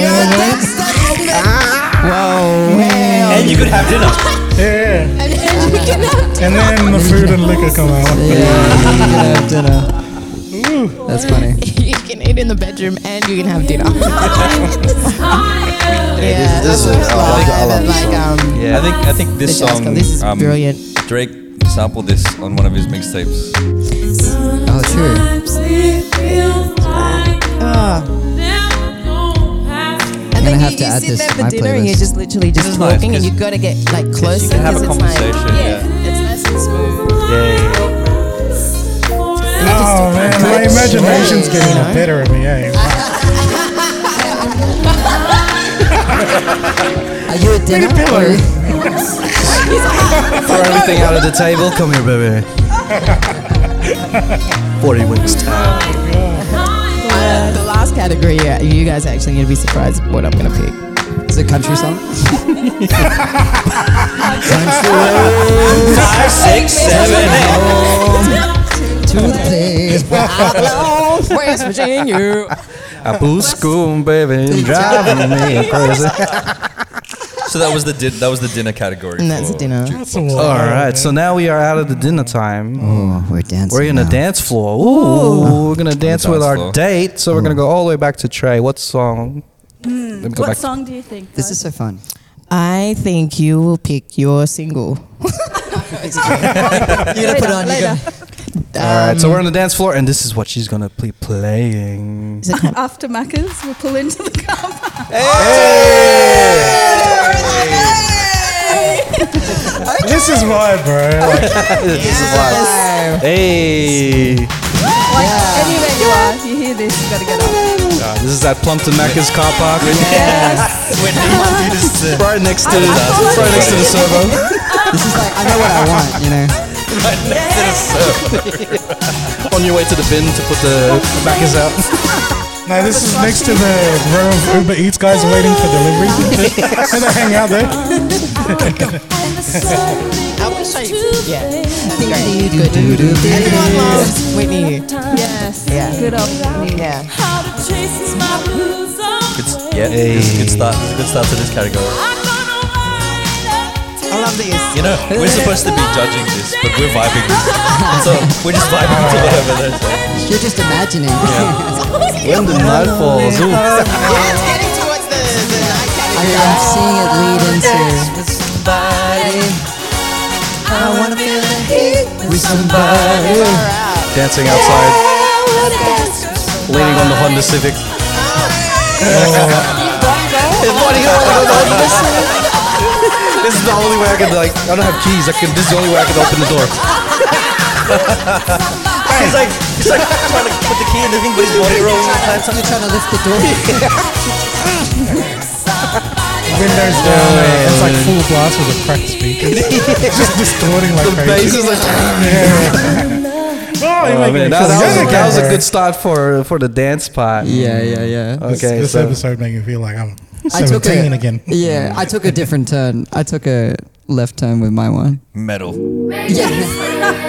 [SPEAKER 3] And you could have dinner.
[SPEAKER 4] yeah.
[SPEAKER 5] and, and you can have
[SPEAKER 4] And then the food and liquor come out.
[SPEAKER 2] dinner. That's funny.
[SPEAKER 5] you can eat in the bedroom and you can have dinner. yeah,
[SPEAKER 1] this is- this is- I love it, I love this
[SPEAKER 5] like, um,
[SPEAKER 1] Yeah.
[SPEAKER 3] I think I think
[SPEAKER 5] the
[SPEAKER 3] this
[SPEAKER 5] jazz
[SPEAKER 3] song.
[SPEAKER 5] club. This is
[SPEAKER 3] um,
[SPEAKER 5] brilliant.
[SPEAKER 3] Drake sampled this on one of his mixtapes.
[SPEAKER 2] Oh, true.
[SPEAKER 5] oh. And
[SPEAKER 2] gonna
[SPEAKER 5] then
[SPEAKER 2] have
[SPEAKER 5] you,
[SPEAKER 2] to
[SPEAKER 5] you
[SPEAKER 2] add
[SPEAKER 5] sit
[SPEAKER 2] this
[SPEAKER 5] there
[SPEAKER 2] to
[SPEAKER 5] for
[SPEAKER 2] my
[SPEAKER 5] dinner and you're
[SPEAKER 2] playlist.
[SPEAKER 5] just literally just
[SPEAKER 3] is nice
[SPEAKER 5] talking and
[SPEAKER 3] because
[SPEAKER 5] you got to get like
[SPEAKER 3] you
[SPEAKER 5] closer
[SPEAKER 3] can have a
[SPEAKER 5] because it's
[SPEAKER 3] conversation,
[SPEAKER 5] like
[SPEAKER 3] yeah.
[SPEAKER 5] it's nice and smooth.
[SPEAKER 4] Oh man, my imagination's getting the better of me. Eh?
[SPEAKER 2] Are you at dinner?
[SPEAKER 4] pillow.
[SPEAKER 2] or-
[SPEAKER 1] Throw everything out of the table. Come here, baby. Forty weeks time.
[SPEAKER 5] Uh, the last category, yeah, you guys are actually going to be surprised what I'm going to pick.
[SPEAKER 2] Is it country song?
[SPEAKER 3] Five, six, seven, eight.
[SPEAKER 2] To the place where I belong.
[SPEAKER 5] West Virginia.
[SPEAKER 1] A blue school, baby, driving me crazy.
[SPEAKER 3] So that was the di- that was the dinner category.
[SPEAKER 5] And that's
[SPEAKER 3] for
[SPEAKER 5] a dinner.
[SPEAKER 4] That's a wall.
[SPEAKER 1] All right, so now we are out of the dinner time.
[SPEAKER 2] Oh, we're dancing.
[SPEAKER 1] We're gonna
[SPEAKER 2] now.
[SPEAKER 1] dance floor. Ooh, we're gonna dance
[SPEAKER 3] dance
[SPEAKER 1] with our
[SPEAKER 3] floor.
[SPEAKER 1] date. So we're gonna go all the way back to Trey. What song? Let me go
[SPEAKER 6] What
[SPEAKER 1] back.
[SPEAKER 6] song do you think?
[SPEAKER 2] This
[SPEAKER 6] guys?
[SPEAKER 2] is so fun.
[SPEAKER 5] I think you will pick your single.
[SPEAKER 2] You're gonna put on. You're
[SPEAKER 6] Later.
[SPEAKER 2] gonna,
[SPEAKER 1] all right, so we're on the dance floor, and this is what she's gonna be playing.
[SPEAKER 6] After Macca's, we'll pull into the car.
[SPEAKER 4] This is why, bro. Like,
[SPEAKER 1] this is live. Hey,
[SPEAKER 6] Like, anywhere you are, you hear this, you gotta get up.
[SPEAKER 1] Uh, this is at Plumpton Macca's car park, right next to the, right next to the servo.
[SPEAKER 2] this is like I know what I want. You know.
[SPEAKER 1] On your way to the bin to put the Macca's out.
[SPEAKER 4] now this is next to the row of Uber Eats guys waiting for deliveries. and they hang out there.
[SPEAKER 5] I wish I. Yeah. Everyone
[SPEAKER 2] Good.
[SPEAKER 5] loves Whitney.
[SPEAKER 6] Yes. Good old.
[SPEAKER 5] Yeah.
[SPEAKER 3] Good, yeah, it's a good start. It's a good start to this category.
[SPEAKER 5] I love this.
[SPEAKER 3] You know, we're supposed to be judging this, but we're vibing. so we're just vibing to whatever they're saying.
[SPEAKER 2] You're just imagining.
[SPEAKER 1] When the night falls, ooh.
[SPEAKER 5] Yeah, it's getting towards the, the night
[SPEAKER 2] I,
[SPEAKER 5] category.
[SPEAKER 2] I'm seeing it lead into. I wanna feel the heat with somebody.
[SPEAKER 1] dancing outside, leaning on the Honda Civic. This is the only way I can like. I don't have keys. I can. This is the only way I can open the door.
[SPEAKER 3] He's like, he's like trying to put the key in the thing, but his body rolls.
[SPEAKER 2] You're trying to lift the door.
[SPEAKER 4] Windows down.
[SPEAKER 1] Oh,
[SPEAKER 4] eh? It's like full blast with a cracked speaker. It's just distorting like
[SPEAKER 7] bass
[SPEAKER 4] crazy.
[SPEAKER 7] is like.
[SPEAKER 4] Oh, you're
[SPEAKER 1] Oh,
[SPEAKER 4] making me
[SPEAKER 1] man, that, that was,
[SPEAKER 4] feel
[SPEAKER 1] a, that was a
[SPEAKER 4] like-
[SPEAKER 1] good start for for the dance part.
[SPEAKER 2] yeah, yeah, yeah.
[SPEAKER 4] This,
[SPEAKER 1] Okay,
[SPEAKER 4] this
[SPEAKER 1] so-
[SPEAKER 4] episode making me feel like I'm
[SPEAKER 2] I took
[SPEAKER 4] 17
[SPEAKER 2] a-
[SPEAKER 4] again.
[SPEAKER 2] Yeah, I took a different turn. I took a left turn with my one.
[SPEAKER 3] Metal.
[SPEAKER 2] Yeah.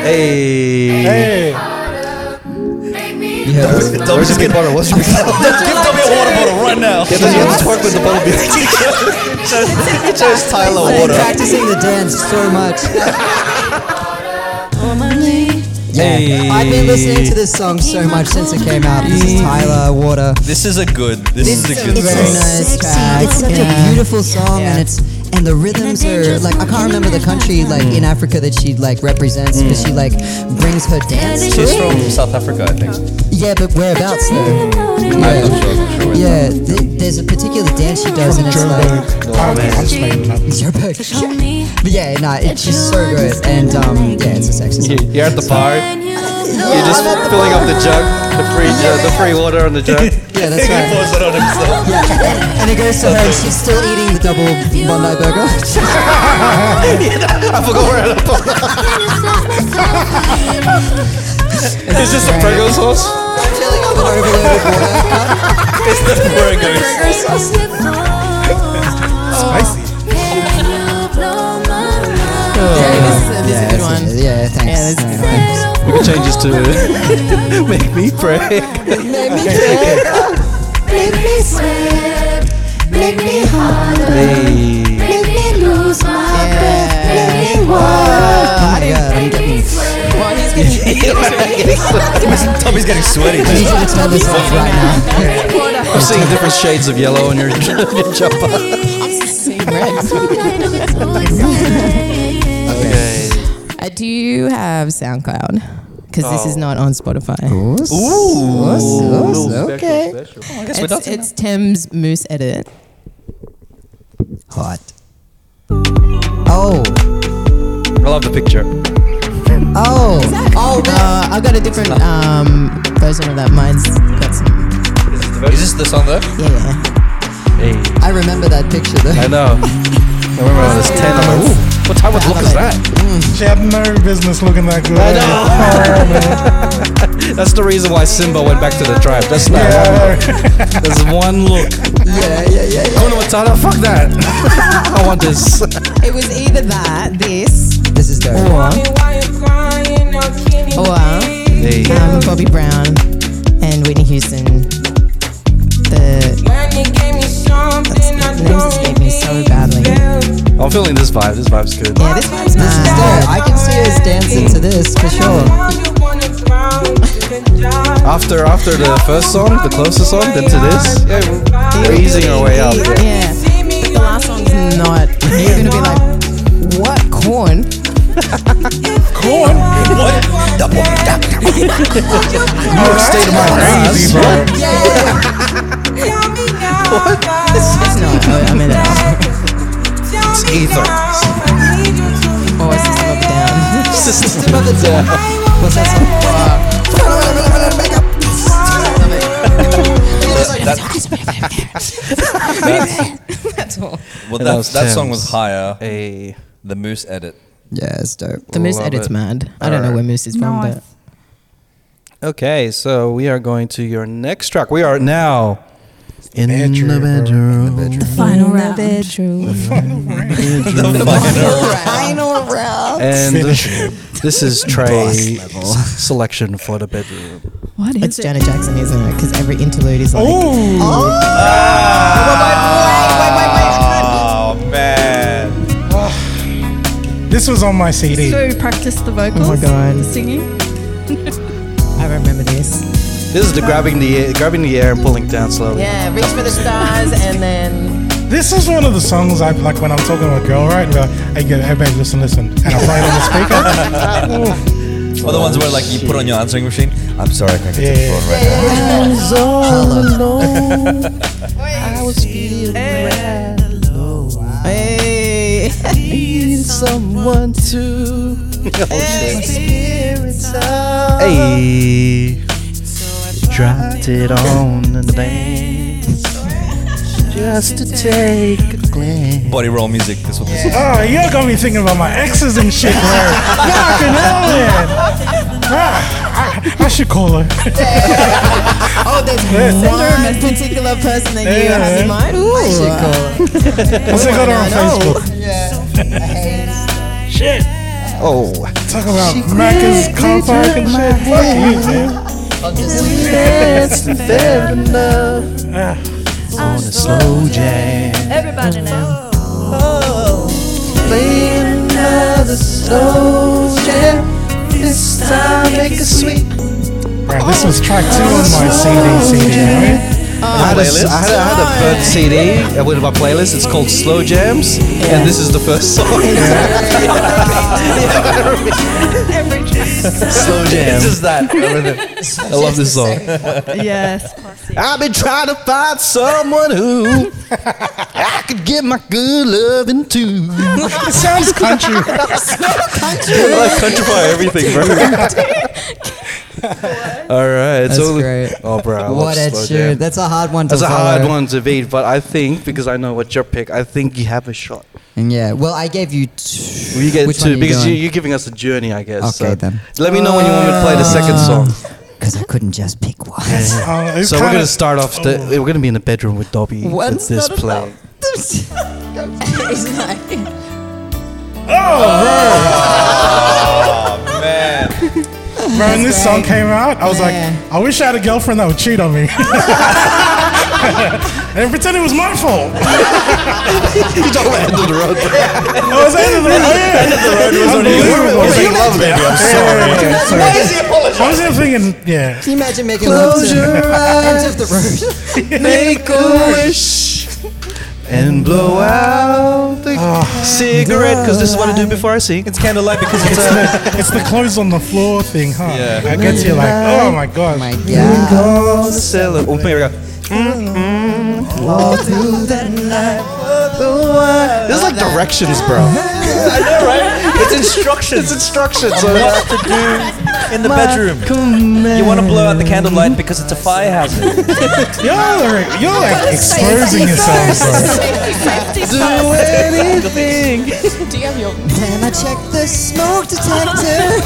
[SPEAKER 1] Hey.
[SPEAKER 4] Hey,
[SPEAKER 2] yeah.
[SPEAKER 3] Dobby, just get water. What's your Give Dobby a water bottle right now.
[SPEAKER 7] Yeah, then you have to twerk with the bottle beer. It shows Tyler
[SPEAKER 2] I've been
[SPEAKER 7] water.
[SPEAKER 2] practicing the dance so much. Yeah. I've been listening to this song so much since it came out. This is Tyler Water.
[SPEAKER 3] This is a good. This, is a good
[SPEAKER 2] it's
[SPEAKER 3] song.
[SPEAKER 2] a nice
[SPEAKER 8] Sexy,
[SPEAKER 2] track. It's such
[SPEAKER 5] yeah.
[SPEAKER 2] a beautiful song, and
[SPEAKER 5] Yeah.
[SPEAKER 2] it's and the rhythms are like I can't remember the country like in Africa that she like represents, but she like brings her dance to
[SPEAKER 3] She's
[SPEAKER 2] it.
[SPEAKER 3] from South Africa, I think.
[SPEAKER 2] Yeah, but whereabouts though?
[SPEAKER 3] I'm not sure. I'm sure.
[SPEAKER 2] Yeah, th- there's a particular dance she does, and it's like
[SPEAKER 4] Joburg. Oh, I'm just making it up.
[SPEAKER 2] Joburg. But yeah, no, it's just so good, and um, yeah, it's a sexy song.
[SPEAKER 1] You're at the bar. You're just filling up the jug, the free jug, the free water on the jug.
[SPEAKER 2] Yeah, that's
[SPEAKER 3] He
[SPEAKER 2] right.
[SPEAKER 3] pours it on himself.
[SPEAKER 2] Yeah, and it goes to her, and she's still eating the double Bondi burger.
[SPEAKER 1] Is this the Prego sauce?
[SPEAKER 2] Filling up an overload of water.
[SPEAKER 3] It's the burgers.
[SPEAKER 5] this is a, this is a
[SPEAKER 2] Yeah,
[SPEAKER 5] good
[SPEAKER 2] that's
[SPEAKER 5] one.
[SPEAKER 2] it. yeah, thanks.
[SPEAKER 5] Yeah, that's-
[SPEAKER 2] Yeah.
[SPEAKER 1] We can change this to make me pray.
[SPEAKER 8] Make me sweat, make me holler,
[SPEAKER 1] Hey.
[SPEAKER 8] make me lose my breath, make me
[SPEAKER 5] Uh,
[SPEAKER 8] walk.
[SPEAKER 5] I
[SPEAKER 2] Oh my
[SPEAKER 5] didn't
[SPEAKER 2] God, I'm getting.
[SPEAKER 5] well, he's getting,
[SPEAKER 3] Dobby's getting sweaty.
[SPEAKER 2] I need you to turn this off right now.
[SPEAKER 1] I'm seeing different shades of yellow on your, your jumper. Okay.
[SPEAKER 5] uh, do you have SoundCloud? Because this
[SPEAKER 3] Oh.
[SPEAKER 5] is not on Spotify.
[SPEAKER 2] Ooh. Okay.
[SPEAKER 5] It's, it's Thames Moose Edit.
[SPEAKER 2] Hot. Oh.
[SPEAKER 1] I love the picture.
[SPEAKER 2] Oh. Oh.
[SPEAKER 5] Uh, I've got a different um, version of that. Mine's got some.
[SPEAKER 3] Is this the song though?
[SPEAKER 5] Yeah, yeah.
[SPEAKER 1] Hey.
[SPEAKER 2] I remember that picture though.
[SPEAKER 1] I
[SPEAKER 3] Um,
[SPEAKER 1] know. I remember when I was 10, I'm like, ooh, what time of look is that?
[SPEAKER 4] She had no business looking that good.
[SPEAKER 1] I know. That's the reason why Simba went back to the tribe. That's not one look. There's one look.
[SPEAKER 2] Yeah, yeah, yeah. yeah.
[SPEAKER 1] Kuna Matata, fuck that. I want this.
[SPEAKER 5] It was either that, this,
[SPEAKER 2] This is dope.
[SPEAKER 5] or or
[SPEAKER 1] Hey.
[SPEAKER 5] um, Bobby Brown and Whitney Houston. The names escape me so badly.
[SPEAKER 1] I'm feeling this vibe. This vibe's good.
[SPEAKER 5] Yeah, this one's
[SPEAKER 2] This is
[SPEAKER 5] nice.
[SPEAKER 2] dope. I can see us dancing to this for sure.
[SPEAKER 1] After after the first song, the closest song, then to this, yeah, we're easing our way up. Yeah.
[SPEAKER 5] Yeah. But the last one's not. You're gonna be like, what corn?
[SPEAKER 3] Corn. What? Double.
[SPEAKER 1] New York State of my ass.
[SPEAKER 4] Crazy, bro.
[SPEAKER 5] It's not. Oh, I mean, it's
[SPEAKER 1] It's ether.
[SPEAKER 5] oh, it's just up down.
[SPEAKER 2] System of the Down. What's that song?
[SPEAKER 5] That's all.
[SPEAKER 3] Well,
[SPEAKER 1] And that
[SPEAKER 3] that,
[SPEAKER 1] was
[SPEAKER 3] that song
[SPEAKER 1] Thames.
[SPEAKER 3] was higher.
[SPEAKER 1] Hey.
[SPEAKER 3] The Moose edit.
[SPEAKER 2] Yeah, it's dope.
[SPEAKER 5] The moose
[SPEAKER 1] Love
[SPEAKER 5] edit's
[SPEAKER 1] it.
[SPEAKER 5] mad. I don't know where moose is from,
[SPEAKER 6] No, I-
[SPEAKER 5] but
[SPEAKER 1] Okay, so we are going to your next track. We are now in
[SPEAKER 4] bedroom,
[SPEAKER 1] the
[SPEAKER 4] bro.
[SPEAKER 1] bedroom.
[SPEAKER 6] Final round.
[SPEAKER 2] Final round.
[SPEAKER 1] And
[SPEAKER 4] Finish
[SPEAKER 1] this is Trey's selection for the bedroom.
[SPEAKER 6] What is
[SPEAKER 5] It's
[SPEAKER 6] it?
[SPEAKER 5] Janet Jackson, isn't it? Because every interlude is like.
[SPEAKER 4] Oh,
[SPEAKER 3] Oh man.
[SPEAKER 4] this was on my CD.
[SPEAKER 6] So practice the vocals.
[SPEAKER 5] Oh my God.
[SPEAKER 6] the singing.
[SPEAKER 5] I remember this.
[SPEAKER 1] This is the grabbing the air, grabbing the air and pulling down slowly.
[SPEAKER 5] Yeah, reach for the stars and then.
[SPEAKER 4] This is one of the songs I like when I'm talking to a girl, right? And go, hey, go, hey, babe, listen, listen. And I play it on the speaker.
[SPEAKER 3] Or the ones where like you put on your answering machine. I'm sorry, I can't get to the
[SPEAKER 4] Yeah.
[SPEAKER 3] phone right now.
[SPEAKER 5] Hey.
[SPEAKER 1] Need someone to. Hey, dropped it on the dance just to take a glance.
[SPEAKER 3] Body roll music. That's what this is.
[SPEAKER 4] Oh, you got me thinking about my exes and shit, man. Fucking hell, man. Ah, I, I should call her.
[SPEAKER 5] Oh, there's one particular person that you
[SPEAKER 4] Yeah.
[SPEAKER 5] have in mind. Ooh. uh,
[SPEAKER 4] What's it got her on
[SPEAKER 5] I know.
[SPEAKER 4] Facebook?
[SPEAKER 1] Oh,
[SPEAKER 4] Talk about Macca's car park and shit. Fuck you, Ah. man.
[SPEAKER 1] slow jam.
[SPEAKER 9] Everybody now.
[SPEAKER 4] Right, this was track two on my CD, CD, right?
[SPEAKER 1] I had, a, I, had a, I had a bird CD uh, with my playlist. It's called Slow Jams, and this is the first song. Slow jam.
[SPEAKER 3] It's just that. everything.
[SPEAKER 1] I love this song.
[SPEAKER 6] yes.
[SPEAKER 1] I've been trying to find someone who I could get my good love into.
[SPEAKER 4] It sounds country.
[SPEAKER 3] I like countrify everything, bro.
[SPEAKER 1] All right,
[SPEAKER 2] That's
[SPEAKER 1] so
[SPEAKER 2] great.
[SPEAKER 1] oh, bro, I love
[SPEAKER 2] What a
[SPEAKER 1] Slow
[SPEAKER 2] tune.
[SPEAKER 1] Jam.
[SPEAKER 2] That's a hard one to
[SPEAKER 1] That's a
[SPEAKER 2] follow.
[SPEAKER 1] hard one to beat, but I think because I know what your pick, I think you have a shot.
[SPEAKER 2] And yeah, well, I gave you two.
[SPEAKER 1] We get
[SPEAKER 2] Which
[SPEAKER 1] two
[SPEAKER 2] one are you
[SPEAKER 1] because
[SPEAKER 2] doing?
[SPEAKER 1] you, you're giving us a journey, I guess.
[SPEAKER 2] Okay,
[SPEAKER 1] so.
[SPEAKER 2] then. Uh,
[SPEAKER 1] Let me know when you want me to play the second song.
[SPEAKER 2] Because I couldn't just pick one.
[SPEAKER 4] Uh, it's
[SPEAKER 1] So we're
[SPEAKER 4] kinda-
[SPEAKER 1] gonna start off. The, we're gonna be in the bedroom with Dobby. with
[SPEAKER 5] One's
[SPEAKER 1] this
[SPEAKER 5] not
[SPEAKER 1] play.
[SPEAKER 5] enough. It's like-
[SPEAKER 4] Bro, when this song came out, I was
[SPEAKER 5] Yeah.
[SPEAKER 4] like, I wish I had a girlfriend that would cheat on me. and pretend it was my fault.
[SPEAKER 1] you talking about end of the road, bro?
[SPEAKER 4] I was out of the road. Unbelievable.
[SPEAKER 1] It's like, love, baby. I'm sorry.
[SPEAKER 4] I was there thinking, yeah.
[SPEAKER 2] Can you imagine making love to end of the road?
[SPEAKER 1] Make a wish and blow out the cigarette because this is what I do before I sing.
[SPEAKER 3] It's candlelight because it's a.
[SPEAKER 4] It's the clothes on the floor thing, huh?
[SPEAKER 3] Yeah.
[SPEAKER 4] I guess you're like, oh my god.
[SPEAKER 2] My God.
[SPEAKER 1] Gonna sell it. Oh, here we go. Mm-hmm. This is like directions, bro. I know, right? It's instructions. It's instructions. So
[SPEAKER 3] what to do in the bedroom. You want to blow out the candlelight because it's a fire hazard.
[SPEAKER 4] Y'all are, you're like exposing yourselves, bro.
[SPEAKER 1] do anything.
[SPEAKER 5] Do you have your
[SPEAKER 2] Can I check the smoke detector?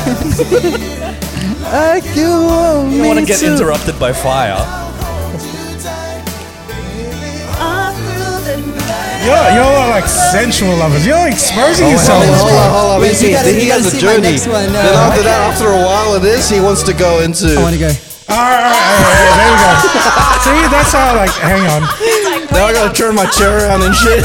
[SPEAKER 1] I you want
[SPEAKER 3] You want to get
[SPEAKER 1] to.
[SPEAKER 3] interrupted by fire.
[SPEAKER 4] Y'all, y'all are like sensual lovers. You're exposing
[SPEAKER 1] Hold
[SPEAKER 4] yourselves,
[SPEAKER 1] on, hold on,
[SPEAKER 4] bro.
[SPEAKER 1] hold on.
[SPEAKER 2] Wait,
[SPEAKER 1] he,
[SPEAKER 2] you gotta-
[SPEAKER 1] he
[SPEAKER 2] you
[SPEAKER 1] has a
[SPEAKER 2] gotta see my
[SPEAKER 1] journey.
[SPEAKER 2] next one, no.
[SPEAKER 1] Then after that, after a while of this, he wants to go into.
[SPEAKER 2] I want to go.
[SPEAKER 4] Alright, alright, alright, there we go. See, that's how, like, hang on.
[SPEAKER 1] Now I gotta turn my chair around and shit.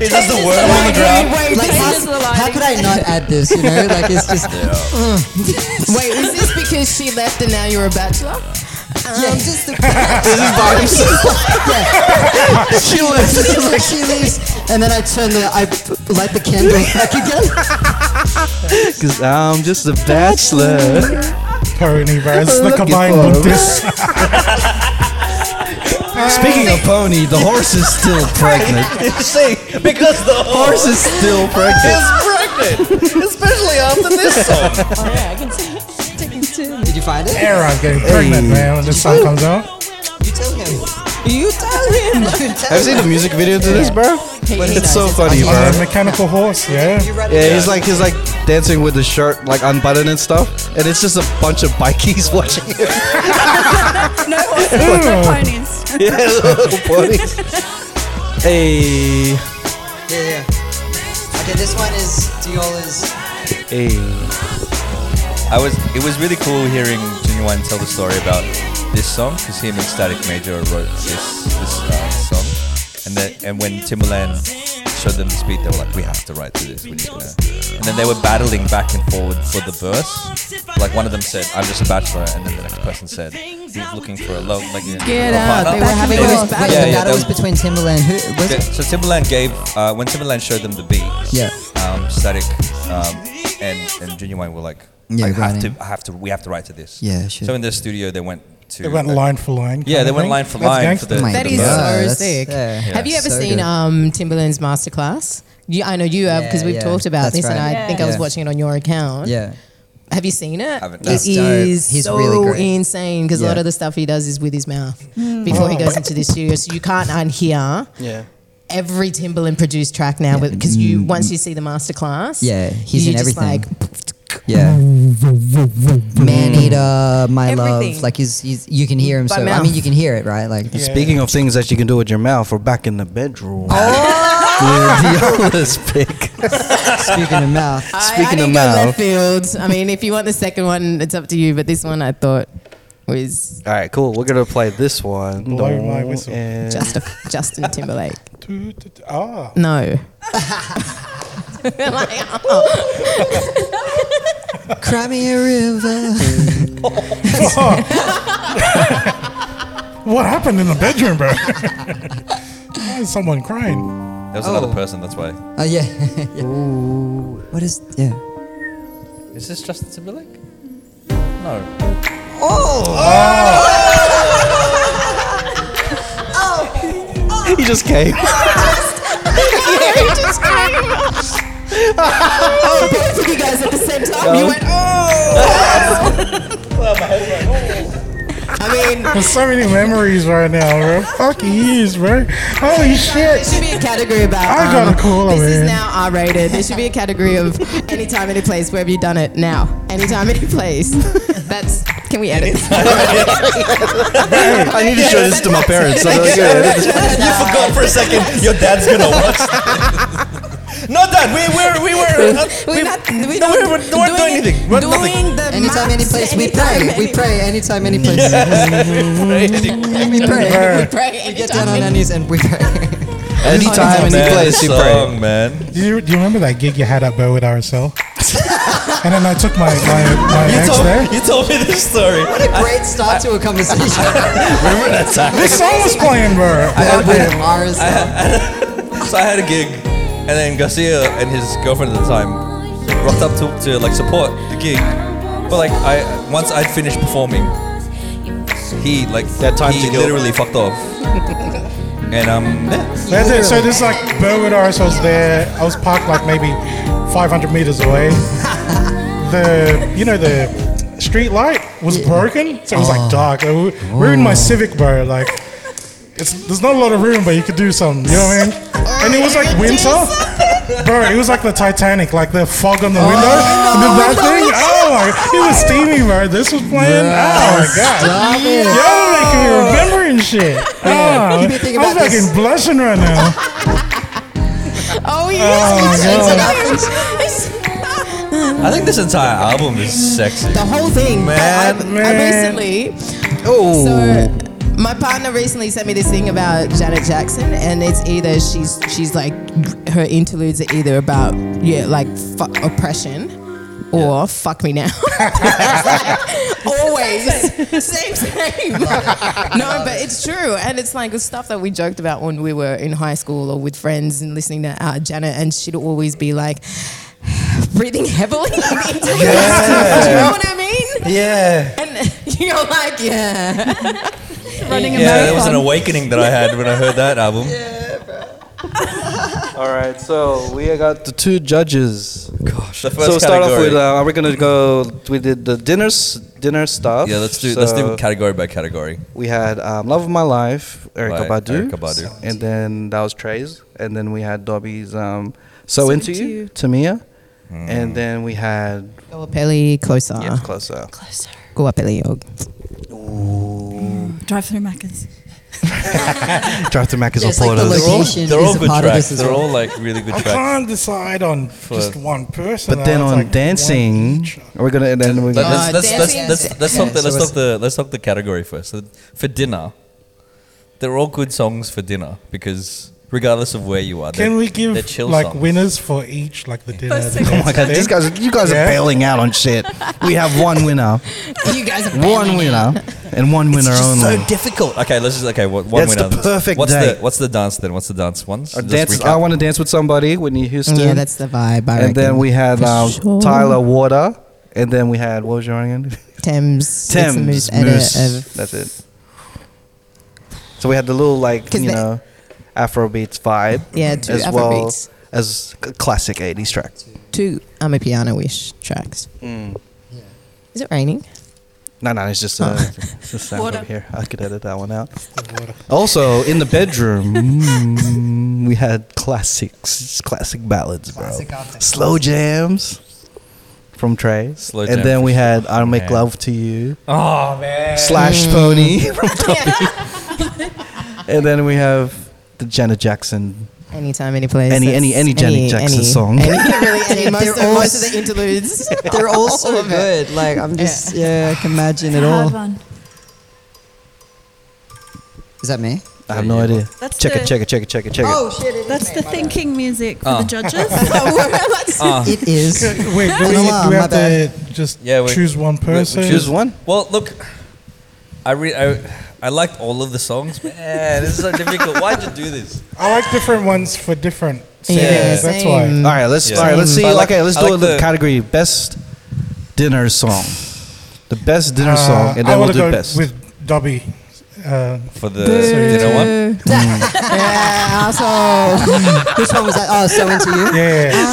[SPEAKER 3] It's just the worm on the ground.
[SPEAKER 2] Like, how, how could I not add this? You know, like it's just mm.
[SPEAKER 5] Wait, is this because she left and now you're a bachelor?
[SPEAKER 2] yeah, just the, she leaves, like she leaves, and then I turn the I light the candle back again.
[SPEAKER 1] Cause I'm just a bachelor.
[SPEAKER 4] Pony, bro. It's the
[SPEAKER 1] Look at
[SPEAKER 4] combined
[SPEAKER 1] them.
[SPEAKER 4] Buddhist.
[SPEAKER 1] Speaking of pony, the horse is still pregnant.
[SPEAKER 3] See, because the horse
[SPEAKER 1] horse is still pregnant.
[SPEAKER 3] is pregnant, especially after this song.
[SPEAKER 5] Yeah, I can see.
[SPEAKER 2] Did you find it?
[SPEAKER 4] Aaron getting pregnant, man, when the song comes out.
[SPEAKER 2] You tell him.
[SPEAKER 5] You tell him.
[SPEAKER 2] You tell
[SPEAKER 1] Have you
[SPEAKER 2] him.
[SPEAKER 1] seen the music video to this, bro?
[SPEAKER 5] He- he
[SPEAKER 1] It's so
[SPEAKER 5] knows.
[SPEAKER 1] funny,
[SPEAKER 4] Uh,
[SPEAKER 1] bro.
[SPEAKER 4] mechanical horse, yeah.
[SPEAKER 1] Yeah, he's like he's like dancing with his shirt like unbuttoned and stuff, and it's just a bunch of bikies watching him.
[SPEAKER 6] No horses, no ponies.
[SPEAKER 1] yeah, little ponies. Hey,
[SPEAKER 2] Yeah, yeah. Okay, this one is Diola's.
[SPEAKER 1] hey.
[SPEAKER 3] I was. It was really cool hearing Genuine tell the story about this song because him and Static Major wrote this this uh, song, and then and when Timbaland showed them this beat, they were like, "We have to write to this. We're just gonna." And then they were battling back and forward for the verse. Like one of them said, "I'm just a bachelor," and then the next person said, "He's looking for a love." Like,
[SPEAKER 5] Get
[SPEAKER 3] a
[SPEAKER 5] out.
[SPEAKER 3] partner."
[SPEAKER 5] They were having
[SPEAKER 2] It
[SPEAKER 5] a
[SPEAKER 2] was,
[SPEAKER 5] back-
[SPEAKER 2] wait,
[SPEAKER 3] Yeah,
[SPEAKER 2] the
[SPEAKER 3] yeah,
[SPEAKER 2] battle was
[SPEAKER 3] that-
[SPEAKER 2] between Timberland. Who was
[SPEAKER 3] Yeah,
[SPEAKER 2] it?
[SPEAKER 3] so Timberland gave uh, when Timberland showed them the beat.
[SPEAKER 2] Yeah.
[SPEAKER 3] Um, Static um, and and Genuine were like,
[SPEAKER 2] Yeah,
[SPEAKER 3] I have
[SPEAKER 2] writing.
[SPEAKER 3] to, I have to, we have to write to this.
[SPEAKER 2] Yeah, shit.
[SPEAKER 3] So in the studio, they went to.
[SPEAKER 4] They went line for line.
[SPEAKER 3] Yeah,
[SPEAKER 4] kinda
[SPEAKER 3] they went
[SPEAKER 4] thing.
[SPEAKER 3] line for
[SPEAKER 4] That's
[SPEAKER 3] line for
[SPEAKER 4] gangster.
[SPEAKER 3] the.
[SPEAKER 2] Oh My
[SPEAKER 5] That
[SPEAKER 3] the
[SPEAKER 5] is
[SPEAKER 3] verse.
[SPEAKER 2] Yeah,
[SPEAKER 5] so
[SPEAKER 2] that's-
[SPEAKER 5] sick.
[SPEAKER 2] yeah.
[SPEAKER 5] Have you ever
[SPEAKER 2] So
[SPEAKER 5] seen
[SPEAKER 2] good.
[SPEAKER 5] um, Timberland's masterclass? You, I know you have because
[SPEAKER 2] Yeah,
[SPEAKER 5] we've
[SPEAKER 2] yeah,
[SPEAKER 5] talked about
[SPEAKER 2] that's
[SPEAKER 5] this, and
[SPEAKER 2] right.
[SPEAKER 5] I think I was
[SPEAKER 2] Yeah.
[SPEAKER 5] watching it on your account.
[SPEAKER 2] Yeah.
[SPEAKER 5] Have you seen it?
[SPEAKER 3] Haven't.
[SPEAKER 5] It
[SPEAKER 3] That's
[SPEAKER 2] dope.
[SPEAKER 5] is
[SPEAKER 2] He's
[SPEAKER 5] so
[SPEAKER 2] really great.
[SPEAKER 5] insane because a lot
[SPEAKER 3] Yeah.
[SPEAKER 5] of the stuff he does is with his mouth before
[SPEAKER 2] Oh
[SPEAKER 5] he goes into the studio. So you can't unhear
[SPEAKER 1] Yeah.
[SPEAKER 5] every Timbaland produced track now because you once you see the masterclass,
[SPEAKER 2] Mm. Yeah, he's
[SPEAKER 5] you
[SPEAKER 2] in
[SPEAKER 5] just
[SPEAKER 2] everything.
[SPEAKER 5] like
[SPEAKER 2] Yeah. Man eater, my love.
[SPEAKER 5] Everything.
[SPEAKER 2] Like he's, he's you can hear him.
[SPEAKER 5] By
[SPEAKER 2] So I
[SPEAKER 5] mouth.
[SPEAKER 2] mean, you can hear it, right? Like
[SPEAKER 1] Speaking of things that you can do with your mouth, we're back in the bedroom. With Diola's pick.
[SPEAKER 2] speaking of mouth.
[SPEAKER 5] I-
[SPEAKER 1] Speaking
[SPEAKER 5] I, didn't
[SPEAKER 1] of
[SPEAKER 5] go
[SPEAKER 1] mouth.
[SPEAKER 5] left field. I mean, if you want the second one, it's up to you. But this one I thought was
[SPEAKER 1] All right, cool. We're gonna play this one.
[SPEAKER 4] Blow my whistle.
[SPEAKER 1] And-
[SPEAKER 5] just Justin Timberlake.
[SPEAKER 4] Doo, doo, doo. Ah,
[SPEAKER 5] No. Like, oh.
[SPEAKER 2] Cry me a river.
[SPEAKER 4] what happened in the bedroom, bro? Why is someone crying?
[SPEAKER 3] There was another person. That's why.
[SPEAKER 2] Oh yeah. yeah. What is yeah?
[SPEAKER 3] Is this Justin Timberlake? No.
[SPEAKER 1] he just came.
[SPEAKER 5] both of you guys at the same time. You went, oh! I mean,
[SPEAKER 4] There's so many memories right now, bro. Fuck years, bro. Holy
[SPEAKER 5] there
[SPEAKER 4] shit.
[SPEAKER 5] should be a category about.
[SPEAKER 4] I got a caller,
[SPEAKER 5] This
[SPEAKER 4] man.
[SPEAKER 5] is now R rated. There should be a category of anytime, any place. Where have you done it now? Anytime, any place. That's. Can we edit?
[SPEAKER 1] I need to show this to my parents. So they're like, yeah.
[SPEAKER 3] You forgot for a second. Your dad's gonna watch. no, dad. We were we were. uh,
[SPEAKER 5] We're not. We're
[SPEAKER 3] no,
[SPEAKER 5] not
[SPEAKER 3] we weren't doing, anything. We're
[SPEAKER 5] doing
[SPEAKER 3] nothing.
[SPEAKER 5] the
[SPEAKER 2] Anytime, any
[SPEAKER 5] maths,
[SPEAKER 2] place we pray.
[SPEAKER 5] anytime,
[SPEAKER 2] We
[SPEAKER 5] any-
[SPEAKER 2] pray anytime, any place. we pray.
[SPEAKER 5] We pray.
[SPEAKER 2] We get down on our knees and we pray.
[SPEAKER 1] Anytime, any place you pray.
[SPEAKER 3] Song, man.
[SPEAKER 4] Do you, do you remember that gig you had at Bow with RSL? and then I took my, my, my
[SPEAKER 3] You
[SPEAKER 4] ex there.
[SPEAKER 3] told, you told me this story.
[SPEAKER 2] Great start to a conversation.
[SPEAKER 3] Remember that time?
[SPEAKER 4] This song was playing, bro.
[SPEAKER 2] With Mars.
[SPEAKER 3] So I had a gig, and then Garcia and his girlfriend at the time rocked up to, to like support the gig. But like I once I'd finished performing, he like
[SPEAKER 1] That time
[SPEAKER 3] he
[SPEAKER 1] to kill.
[SPEAKER 3] literally fucked off. and um, yeah.
[SPEAKER 4] That's it. So this like Burwood RS was there. I was parked like maybe 500 meters away. the you know the street light was broken, so it was
[SPEAKER 2] Oh.
[SPEAKER 4] like dark. So we- we We're in my Civic, bro. Like it's there's not a lot of room, but you could do something. You know what I mean?
[SPEAKER 2] Oh,
[SPEAKER 4] And it was like winter, bro. It was like the Titanic, like the fog
[SPEAKER 2] Oh,
[SPEAKER 4] on the window. and then that thing. Oh my! It was steamy, bro. This was playing. oh my god!
[SPEAKER 2] Stop it.
[SPEAKER 4] Y'all making me remember and shit. Oh,
[SPEAKER 2] you been thinking
[SPEAKER 4] I'm
[SPEAKER 2] about
[SPEAKER 4] fucking
[SPEAKER 2] this-
[SPEAKER 4] blushing right now.
[SPEAKER 5] Oh
[SPEAKER 4] God.
[SPEAKER 5] yes.
[SPEAKER 3] I think this entire album is sexy.
[SPEAKER 5] the whole thing.
[SPEAKER 3] Man,
[SPEAKER 5] I, I,
[SPEAKER 4] man.
[SPEAKER 5] I Uh, recently. Oh. So my partner recently sent me this thing about Janet Jackson, and it's either she's she's like her interludes are either about yeah like fu- oppression. Or fuck me now. It's like, always same same. no, but it's true, and it's like the stuff that we joked about when we were in high school or with friends and listening to uh, Janet, and she'd always be like breathing heavily into the Do you know what I mean?
[SPEAKER 1] Yeah.
[SPEAKER 5] And you're like, yeah.
[SPEAKER 6] running a
[SPEAKER 3] Yeah, that was an
[SPEAKER 6] marathon.
[SPEAKER 3] awakening that I had when I heard that album.
[SPEAKER 1] All right, so we got the two judges.
[SPEAKER 3] Gosh, the first
[SPEAKER 1] so we'll start off
[SPEAKER 3] category.
[SPEAKER 1] with, uh, are we gonna go? We did the dinners, dinner stuff.
[SPEAKER 3] yeah, let's do let's do
[SPEAKER 1] So-
[SPEAKER 3] category by category.
[SPEAKER 1] We had um, Love of My Life, Erica
[SPEAKER 3] By
[SPEAKER 1] Badu.
[SPEAKER 3] Erykah Badu.
[SPEAKER 1] And then that was Trey's. And then we had Dobby's um, So, Into You, Tamia.
[SPEAKER 3] Hmm.
[SPEAKER 1] And then we had
[SPEAKER 5] Guapeli closer.
[SPEAKER 1] yeah, Closer.
[SPEAKER 5] Guapeli. oh.
[SPEAKER 6] Drive through Macca's.
[SPEAKER 1] Drive to Mac is
[SPEAKER 2] Just like the
[SPEAKER 3] They're all,
[SPEAKER 2] Location
[SPEAKER 3] they're all
[SPEAKER 2] is a
[SPEAKER 3] good
[SPEAKER 2] part of this
[SPEAKER 3] tracks.
[SPEAKER 2] as
[SPEAKER 3] They're
[SPEAKER 2] well.
[SPEAKER 3] all like really good
[SPEAKER 4] I
[SPEAKER 3] tracks.
[SPEAKER 4] can't decide on just one person.
[SPEAKER 1] But then
[SPEAKER 4] I was
[SPEAKER 1] on
[SPEAKER 4] like,
[SPEAKER 1] dancing, we're gonna and then we're
[SPEAKER 3] But
[SPEAKER 1] gonna.
[SPEAKER 5] Uh,
[SPEAKER 3] let's let's let's
[SPEAKER 5] dancing-
[SPEAKER 3] let's let's talk the
[SPEAKER 2] so
[SPEAKER 3] let's
[SPEAKER 2] it's-
[SPEAKER 3] talk the let's talk the category first. So for dinner, they're all good songs for dinner because regardless of where you are,
[SPEAKER 4] Can
[SPEAKER 3] they're-
[SPEAKER 4] we
[SPEAKER 3] they're
[SPEAKER 4] give
[SPEAKER 3] chill
[SPEAKER 4] like
[SPEAKER 3] songs.
[SPEAKER 4] winners for each, like the dinner?
[SPEAKER 6] First
[SPEAKER 4] the
[SPEAKER 6] thing.
[SPEAKER 4] dance
[SPEAKER 1] Oh my god,
[SPEAKER 4] thing?
[SPEAKER 1] these guys, you guys
[SPEAKER 4] Yeah.
[SPEAKER 1] are bailing out on shit. We have one winner,
[SPEAKER 5] You guys are
[SPEAKER 1] one winner, and one winner
[SPEAKER 3] It's
[SPEAKER 1] only.
[SPEAKER 3] so difficult. Okay, let's just okay. What, one
[SPEAKER 1] That's
[SPEAKER 3] winner.
[SPEAKER 1] the perfect
[SPEAKER 3] what's
[SPEAKER 1] day.
[SPEAKER 3] the what's the dance then? What's the dance ones?
[SPEAKER 1] Our
[SPEAKER 3] Just
[SPEAKER 1] dance,
[SPEAKER 3] recap.
[SPEAKER 1] I want to dance with somebody, Whitney Houston.
[SPEAKER 5] Yeah, that's the vibe. I reckon.
[SPEAKER 1] and then we had
[SPEAKER 5] For
[SPEAKER 1] um,
[SPEAKER 5] sure.
[SPEAKER 1] Tyler Water, and then we had what was your name? again?
[SPEAKER 5] Thames.
[SPEAKER 1] Thames.
[SPEAKER 5] It's a moose edit of
[SPEAKER 1] That's it. So we had the little like
[SPEAKER 5] 'Cause
[SPEAKER 1] you
[SPEAKER 5] they-
[SPEAKER 1] know, Afrobeats vibe
[SPEAKER 5] yeah, two
[SPEAKER 1] as
[SPEAKER 5] Afrobeats,
[SPEAKER 1] well as c- classic '80s track.
[SPEAKER 5] two I'm a piano wish tracks.
[SPEAKER 3] Mm.
[SPEAKER 2] Yeah.
[SPEAKER 5] Is it raining?
[SPEAKER 1] No, no, it's
[SPEAKER 5] Oh.
[SPEAKER 1] just uh, it's the sound
[SPEAKER 6] Water.
[SPEAKER 1] over here. I could edit that one out. Also, in the bedroom, mm, we had classics, classic ballads, bro. Slow jams from Trey.
[SPEAKER 3] Slow
[SPEAKER 1] and
[SPEAKER 3] jam
[SPEAKER 1] then
[SPEAKER 3] for
[SPEAKER 1] we had "I'll Make
[SPEAKER 3] Man.
[SPEAKER 1] Love to You"
[SPEAKER 3] Oh man.
[SPEAKER 1] slash Pony from Toppy. and then we have the Janet Jackson.
[SPEAKER 5] Anytime, any place.
[SPEAKER 1] Any-
[SPEAKER 5] that's-
[SPEAKER 1] any- any Janet Jackson
[SPEAKER 5] any,
[SPEAKER 1] song.
[SPEAKER 5] Any, really, any, most,
[SPEAKER 2] They're
[SPEAKER 5] of,
[SPEAKER 2] all
[SPEAKER 5] most of the interludes.
[SPEAKER 2] They're all
[SPEAKER 5] All
[SPEAKER 2] so
[SPEAKER 5] of it.
[SPEAKER 2] good. Like I'm just yeah, I can imagine
[SPEAKER 6] It's
[SPEAKER 2] it
[SPEAKER 6] a hard
[SPEAKER 2] all.
[SPEAKER 6] one.
[SPEAKER 2] Is that me?
[SPEAKER 1] I have no idea.
[SPEAKER 6] That's
[SPEAKER 1] Check
[SPEAKER 6] the-
[SPEAKER 1] it, check it, check it, check it, check
[SPEAKER 5] Oh.
[SPEAKER 1] it.
[SPEAKER 2] Oh, shit!
[SPEAKER 6] That's the thinking music for
[SPEAKER 3] Oh.
[SPEAKER 6] the judges.
[SPEAKER 3] Uh,
[SPEAKER 2] It is.
[SPEAKER 4] Wait, do we, do we
[SPEAKER 2] Alarm, my
[SPEAKER 4] have to just
[SPEAKER 3] Yeah, we-
[SPEAKER 4] choose one person?
[SPEAKER 1] Choose one.
[SPEAKER 3] well, look, I re- I, I liked all of the songs. Man, this is so difficult. Why'd you do this?
[SPEAKER 4] I like different ones for different singers.
[SPEAKER 5] Yeah,
[SPEAKER 4] that's
[SPEAKER 5] same.
[SPEAKER 4] why.
[SPEAKER 1] All right, let's
[SPEAKER 3] Yeah.
[SPEAKER 1] all right, let's
[SPEAKER 3] Mm.
[SPEAKER 1] see.
[SPEAKER 3] But I like-
[SPEAKER 1] okay, let's
[SPEAKER 3] I
[SPEAKER 1] do
[SPEAKER 3] like
[SPEAKER 1] a little
[SPEAKER 3] the-
[SPEAKER 1] category: best dinner song, the best dinner
[SPEAKER 4] Uh,
[SPEAKER 1] song, and
[SPEAKER 4] I
[SPEAKER 1] then we'll
[SPEAKER 4] want to
[SPEAKER 1] do
[SPEAKER 4] go
[SPEAKER 1] best.
[SPEAKER 4] with Dobby. Uh,
[SPEAKER 3] For the dinner one?
[SPEAKER 5] yeah, asshole.
[SPEAKER 2] Which one was that? Oh, so into you.
[SPEAKER 4] yeah,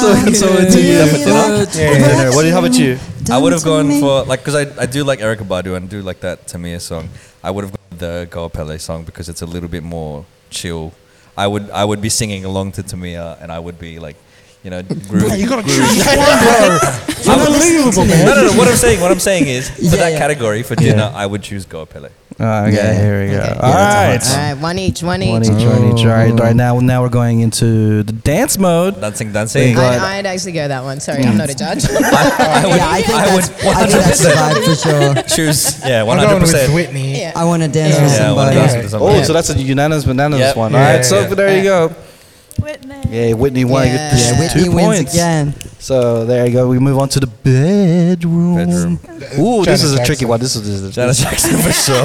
[SPEAKER 1] so it's all into you.
[SPEAKER 2] Yeah.
[SPEAKER 1] Dinner.
[SPEAKER 4] yeah.
[SPEAKER 1] Dinner. What do you? How about you?
[SPEAKER 3] I would have gone for like because I, I do like Erica Badu and do like that Tamir song. I would have gone with the Goa Pele song because it's a little bit more chill. I would I would be singing along to Tamir and I would be like, you know, groove.
[SPEAKER 4] You gotta
[SPEAKER 3] groove.
[SPEAKER 4] choose one, bro. It's
[SPEAKER 3] I'm-
[SPEAKER 4] unbelievable,
[SPEAKER 3] No,
[SPEAKER 4] man.
[SPEAKER 3] no, no. What I'm saying, what I'm saying is for
[SPEAKER 2] Yeah,
[SPEAKER 3] that
[SPEAKER 2] yeah.
[SPEAKER 3] category for dinner, I would choose Goa Pele.
[SPEAKER 1] Oh, okay,
[SPEAKER 2] Yeah.
[SPEAKER 1] here we go.
[SPEAKER 5] Okay.
[SPEAKER 1] All
[SPEAKER 2] Yeah,
[SPEAKER 1] right.
[SPEAKER 2] that's
[SPEAKER 5] All right, one each, one each.
[SPEAKER 1] One each, one each. All right, all right. Now, now we're going into the dance mode.
[SPEAKER 3] Dancing, dancing.
[SPEAKER 1] Thank
[SPEAKER 5] I'd, I'd actually go that one. Sorry, I'm not a judge.
[SPEAKER 3] I would,
[SPEAKER 2] Yeah, I think
[SPEAKER 3] I would
[SPEAKER 2] that's I think that's the vibe for sure.
[SPEAKER 3] choose. Yeah,
[SPEAKER 4] I'm
[SPEAKER 3] 100.
[SPEAKER 4] going with
[SPEAKER 3] percent
[SPEAKER 4] Whitney.
[SPEAKER 5] yeah.
[SPEAKER 2] I want to dance with
[SPEAKER 3] Yeah, I wanna
[SPEAKER 2] somebody.
[SPEAKER 3] dance with
[SPEAKER 1] Oh,
[SPEAKER 3] somebody.
[SPEAKER 1] so that's a unanimous, unanimous
[SPEAKER 3] Yep.
[SPEAKER 1] one.
[SPEAKER 4] Yeah,
[SPEAKER 1] all right,
[SPEAKER 4] yeah,
[SPEAKER 1] so
[SPEAKER 4] yeah.
[SPEAKER 1] there you go.
[SPEAKER 6] Whitney.
[SPEAKER 1] Yeah, Whitney won. You get the
[SPEAKER 5] Yeah,
[SPEAKER 2] Whitney
[SPEAKER 1] two
[SPEAKER 2] wins
[SPEAKER 1] points.
[SPEAKER 2] again.
[SPEAKER 1] So there you go. We move on to the bedroom.
[SPEAKER 3] Bedroom.
[SPEAKER 1] Ooh, this
[SPEAKER 4] Janet
[SPEAKER 1] is a tricky
[SPEAKER 4] Jackson.
[SPEAKER 1] one. This is this
[SPEAKER 3] Janet
[SPEAKER 1] is
[SPEAKER 3] Jackson for sure.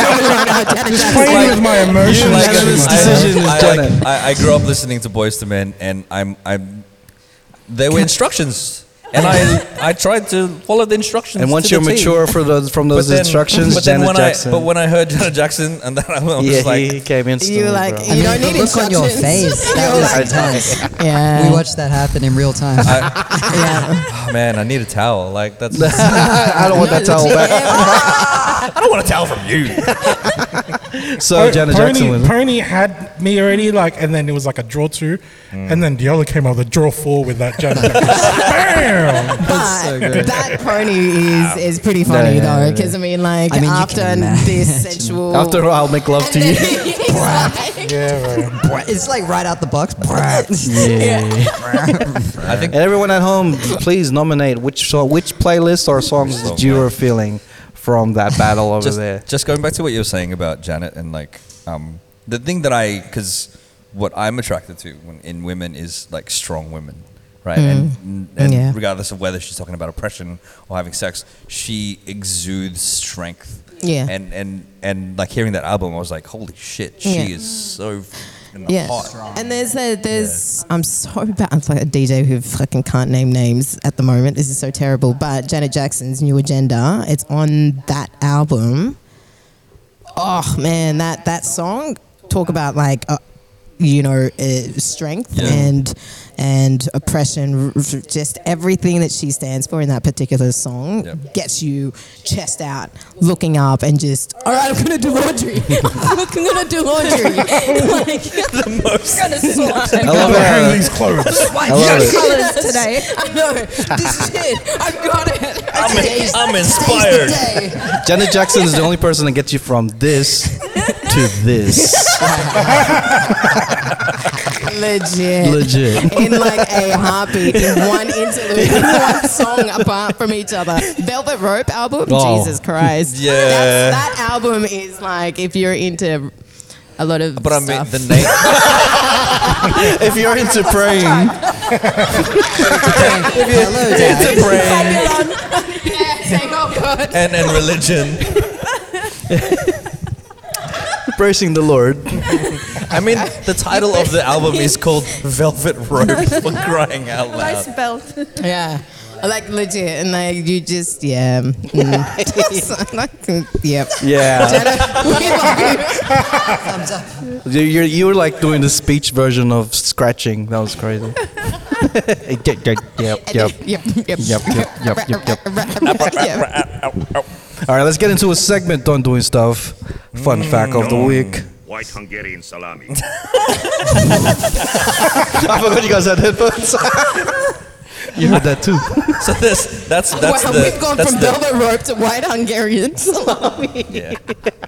[SPEAKER 4] Just playing
[SPEAKER 3] like-
[SPEAKER 4] with my emotions.
[SPEAKER 3] Like,
[SPEAKER 4] man.
[SPEAKER 1] Unanimous
[SPEAKER 3] I-
[SPEAKER 1] decision is
[SPEAKER 3] I, like-
[SPEAKER 1] Janet.
[SPEAKER 3] I, I grew up listening to Boys to Men, and I'm, I'm there were instructions, and I, I tried to follow the instructions.
[SPEAKER 1] And once
[SPEAKER 3] to
[SPEAKER 1] you're
[SPEAKER 3] the T.
[SPEAKER 1] mature for those from those
[SPEAKER 3] But then-
[SPEAKER 1] instructions,
[SPEAKER 3] but then
[SPEAKER 1] Janet
[SPEAKER 3] when
[SPEAKER 1] Jackson.
[SPEAKER 3] I, but when I heard Janet Jackson, and then I was
[SPEAKER 1] yeah,
[SPEAKER 3] like,
[SPEAKER 1] he came in.
[SPEAKER 5] You like
[SPEAKER 2] I
[SPEAKER 5] you
[SPEAKER 2] mean,
[SPEAKER 5] don't
[SPEAKER 2] the
[SPEAKER 5] need
[SPEAKER 2] look on your
[SPEAKER 5] instructions.
[SPEAKER 2] face. That
[SPEAKER 5] You're
[SPEAKER 2] was
[SPEAKER 5] like,
[SPEAKER 2] intense.
[SPEAKER 5] yeah.
[SPEAKER 2] We watched that happen in real time.
[SPEAKER 3] oh, man, I need a towel. Like that's,
[SPEAKER 1] I don't want that towel back.
[SPEAKER 3] I don't want a towel from you.
[SPEAKER 1] So
[SPEAKER 4] Po-
[SPEAKER 1] Oh, Janet
[SPEAKER 4] Oh, Pony,
[SPEAKER 1] Jackson wins.
[SPEAKER 4] Pony had me already, like, and then it was like a draw two,
[SPEAKER 3] Hmm.
[SPEAKER 4] and then Diola came out with a draw four with that Janet Jackson. Bam!
[SPEAKER 5] But that pony is is pretty funny
[SPEAKER 1] yeah,
[SPEAKER 5] though,
[SPEAKER 1] yeah,
[SPEAKER 5] because I mean, like
[SPEAKER 2] I mean, you
[SPEAKER 5] after
[SPEAKER 2] can
[SPEAKER 5] this sensual,
[SPEAKER 1] After I'll make love to you.
[SPEAKER 4] Yeah, bro.
[SPEAKER 2] It's like right out the box.
[SPEAKER 3] I
[SPEAKER 1] And
[SPEAKER 3] think
[SPEAKER 1] everyone at home, please nominate which song, which playlist or songs
[SPEAKER 3] song,
[SPEAKER 1] that you
[SPEAKER 3] right.
[SPEAKER 1] are feeling from that battle over
[SPEAKER 3] just,
[SPEAKER 1] there.
[SPEAKER 3] Just going back to what you were saying about Janet and like um, the thing that I because what I'm attracted to when, in women is like strong women, right? And, and
[SPEAKER 5] Mm. Yeah.
[SPEAKER 3] regardless of whether she's talking about oppression or having sex, she exudes strength.
[SPEAKER 5] Yeah.
[SPEAKER 3] And and and like hearing that album, I was like, holy shit, she
[SPEAKER 5] Yeah.
[SPEAKER 3] is so fucking
[SPEAKER 5] yeah.
[SPEAKER 3] hot.
[SPEAKER 5] And there's a, there's I'm so bad. I'm like a DJ who fucking can't name names at the moment. This is so terrible. But Janet Jackson's new agenda. It's on that album. Oh man, that that song. Talk about like. Uh, you know, uh, strength
[SPEAKER 3] Yeah.
[SPEAKER 5] and and oppression, r- r- just everything that she stands for in that particular song
[SPEAKER 3] Yep.
[SPEAKER 5] gets you chest out, looking up, and just all right, I'm gonna do laundry. I'm gonna do laundry. like, the most. Gonna
[SPEAKER 1] I
[SPEAKER 5] slide.
[SPEAKER 1] love
[SPEAKER 4] Wearing
[SPEAKER 1] it.
[SPEAKER 4] these clothes.
[SPEAKER 5] White
[SPEAKER 1] love it.
[SPEAKER 5] colours today. I know. This is it. I've got it.
[SPEAKER 3] I'm,
[SPEAKER 5] Today's-
[SPEAKER 3] I'm
[SPEAKER 5] today's
[SPEAKER 3] inspired.
[SPEAKER 5] the day.
[SPEAKER 1] Janet Jackson is the only person that gets you from this to this.
[SPEAKER 5] Legit.
[SPEAKER 1] Legit.
[SPEAKER 5] In like a heartbeat, in one interlude, in one song apart from each other. Velvet Rope album?
[SPEAKER 1] Oh.
[SPEAKER 5] Jesus Christ.
[SPEAKER 3] Yeah.
[SPEAKER 5] That's- that album is like, if you're into a lot of
[SPEAKER 3] But I mean,
[SPEAKER 5] stuff.
[SPEAKER 3] the name.
[SPEAKER 1] If you're into praying,
[SPEAKER 2] Hello, Dad.
[SPEAKER 3] It's a brain
[SPEAKER 5] yeah, saying, oh God.
[SPEAKER 3] and, and religion.
[SPEAKER 1] praising the Lord.
[SPEAKER 3] I mean, the title of the album is called Velvet Rope for crying out loud.
[SPEAKER 6] Nice belt.
[SPEAKER 5] Yeah. Like legit, and like you just yeah, mm. like, yep.
[SPEAKER 1] Yeah,
[SPEAKER 2] Thumbs up.
[SPEAKER 1] you you were like doing the speech version of scratching. That was crazy. yep, yep.
[SPEAKER 5] Yep. Yep.
[SPEAKER 1] Yep, yep, yep, yep, yep.
[SPEAKER 5] yep.
[SPEAKER 1] All right, let's get into a segment on doing stuff. Fun fact of the week.
[SPEAKER 9] White Hungarian salami.
[SPEAKER 7] I forgot you guys had headphones.
[SPEAKER 1] You heard that too.
[SPEAKER 3] So this that's that's
[SPEAKER 5] wow,
[SPEAKER 3] the
[SPEAKER 5] we've gone
[SPEAKER 3] that's
[SPEAKER 5] from
[SPEAKER 3] the,
[SPEAKER 5] velvet rope to white Hungarian salami.
[SPEAKER 3] yeah.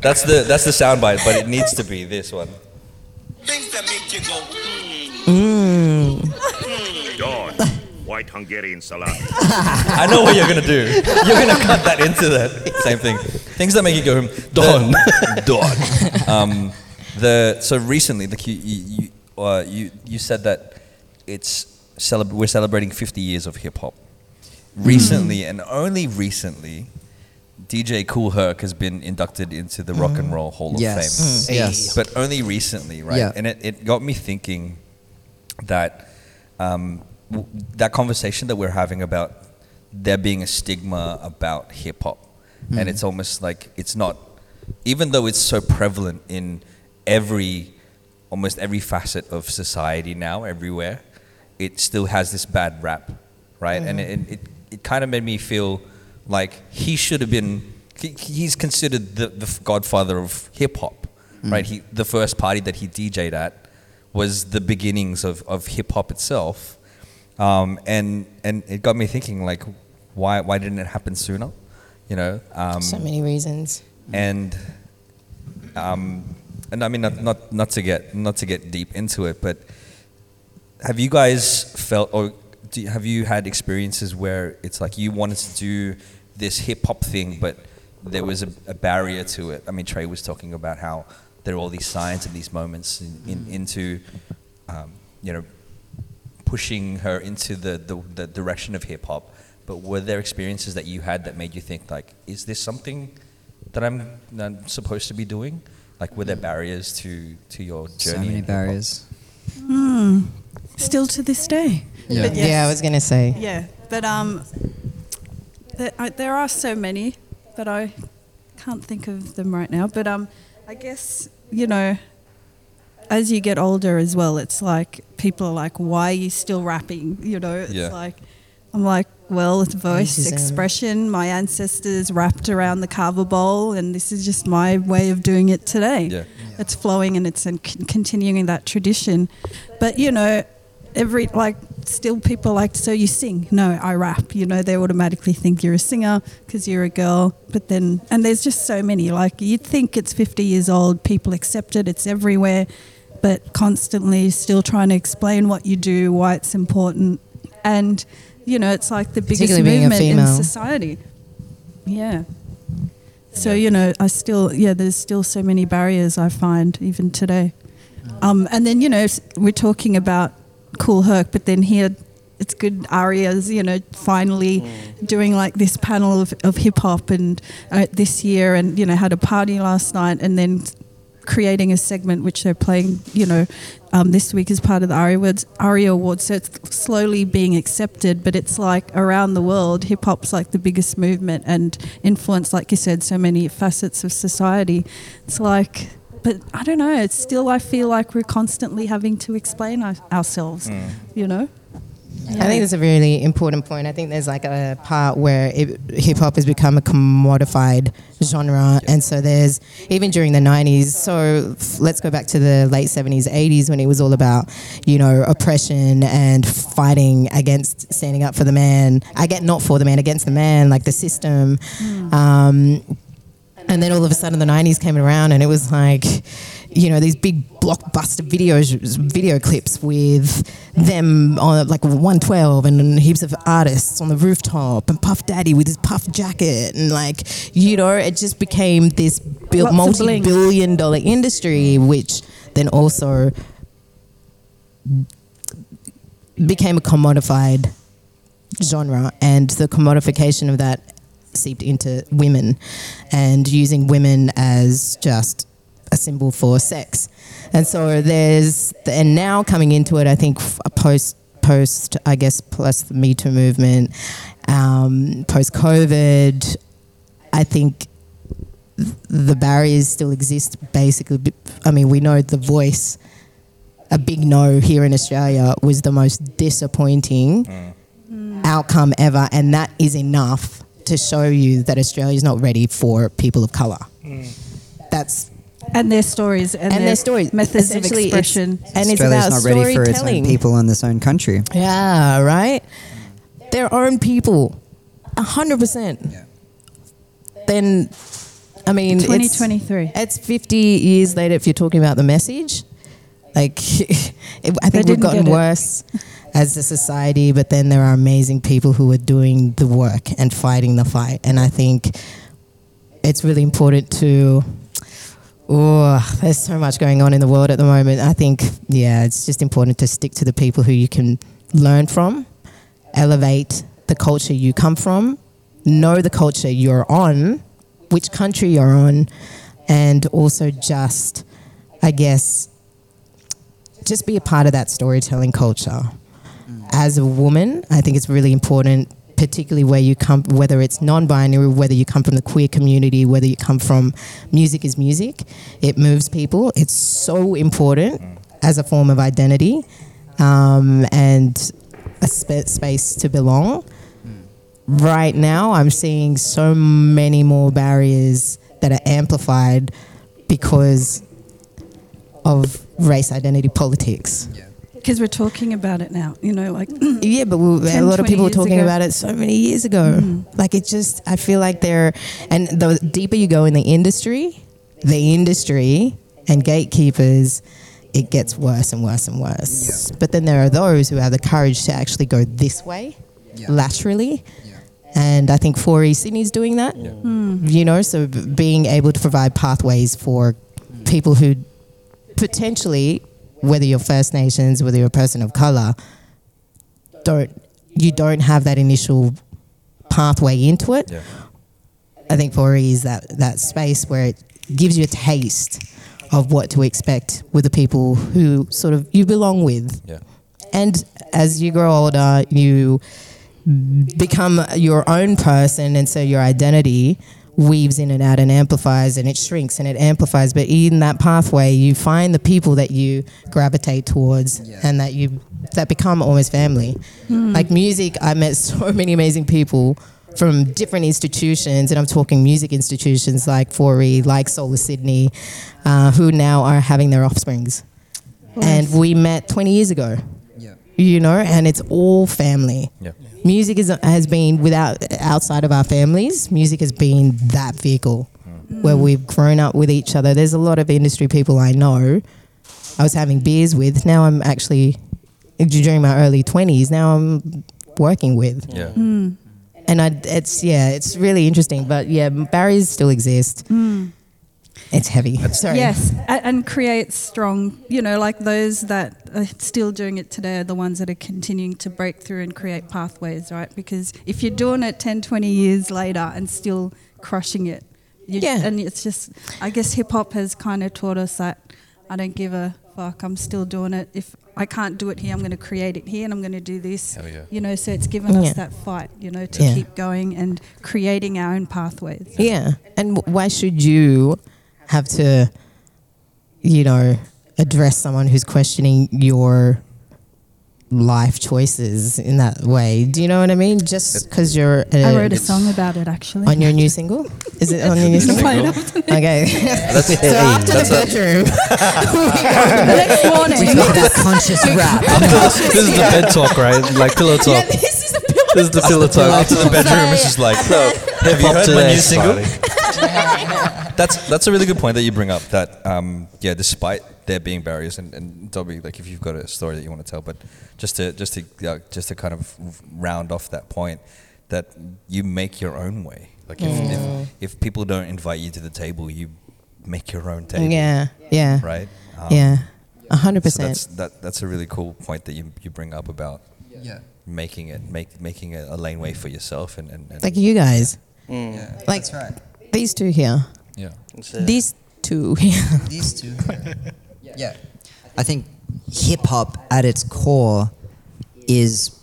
[SPEAKER 3] that's the that's the soundbite, but it needs to be this one.
[SPEAKER 9] Things that make you go. Dawn. White Hungarian salami.
[SPEAKER 3] I know what you're gonna do. You're gonna cut that into that same thing. Things that make you go home. Dawn, dawn. Um, the so recently the Q- you you, uh, you you said that it's celeb- we're celebrating 50 years of hip hop. Recently and only recently, DJ Cool Herc has been inducted into the Rock and Roll Hall
[SPEAKER 2] Mm. Yes.
[SPEAKER 3] of Fame.
[SPEAKER 2] Mm. Yes.
[SPEAKER 3] but only recently, right?
[SPEAKER 2] Yeah.
[SPEAKER 3] And it, it got me thinking that um, w- that conversation that we're having about there being a stigma about hip hop,
[SPEAKER 2] Mm-hmm.
[SPEAKER 3] and it's almost like it's not, even though it's so prevalent in every, almost every facet of society now, everywhere, it still has this bad rap, right? And it, it, it kind of made me feel like he should have been, he, he's considered the, the godfather of hip hop, right? He, the first party that he DJ'd at was the beginnings of, of hip hop itself. Um, and, and it got me thinking, like, why, why didn't it happen sooner? You know? Um,
[SPEAKER 5] So many reasons.
[SPEAKER 3] and um, and I mean not, not not to get not to get deep into it, but have you guys felt or do you- have you had experiences where it's like you wanted to do this hip hop thing, but there was a, a barrier to it? I mean, Trey was talking about how there are all these signs and these moments in, in,
[SPEAKER 2] Mm.
[SPEAKER 3] into um, you know pushing her into the, the, the direction of hip hop. But were there experiences that you had that made you think like, is this something that I'm, that I'm supposed to be doing? Like, were there barriers to, to your journey?
[SPEAKER 2] Mm. So
[SPEAKER 3] in
[SPEAKER 2] many
[SPEAKER 3] hip-hop?
[SPEAKER 2] barriers.
[SPEAKER 6] Still to this day.
[SPEAKER 2] Yeah.
[SPEAKER 6] But yes.
[SPEAKER 5] Yeah, I was gonna say.
[SPEAKER 6] Yeah, but um, there, I, there are so many that I can't think of them right now. But um, I guess you know, as you get older as well, it's like people are like, "Why are you still rapping?" You know, it's
[SPEAKER 3] Yeah.
[SPEAKER 6] like I'm like, "Well, it's voice
[SPEAKER 5] Racism.
[SPEAKER 6] expression. My ancestors rapped around the carver bowl, and this is just my way of doing it today."
[SPEAKER 3] Yeah.
[SPEAKER 6] it's flowing and it's in con- continuing that tradition. But you know, every like still people like so you sing. No, I rap. You know, they automatically think you're a singer because you're a girl. But then, and there's just so many. Like you'd think it's 50 years old. People accept it. It's everywhere, but constantly still trying to explain what you do, why it's important, and you know, it's like the biggest
[SPEAKER 5] Particularly being a
[SPEAKER 6] movement in
[SPEAKER 5] female.
[SPEAKER 6] society. Yeah. So you know, I still yeah, there's still so many barriers I find even today. Um, and then you know, s- we're talking about Cool Herc, but then here it's good Aria's you know finally doing like this panel of, of hip hop and uh, this year and you know had a party last night and then creating a segment which they're playing you know um, this week as part of the aria awards aria awards so it's slowly being accepted but it's like around the world hip hop's like the biggest movement and influence like you said so many facets of society it's like but i don't know it's still i feel like we're constantly having to explain our, ourselves you know
[SPEAKER 5] I think that's a really important point. I think there's like a part where it, hip hop has become a commodified genre, and so there's even during the 90s. So f- let's go back to the late 70s, 80s when it was all about you know oppression and fighting against standing up for the man. I get not for the man, against the man, like the system.
[SPEAKER 3] Hmm.
[SPEAKER 5] Um, and then all of a sudden, the '90s came around, and it was like, you know, these big blockbuster videos, video clips with them on like 112 and heaps of artists on the rooftop, and Puff Daddy with his puff jacket, and like, you know, it just became this bil-
[SPEAKER 6] Lots of bling.
[SPEAKER 5] multi-billion-dollar industry, which then also became a commodified genre and the commodification of that seeped into women and using women as just a symbol for sex and so there's and now coming into it i think f- post post i guess plus the me too movement um, post covid i think th- the barriers still exist basically b- i mean we know the voice a big no here in Australia was the most disappointing outcome ever, and that is enough to show you that Australia is not ready for people of color.
[SPEAKER 2] Mm.
[SPEAKER 5] That's
[SPEAKER 6] and their stories and,
[SPEAKER 5] and, their stories,
[SPEAKER 6] methods of
[SPEAKER 5] Essentially, it's-
[SPEAKER 6] expression.
[SPEAKER 5] and it's
[SPEAKER 2] Australia's
[SPEAKER 5] about
[SPEAKER 2] not ready for its own
[SPEAKER 5] storytelling.
[SPEAKER 2] people in its own country.
[SPEAKER 5] Yeah, right? Their own people. A hundred percent. Then I mean it's-
[SPEAKER 6] 2023.
[SPEAKER 5] It's, fifty years later if you're talking about the message. Like it, I think we've
[SPEAKER 6] didn't
[SPEAKER 5] gotten
[SPEAKER 6] get it.
[SPEAKER 5] worse as a society, but then there are amazing people who are doing the work and fighting the fight. And I think it's really important to oh there's so much going on in the world at the moment i think yeah it's just important to stick to the people who you can learn from elevate the culture you come from know the culture you're on which country you're on and also just i guess just be a part of that storytelling culture as a woman, I think it's really important, particularly where you come, whether it's non-binary, whether you come from the queer community, whether you come from music is music, it moves people. It's so important as a form of identity um, and a spa space to belong. Right now, I'm seeing so many more barriers that are amplified because of race identity politics.
[SPEAKER 6] Because we're talking about it now, you know, like
[SPEAKER 5] Yeah, but we,
[SPEAKER 6] 10,
[SPEAKER 5] a lot of
[SPEAKER 6] 20
[SPEAKER 5] people were
[SPEAKER 6] Mm. years
[SPEAKER 5] talking
[SPEAKER 6] ago. Mm.
[SPEAKER 5] about it so many years ago. Like it just, I feel like they're, and the deeper you go in the industry, the industry and gatekeepers, it gets worse and worse and worse. But then there are those who have the courage to actually go this way, laterally. And I think 4E Sydney's doing that.
[SPEAKER 6] Mm.
[SPEAKER 5] You know, so b- being able to provide pathways for people who potentially, whether you're First Nations, whether you're a person of color, don't you don't have that initial pathway into it.
[SPEAKER 3] Yeah.
[SPEAKER 5] I think 4E is that that space where it gives you a taste of what to expect with the people who sort of you belong with.
[SPEAKER 3] Yeah.
[SPEAKER 5] And as you grow older, you become your own person, and so your identity weaves in and out and amplifies and it shrinks and it amplifies. But in that pathway, you find the people that you gravitate towards and that you that become almost family. Like music, I met so many amazing people from different institutions, and I'm talking music institutions like 4E, like Solar Sydney, uh, who now are having their offsprings and we met 20 years ago. You know, and it's all family.
[SPEAKER 3] Yeah.
[SPEAKER 5] Music is, has been without outside of our families. Music has been that vehicle where we've grown up with each other. There's a lot of industry people I know. I was having beers with. Now I'm actually during my early 20s. Now I'm working with
[SPEAKER 3] Yeah.
[SPEAKER 5] and I, it's yeah, it's really interesting. But yeah, barriers still exist. It's heavy. Sorry.
[SPEAKER 6] yes, and, and create strong, you know, like those that are still doing it today are the ones that are continuing to break through and create pathways, right? Because if you're doing it 10, 20 years later and still crushing it, you,
[SPEAKER 5] Yeah.
[SPEAKER 6] and it's just, I guess hip hop has kind of taught us that I don't give a fuck, I'm still doing it. If I can't do it here, I'm going to create it here and I'm going to do this,
[SPEAKER 3] Hell yeah.
[SPEAKER 6] you know, so it's given
[SPEAKER 5] Yeah.
[SPEAKER 6] us that fight, you know, to
[SPEAKER 5] Yeah.
[SPEAKER 6] keep going and creating our own pathways.
[SPEAKER 5] Yeah. And w- why should you have to, you know, address someone who's questioning your life choices in that way? Do you know what I mean? Just because you're uh,
[SPEAKER 6] I wrote a song about it actually.
[SPEAKER 5] on your new single? Is it on your new single? Okay. so after the bedroom,
[SPEAKER 6] Next morning.
[SPEAKER 2] Not that conscious rap.
[SPEAKER 1] this is the bed talk, right? Like pillow talk.
[SPEAKER 5] this is the
[SPEAKER 1] This is the pillow talk.
[SPEAKER 3] After the bedroom, it's just like, have you
[SPEAKER 1] Pop
[SPEAKER 3] heard my
[SPEAKER 1] today,
[SPEAKER 3] new single?
[SPEAKER 1] Charlie.
[SPEAKER 3] that's that's a really good point that you bring up. That um, yeah, despite there being barriers, and, and Dobby, like if you've got a story that you want to tell, but just to just to uh, just to kind of round off that point, that you make your own way. Like if, if if people don't invite you to the table, you make your own table.
[SPEAKER 5] Yeah. Yeah.
[SPEAKER 3] Right. Um,
[SPEAKER 5] Yeah. A hundred
[SPEAKER 3] So
[SPEAKER 5] percent.
[SPEAKER 3] that's that, that's a really cool point that you, you bring up about
[SPEAKER 2] Yeah.
[SPEAKER 3] making it make making a, a laneway for yourself and, and, and
[SPEAKER 5] Like you guys.
[SPEAKER 1] Mm.
[SPEAKER 3] yeah,
[SPEAKER 5] Like these two here.
[SPEAKER 3] yeah.
[SPEAKER 5] These two here.
[SPEAKER 2] These two. yeah. I think hip hop at its core is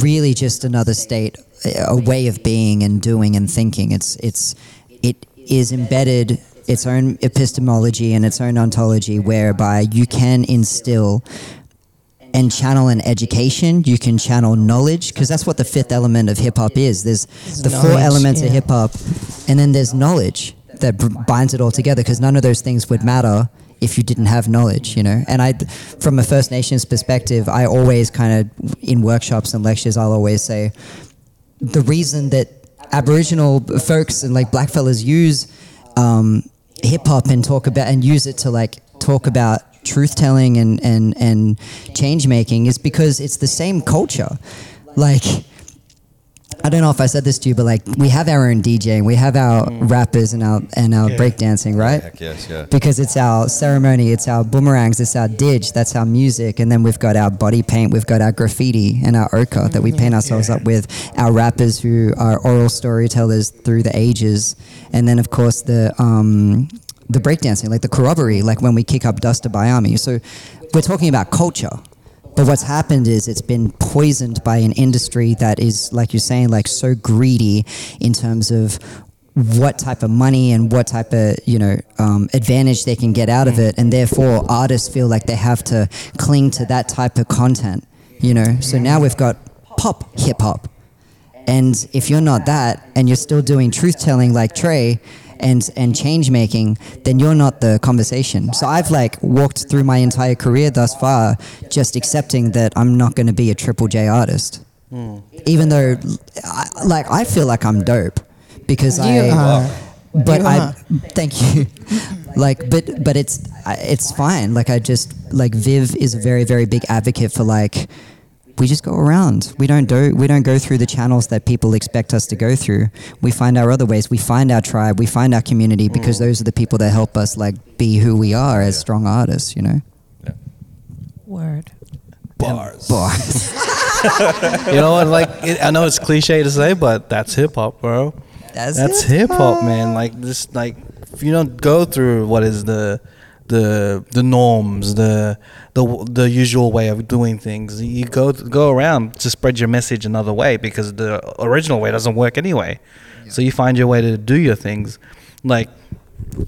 [SPEAKER 2] really just another state, a way of being and doing and thinking. It's it's it is embedded its own epistemology and its own ontology, whereby you can instill and channel an education. You can channel knowledge because that's what the fifth element of hip hop is. There's the four
[SPEAKER 5] knowledge,
[SPEAKER 2] elements of
[SPEAKER 5] yeah.
[SPEAKER 2] hip hop, and then there's knowledge that b- binds it all together. Because none of those things would matter if you didn't have knowledge, you know. And I, from a First Nations perspective, I always kind of in workshops and lectures, I'll always say the reason that Aboriginal folks and like black fellas use um, hip hop and talk about and use it to like talk about truth telling and, and, and change making is because it's the same culture. Like, I don't know if I said this to you, but like we have our own DJing, we have our rappers and our and our breakdancing, right?
[SPEAKER 3] Heck yes, yeah.
[SPEAKER 2] because it's our ceremony, it's our boomerangs, it's our didge, that's our music, and then we've got our body paint, we've got our graffiti and our ochre that we paint ourselves up with, our rappers who are oral storytellers through the ages, and then of course the um, the breakdancing, like the corroboree, like when we kick up Duster Bayami. So we're talking about culture. But what's happened is it's been poisoned by an industry that is, like you're saying, like so greedy in terms of what type of money and what type of you know um, advantage they can get out of it, and therefore artists feel like they have to cling to that type of content. You know, so now we've got pop hip hop, and if you're not that, and you're still doing truth telling like Trey, and and change making, then you're not the conversation. So I've like walked through my entire career thus far, just accepting that I'm not going to be a triple J artist, even though, I, like I feel like I'm dope because
[SPEAKER 5] You uh,
[SPEAKER 2] I.
[SPEAKER 5] are.
[SPEAKER 2] But
[SPEAKER 5] You
[SPEAKER 2] I
[SPEAKER 5] are.
[SPEAKER 2] thank you. Like, but but it's I- it's fine. Like I just like Viv is a very very big advocate for like we just go around. We don't do we don't go through the channels that people expect us to go through. We find our other ways. We find our tribe. We find our community because those are the people that help us like be who we are as strong artists. You know.
[SPEAKER 5] Word.
[SPEAKER 3] Bars.
[SPEAKER 1] You know what? Like, it, I know it's cliche to say, but that's hip hop, bro.
[SPEAKER 2] That's
[SPEAKER 1] That's hip hop, man. Like this, like if you don't go through what is the the the norms, the the the usual way of doing things, you go go around to spread your message another way because the original way doesn't work anyway. So you find your way to do your things, like.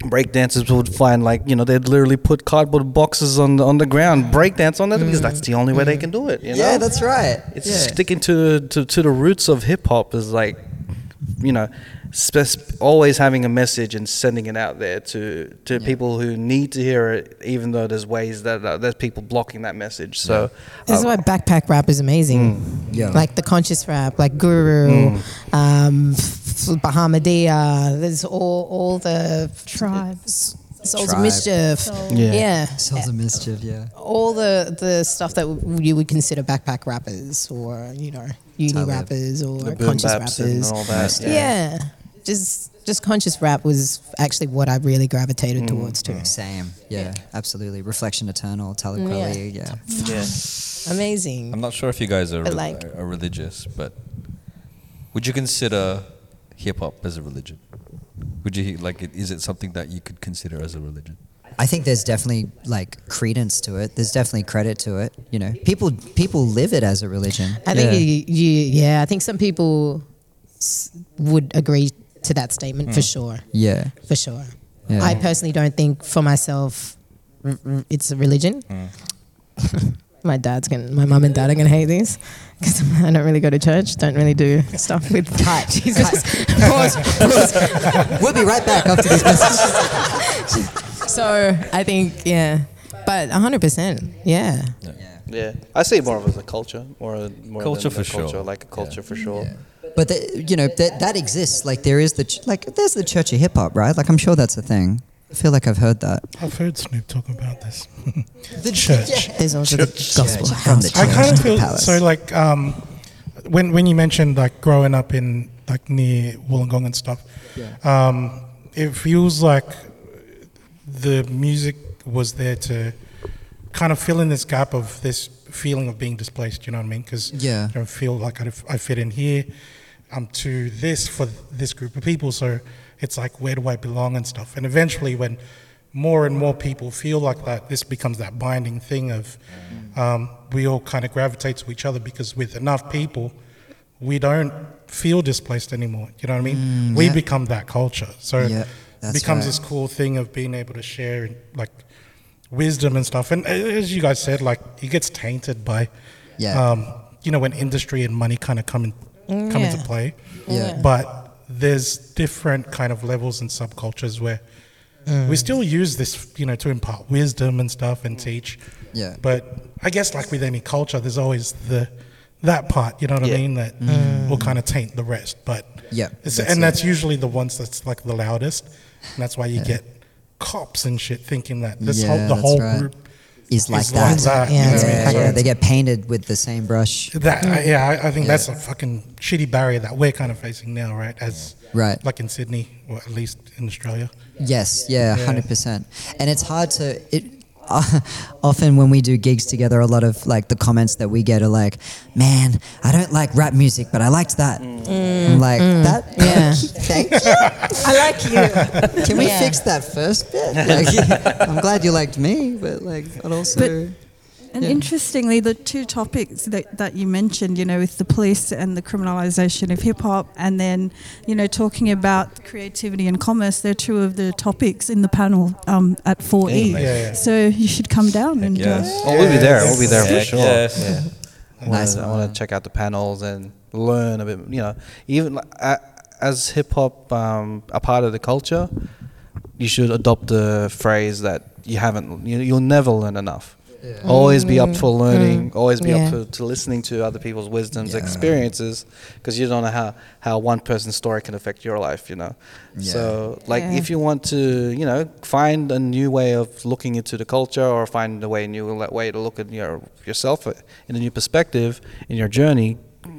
[SPEAKER 1] Break dancers would find like you know they'd literally put cardboard boxes on the on the ground break dance on them because that's the only way they can do it. You know?
[SPEAKER 2] Mm. Yeah, that's right.
[SPEAKER 1] it's sticking to, to to the roots of hip hop is like you know spec- always having a message and sending it out there to to people who need to hear it even though there's ways that uh, there's people blocking that message so
[SPEAKER 5] This is
[SPEAKER 1] uh,
[SPEAKER 5] why backpack rap is amazing.
[SPEAKER 1] Mm,
[SPEAKER 2] Yeah.
[SPEAKER 5] Like the conscious rap, like Guru, um, f- Bahamadia. There's all all the
[SPEAKER 6] Tribes.
[SPEAKER 5] Souls of
[SPEAKER 2] Tribe.
[SPEAKER 5] mischief.
[SPEAKER 1] Yeah.
[SPEAKER 5] yeah.
[SPEAKER 2] Sounds a mischief. Yeah.
[SPEAKER 5] All the, the stuff that w- you would consider backpack rappers or, you know, uni
[SPEAKER 2] Talib.
[SPEAKER 5] rappers or
[SPEAKER 1] the boom
[SPEAKER 5] conscious
[SPEAKER 1] baps and
[SPEAKER 5] rappers.
[SPEAKER 1] all that
[SPEAKER 5] Yeah. Just just conscious rap was actually what I really
[SPEAKER 1] Mm.
[SPEAKER 5] gravitated towards
[SPEAKER 4] Mm.
[SPEAKER 5] too.
[SPEAKER 2] Same. Yeah. Absolutely. Reflection Eternal. Talib
[SPEAKER 5] Mm, yeah.
[SPEAKER 2] Kweli. Yeah.
[SPEAKER 5] Amazing.
[SPEAKER 3] I'm not sure if you guys are,
[SPEAKER 5] But
[SPEAKER 3] re-
[SPEAKER 5] like-
[SPEAKER 3] are religious, but would you consider hip hop as a religion? Would you like? it- Is it something that you could consider as a religion?
[SPEAKER 2] I think there's definitely like credence to it. There's definitely credit to it. You know, people people live it as a religion.
[SPEAKER 5] I think
[SPEAKER 1] Yeah.
[SPEAKER 5] you, you, yeah, I think some people s- would agree to that statement for sure,
[SPEAKER 2] Yeah,
[SPEAKER 5] for sure.
[SPEAKER 2] Yeah.
[SPEAKER 5] I personally don't think for myself r- r- it's a religion. my dad's gonna, my mum and dad are gonna hate this because I don't really go to church, don't really do stuff with Jesus. Pause, pause.
[SPEAKER 2] we'll be right back after this message.
[SPEAKER 5] So I think yeah, but hundred percent, yeah.
[SPEAKER 1] yeah i see it more of as a culture or a more
[SPEAKER 3] Culture
[SPEAKER 1] than a
[SPEAKER 3] for
[SPEAKER 1] culture
[SPEAKER 3] sure.
[SPEAKER 1] like a culture for sure
[SPEAKER 2] But the, you know that that exists. Like there is the ch- like there's the Church of Hip Hop, right? Like I'm sure that's a thing. I feel like I've heard that.
[SPEAKER 4] I've heard Snoop talk about this. the church.
[SPEAKER 5] There's also the gospel.
[SPEAKER 2] From the
[SPEAKER 4] I
[SPEAKER 2] church
[SPEAKER 4] kind
[SPEAKER 2] to
[SPEAKER 4] of
[SPEAKER 2] the
[SPEAKER 4] feel
[SPEAKER 2] palace.
[SPEAKER 4] so like um, when when you mentioned like growing up in like near Wollongong and stuff, um, it feels like the music was there to kind of fill in this gap of this feeling of being displaced. You know what I mean? Because
[SPEAKER 2] Yeah.
[SPEAKER 4] I don't feel like I, I fit in here. I'm to this for this group of people. So it's like, where do I belong and stuff? And eventually, when more and more people feel like that, this becomes that binding thing of um, we all kind of gravitate to each other because with enough people, we don't feel displaced anymore. You know what I mean? we
[SPEAKER 2] Mm, yeah.
[SPEAKER 4] become that culture. So
[SPEAKER 2] Yeah. That's
[SPEAKER 4] becomes
[SPEAKER 2] right.
[SPEAKER 4] this cool thing of being able to share like wisdom and stuff. And a- as you guys said, like it gets tainted by,
[SPEAKER 2] Yeah.
[SPEAKER 4] um, you know, when industry and money kind of come in, come into
[SPEAKER 5] Yeah.
[SPEAKER 4] play.
[SPEAKER 2] Yeah.
[SPEAKER 4] But there's different kind of levels and subcultures where we still use this, you know, to impart wisdom and stuff and teach.
[SPEAKER 2] Yeah.
[SPEAKER 4] But I guess like with any culture, there's always the that part, you know what I mean, that will kind of taint the rest. But
[SPEAKER 2] Yeah,
[SPEAKER 4] it's,
[SPEAKER 2] that's it.
[SPEAKER 4] and that's usually the ones that's like the loudest, and that's why you get cops and shit thinking that this whole
[SPEAKER 2] Yeah,
[SPEAKER 4] the
[SPEAKER 2] that's
[SPEAKER 4] whole
[SPEAKER 2] right.
[SPEAKER 4] group
[SPEAKER 2] is like
[SPEAKER 4] is
[SPEAKER 2] that.
[SPEAKER 4] like that.
[SPEAKER 5] Yeah,
[SPEAKER 4] you know
[SPEAKER 5] it's
[SPEAKER 4] what I mean?
[SPEAKER 2] yeah,
[SPEAKER 4] So
[SPEAKER 2] yeah,
[SPEAKER 4] it's-
[SPEAKER 2] they get painted with the same brush.
[SPEAKER 4] that I- yeah, I, I think that's
[SPEAKER 2] Mm. Yeah.
[SPEAKER 4] a fucking shitty barrier that we're kind of facing now, right? As
[SPEAKER 2] Right.
[SPEAKER 4] like in Sydney or at least in Australia.
[SPEAKER 2] Yes, yeah, hundred percent. And it's hard to it. often when we do gigs together, a lot of like the comments that we get are like, "Man, I don't like rap music, but I liked that." I'm like that.
[SPEAKER 5] Mm. Yeah.
[SPEAKER 2] Thank you.
[SPEAKER 5] I like you.
[SPEAKER 2] Can we
[SPEAKER 5] Yeah.
[SPEAKER 2] fix that first bit? Like, I'm glad you liked me, but like, but also,
[SPEAKER 6] And interestingly, the two topics that, that you mentioned, you know, with the police and the criminalization of hip hop, and then, you know, talking about creativity and commerce, they're two of the topics in the panel um, at 4E.
[SPEAKER 4] Yeah, yeah.
[SPEAKER 6] So you should come
[SPEAKER 5] Mm,
[SPEAKER 6] down and uh,
[SPEAKER 3] Yes.
[SPEAKER 1] Oh, we'll be there. We'll be there for
[SPEAKER 3] Heck
[SPEAKER 1] sure.
[SPEAKER 3] yes.
[SPEAKER 1] I wanna-
[SPEAKER 2] Nice
[SPEAKER 1] I
[SPEAKER 2] one,
[SPEAKER 1] want
[SPEAKER 2] man.
[SPEAKER 1] to check out the panels and learn a bit. You know, even like, a- as hip hop um, a part of the culture, you should adopt the phrase that you haven't. You, you'll never learn enough. Always be up for learning. Always be
[SPEAKER 5] Mm. Yeah.
[SPEAKER 1] up for, to listening to other people's wisdoms, experiences, because you don't know how, how one person's story can affect your life. You know, so like
[SPEAKER 5] Yeah.
[SPEAKER 1] if you want to, you know, find a new way of looking into the culture, or find a way new le- way to look at your yourself uh, in a new perspective in your journey.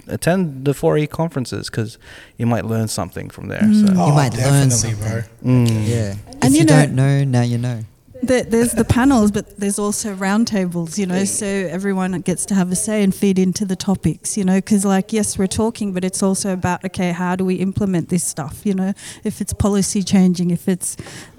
[SPEAKER 1] Attend the 4E conferences because you might learn something from there. So.
[SPEAKER 2] you might learn
[SPEAKER 4] Oh, definitely,
[SPEAKER 2] something.
[SPEAKER 4] bro.
[SPEAKER 5] mm.
[SPEAKER 2] Yeah.
[SPEAKER 6] And
[SPEAKER 2] if
[SPEAKER 6] you
[SPEAKER 2] you,
[SPEAKER 6] know-
[SPEAKER 2] don't know now, you know.
[SPEAKER 6] There, there's the panels, but there's also roundtables, you know, so everyone gets to have a say and feed into the topics, you know, because, like, yes, we're talking, but it's also about, okay, how do we implement this stuff, you know, if it's policy changing, if it's,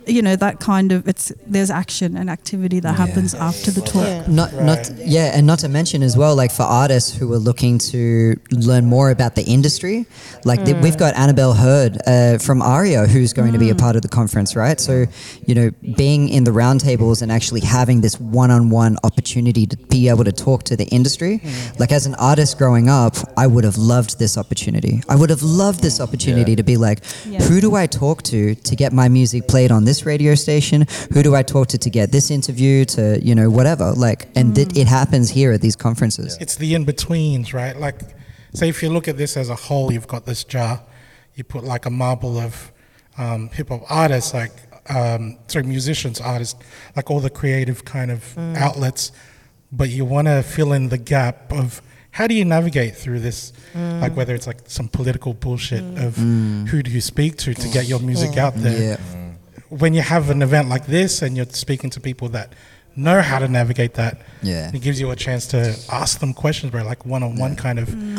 [SPEAKER 6] you know, that kind of, it's, there's action and activity that happens after the talk.
[SPEAKER 5] Yeah.
[SPEAKER 2] Not, not, yeah, and not to mention as well, like for artists who are looking to learn more about the industry, like the, we've got Annabelle Heard uh, from Aria who's going to be a part of the conference, right? So, you know, being in the roundtables and actually having this one-on-one opportunity to be able to talk to the industry,
[SPEAKER 6] Mm,
[SPEAKER 2] like as an artist growing up, I would have loved this opportunity. I would have loved this opportunity to be like,
[SPEAKER 6] Yeah.
[SPEAKER 2] who do I talk to to get my music played on this radio station? Who do I talk to to get this interview to, you know, whatever? Like, and
[SPEAKER 6] Mm.
[SPEAKER 2] it, it happens here at these conferences.
[SPEAKER 4] It's the in betweens, right? Like, say if you look at this as a whole, you've got this jar. You put like a marble of um, hip hop artists, like um, sorry, musicians, artists, like all the creative kind of outlets. But you want to fill in the gap of how do you navigate through this? Like whether it's like some political bullshit of who do you speak to to get your music out there
[SPEAKER 2] Yeah.
[SPEAKER 4] when you have an event like this and you're speaking to people that know how to navigate that,
[SPEAKER 2] Yeah.
[SPEAKER 4] it gives you a chance to ask them questions, bro, like one on one kind of time.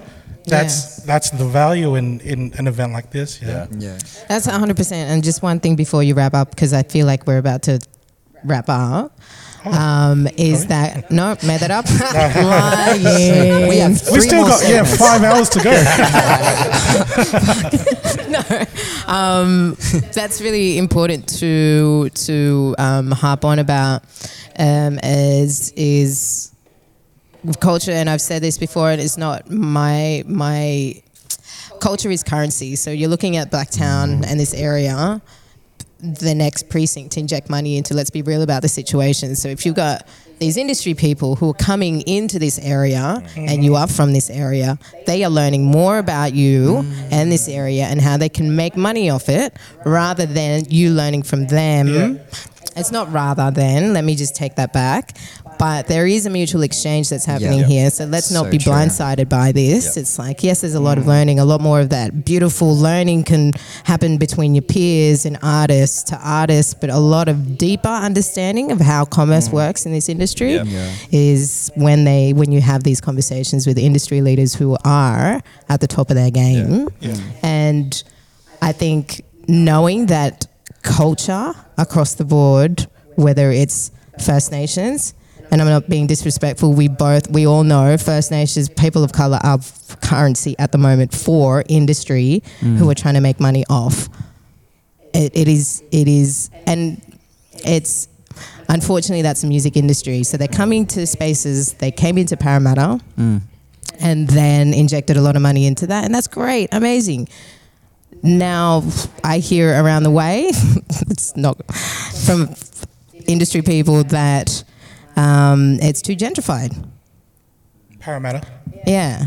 [SPEAKER 5] 100%.
[SPEAKER 4] That's that's the value in, in an event like this. Yeah.
[SPEAKER 2] Yeah.
[SPEAKER 5] That's 100%. And just one thing before you wrap up, because I feel like we're about to wrap up.
[SPEAKER 4] Oh.
[SPEAKER 5] Um, is that no? Made that up. Lying.
[SPEAKER 2] We have three
[SPEAKER 4] We still
[SPEAKER 2] more
[SPEAKER 4] got yeah
[SPEAKER 2] segments.
[SPEAKER 4] five hours to go.
[SPEAKER 5] um, that's really important to to um, harp on about um, as is culture and I've said this before and it's not my my culture is currency so you're looking at Blacktown and this area the next precinct to inject money into let's be real about the situation so if you've got these industry people who are coming into this area and you are from this area they are learning more about you and this area and how they can make money off it rather than you learning from them it's not rather than let me just take that back but there is a mutual exchange that's happening
[SPEAKER 2] Yeah.
[SPEAKER 5] here so let's
[SPEAKER 2] So
[SPEAKER 5] not be
[SPEAKER 2] true. Mm.
[SPEAKER 5] blindsided by this it's like yes there's a lot of learning a lot more of that beautiful learning can happen between your peers and artists to artists but a lot of deeper understanding of how commerce
[SPEAKER 2] Mm.
[SPEAKER 5] works in this industry is when they when you have these conversations with industry leaders who are at the top of their game and I think knowing that culture across the board, whether it's First Nations, and I'm not being disrespectful, we both, we all know First Nations people of color are f- currency at the moment for industry who are trying to make money off. it, it is it is and it's unfortunately that's the music industry so they're coming to spaces they came into parramatta and then injected a lot of money into that and that's great amazing now i hear around the way it's not from industry people that um, it's too gentrified
[SPEAKER 4] Parramatta.
[SPEAKER 5] yeah.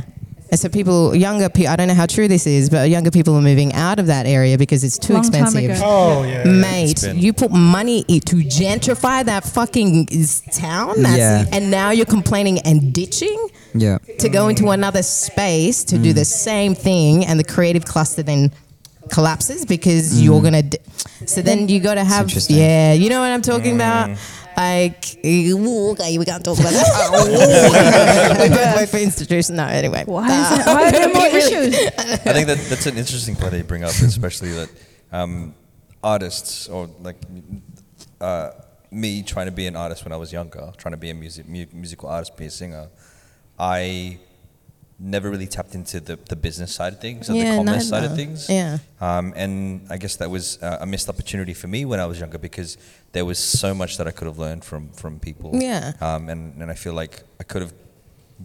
[SPEAKER 5] And so people, younger people, I don't know how true this is, but younger people are moving out of that area because it's too
[SPEAKER 6] Long time
[SPEAKER 5] expensive.
[SPEAKER 6] ago.
[SPEAKER 4] Oh yeah.
[SPEAKER 5] Mate,
[SPEAKER 3] It's been-
[SPEAKER 5] you put money i- to gentrify that fucking is- town, that's,
[SPEAKER 2] Yeah.
[SPEAKER 5] and now you're complaining and ditching
[SPEAKER 2] Yeah.
[SPEAKER 5] to go into another space to do the same thing, and the creative cluster then collapses because you're gonna. D- so then you got to have,
[SPEAKER 2] interesting.
[SPEAKER 5] yeah, you know what I'm talking about. Like, ooh, okay, we can't talk about that. Oh, we don't work for institutions. No, anyway.
[SPEAKER 6] Why, is it, why are there more issues?
[SPEAKER 3] I think that that's an interesting point that you bring up, especially that um, artists or like uh, me trying to be an artist when I was younger, trying to be a music mu- musical artist, be a singer. I never really tapped into the, the business side of things and
[SPEAKER 5] Yeah,
[SPEAKER 3] the commerce side of
[SPEAKER 5] neither.
[SPEAKER 3] things.
[SPEAKER 5] Yeah.
[SPEAKER 3] Um, and I guess that was uh, a missed opportunity for me when I was younger because there was so much that I could have learned from from people.
[SPEAKER 5] Yeah.
[SPEAKER 3] Um, and, and I feel like I could have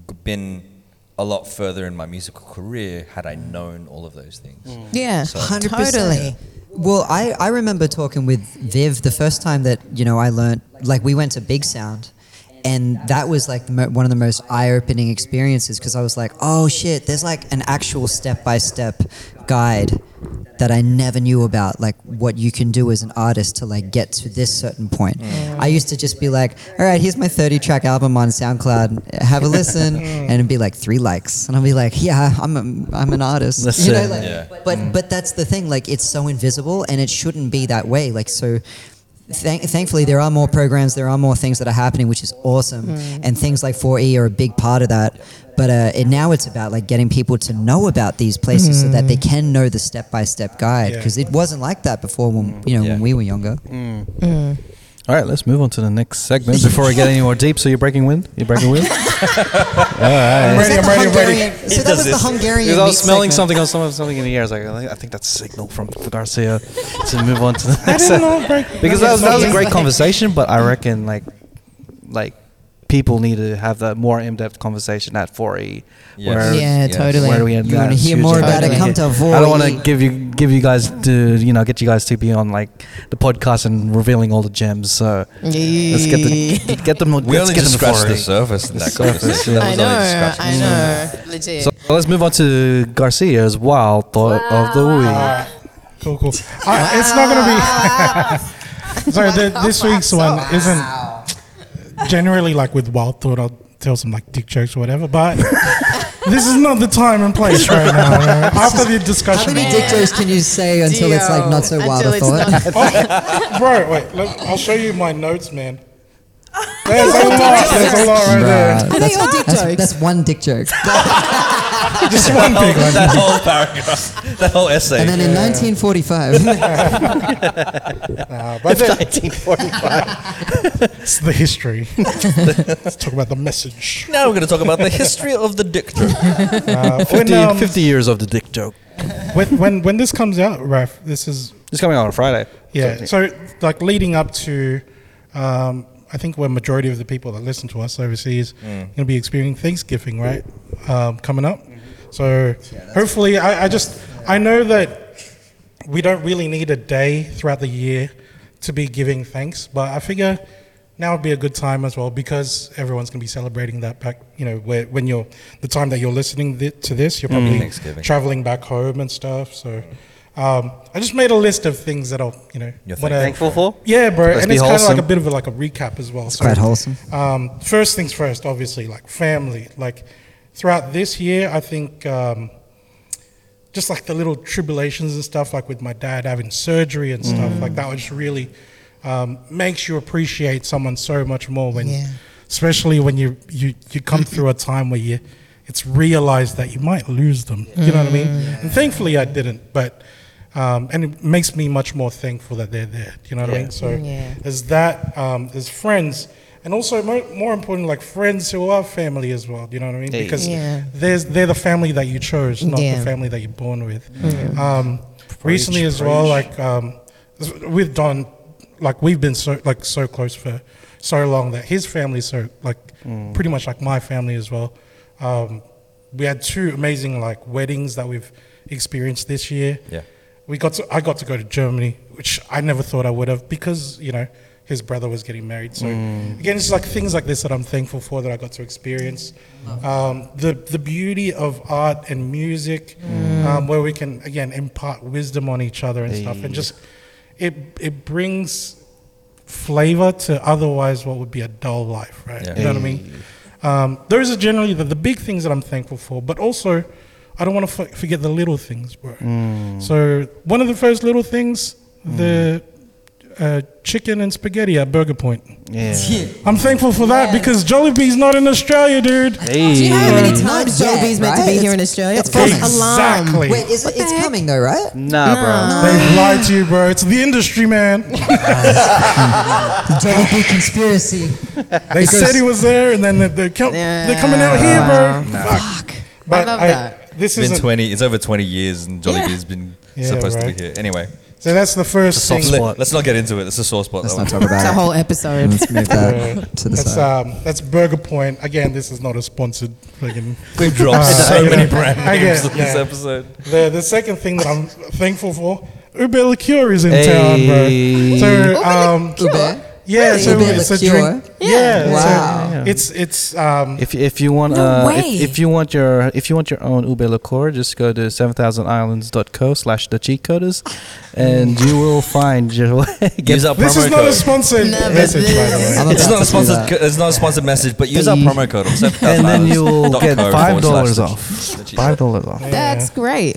[SPEAKER 3] g- been a lot further in my musical career had I known all of those things.
[SPEAKER 5] Yeah,
[SPEAKER 3] So-
[SPEAKER 2] 100%.
[SPEAKER 5] totally.
[SPEAKER 2] Well, I, I remember talking with Viv the first time that, you know, I learned, like, we went to Big Sound. And that was like the mo- one of the most eye opening experiences because I was like, oh shit, there's like an actual step by step guide that I never knew about, like what you can do as an artist to like get to this certain point. I used to just be like, all right, here's my 30 track album on SoundCloud, have a listen, and it'd be like three likes. And I'll be like, yeah, I'm, a, I'm an artist.
[SPEAKER 1] That's
[SPEAKER 2] you know,
[SPEAKER 1] it.
[SPEAKER 2] like,
[SPEAKER 3] Yeah.
[SPEAKER 2] but
[SPEAKER 5] Mm.
[SPEAKER 2] but that's the thing. Like it's so invisible, and it shouldn't be that way. Like so. Thank, thankfully, there are more programs, there are more things that are happening, which is awesome,
[SPEAKER 5] Mm.
[SPEAKER 2] and things like 4E are a big part of that. But uh, it, now it's about like getting people to know about these places so that they
[SPEAKER 5] Mm.
[SPEAKER 2] can know the step-by-step guide
[SPEAKER 4] Yeah.
[SPEAKER 2] because it wasn't like that before when you know
[SPEAKER 3] Yeah.
[SPEAKER 2] when we were younger.
[SPEAKER 5] Mm.
[SPEAKER 1] All right, let's move on to the next segment before I get any more deep. So you're breaking wind. You're breaking wind.
[SPEAKER 4] I'm
[SPEAKER 2] Was
[SPEAKER 4] ready.
[SPEAKER 2] that
[SPEAKER 4] I'm
[SPEAKER 2] the
[SPEAKER 4] ready. I'm ready.
[SPEAKER 2] Hungarian- So that was the Hungarian.
[SPEAKER 1] Because I was
[SPEAKER 2] meat
[SPEAKER 1] smelling
[SPEAKER 2] segment.
[SPEAKER 1] something on some, something in the air. I was like, I think- I think that's a signal from Garcia to move on to the
[SPEAKER 4] I
[SPEAKER 1] next. segment.
[SPEAKER 4] didn't know. Break,
[SPEAKER 1] Because that was, that was a great
[SPEAKER 4] conversation.
[SPEAKER 1] conversation, but I reckon like like people need to have that more in depth conversation at 4E.
[SPEAKER 3] Yes.
[SPEAKER 1] Where,
[SPEAKER 5] Yeah,
[SPEAKER 3] Yes.
[SPEAKER 5] totally.
[SPEAKER 1] Where we had
[SPEAKER 2] You wanna
[SPEAKER 1] that
[SPEAKER 2] hear
[SPEAKER 1] huge
[SPEAKER 2] more
[SPEAKER 5] about it,
[SPEAKER 1] argument.
[SPEAKER 2] come to
[SPEAKER 1] I don't want
[SPEAKER 2] 4E.
[SPEAKER 1] to give you give you guys to you know get you guys to be on like the podcast and revealing all the gems. So let's get the get them.
[SPEAKER 3] We
[SPEAKER 1] let's
[SPEAKER 3] only
[SPEAKER 1] get them to
[SPEAKER 3] just scratched
[SPEAKER 1] 4E.
[SPEAKER 3] the surface in
[SPEAKER 1] The
[SPEAKER 3] that
[SPEAKER 1] surface,
[SPEAKER 3] conversation.
[SPEAKER 1] yeah.
[SPEAKER 3] That
[SPEAKER 5] I
[SPEAKER 3] was
[SPEAKER 5] know,
[SPEAKER 3] only just scratching the
[SPEAKER 5] I
[SPEAKER 3] surface.
[SPEAKER 5] know, legit.
[SPEAKER 1] So let's move on to Garcia's wild thought of the week.
[SPEAKER 4] Cool, cool. All right, it's not gonna be. Sorry, the, this week's one isn't generally like with wild thought. I'll tell some like dick jokes or whatever, but this is not the time and place right now. right? After the
[SPEAKER 2] How
[SPEAKER 4] discussion,
[SPEAKER 2] many dick jokes can you say until it's like not so wild
[SPEAKER 5] Until
[SPEAKER 2] a
[SPEAKER 5] it's
[SPEAKER 2] thought?
[SPEAKER 5] not-
[SPEAKER 4] Oh, bro, wait. Look, I'll show you my notes, man. There's a lot. There's a lot right there.
[SPEAKER 2] Bruh, that's, that's- that's one dick joke.
[SPEAKER 4] Just one big one.
[SPEAKER 3] Oh, That whole paragraph, that whole essay.
[SPEAKER 2] And then in 1945,
[SPEAKER 4] Nah, but the- it's the history. Let's talk about the message.
[SPEAKER 3] now we're going to talk about the history of the dictator.
[SPEAKER 4] Uh, when,
[SPEAKER 1] 50,
[SPEAKER 4] um,
[SPEAKER 1] 50 years of the dick joke.
[SPEAKER 4] when, when when this comes out, Raf, this is
[SPEAKER 1] It's coming out on Friday.
[SPEAKER 4] Yeah. So, like leading up to, um, I think where majority of the people that listen to us overseas going to be experiencing Thanksgiving, right? Um, coming up. So, hopefully, I, I just I know that we don't really need a day throughout the year to be giving thanks, but I figure now would be a good time as well because everyone's going to be celebrating that back. You know, where, when you're the time that you're listening thi- to this, you're probably
[SPEAKER 3] Thanksgiving.
[SPEAKER 4] traveling back home and stuff. So. Um, I just made a list of things that I'll, you know,
[SPEAKER 3] You're
[SPEAKER 4] wanna-
[SPEAKER 3] thankful for?
[SPEAKER 4] Yeah, bro,
[SPEAKER 1] Let's
[SPEAKER 4] and
[SPEAKER 1] be
[SPEAKER 4] it's kind of like a
[SPEAKER 1] wholesome.
[SPEAKER 4] bit of a, like a recap as well. so,
[SPEAKER 2] quite wholesome.
[SPEAKER 4] Um, first things first, obviously, like family. Like throughout this year, I think um, just like the little tribulations and stuff, like with my dad having surgery and stuff,
[SPEAKER 3] Mm.
[SPEAKER 4] like that, just really um, makes you appreciate someone so much more when,
[SPEAKER 5] Yeah.
[SPEAKER 4] especially when you you you come through a time where you it's realized that you might lose them. You know what I mean?
[SPEAKER 5] Mm.
[SPEAKER 4] And thankfully, I didn't, but. Um, and it makes me much more thankful that they're there. You know what I mean? So
[SPEAKER 5] Yeah.
[SPEAKER 4] there's that. Um, there's friends, and also more, more important, like friends who are family as well. You know what I mean? Because
[SPEAKER 5] Yeah.
[SPEAKER 4] there's they're the family that you chose, not
[SPEAKER 5] Yeah.
[SPEAKER 4] the family that you're born with. Um, recently, as well, like um, with Don, like we've been so like so close for so long that his family's so like pretty much like my family as well. Um, we had two amazing like weddings that we've experienced this year.
[SPEAKER 3] Yeah.
[SPEAKER 4] we got to, I got to go to Germany, which I never thought I would have because you know his brother was getting married. So again, it's like things like this that I'm thankful for that I got to experience. Um, the the beauty of art and music, um, where we can again impart wisdom on each other and stuff, and just it it brings flavor to otherwise what would be a dull life, right?
[SPEAKER 3] Yeah.
[SPEAKER 4] You know what I mean? Um, those are generally the, the big things that I'm thankful for, but also I don't want to f- forget the little things, bro. So one of the first little things, the uh, chicken and spaghetti at Burger Point.
[SPEAKER 1] Yeah.
[SPEAKER 4] I'm thankful for that
[SPEAKER 5] Yeah.
[SPEAKER 4] because Jollibee's not in Australia, dude.
[SPEAKER 5] Do you know how many
[SPEAKER 2] Yeah.
[SPEAKER 5] times
[SPEAKER 2] Not yet,
[SPEAKER 5] Jollibee's meant to be
[SPEAKER 2] right?
[SPEAKER 5] here in
[SPEAKER 2] It's-
[SPEAKER 5] Australia?
[SPEAKER 2] it's
[SPEAKER 5] False alarm.
[SPEAKER 4] Exactly.
[SPEAKER 2] Wait, is it, it's coming though, right?
[SPEAKER 1] Nah, bro.
[SPEAKER 4] They lied to you, bro. It's the industry, man.
[SPEAKER 2] The Jollibee conspiracy.
[SPEAKER 4] They said he was there, and then they- they're, com- they're coming out here, bro. Fuck. But
[SPEAKER 5] love
[SPEAKER 4] I-
[SPEAKER 5] that.
[SPEAKER 4] This
[SPEAKER 3] It's
[SPEAKER 4] is
[SPEAKER 3] been 20, it's over 20 years and Jollibee's has been
[SPEAKER 4] Yeah,
[SPEAKER 3] supposed to
[SPEAKER 4] right.
[SPEAKER 3] be here. Anyway,
[SPEAKER 4] so that's the first thing.
[SPEAKER 3] let, us not get into it. It's a sore spot.
[SPEAKER 2] Let's
[SPEAKER 3] that
[SPEAKER 2] not
[SPEAKER 3] one.
[SPEAKER 2] talk
[SPEAKER 5] It's a
[SPEAKER 2] about it.
[SPEAKER 5] whole episode.
[SPEAKER 2] Let's move that to the
[SPEAKER 4] That's
[SPEAKER 2] side.
[SPEAKER 4] um, that's Burger Point. Again, this is not a sponsored friggin'.
[SPEAKER 3] We've dropped
[SPEAKER 4] Uh,
[SPEAKER 3] so
[SPEAKER 4] yeah.
[SPEAKER 3] many brand
[SPEAKER 4] I
[SPEAKER 3] names
[SPEAKER 4] guess,
[SPEAKER 3] on this
[SPEAKER 4] yeah.
[SPEAKER 3] episode.
[SPEAKER 4] The the second thing that I'm thankful for, Uber Liqueur is in
[SPEAKER 1] Hey.
[SPEAKER 4] town, bro. So um,
[SPEAKER 2] Uber.
[SPEAKER 4] yeah, so
[SPEAKER 2] Uber
[SPEAKER 4] it's a
[SPEAKER 2] Liqueur?
[SPEAKER 4] drink. Yeah, so
[SPEAKER 2] Wow.
[SPEAKER 4] it's it's um,
[SPEAKER 1] If, if you want
[SPEAKER 5] No
[SPEAKER 1] uh,
[SPEAKER 5] way.
[SPEAKER 1] if, if you want your if you want your own Ube liqueur, just go to 7000islands.co slash the cheat coders and you will find your way.
[SPEAKER 3] Use our
[SPEAKER 4] this
[SPEAKER 3] promo
[SPEAKER 4] is not a
[SPEAKER 3] code.
[SPEAKER 4] sponsored
[SPEAKER 5] No, but
[SPEAKER 4] message, by the way.
[SPEAKER 2] I'm
[SPEAKER 3] It's
[SPEAKER 2] about to
[SPEAKER 3] not a
[SPEAKER 2] do
[SPEAKER 3] sponsored.
[SPEAKER 2] that.
[SPEAKER 3] co- It's not a sponsored message, but use our
[SPEAKER 1] The-
[SPEAKER 3] promo code.
[SPEAKER 1] and then you'll get five dollars off. Five dollars off.
[SPEAKER 5] That's great.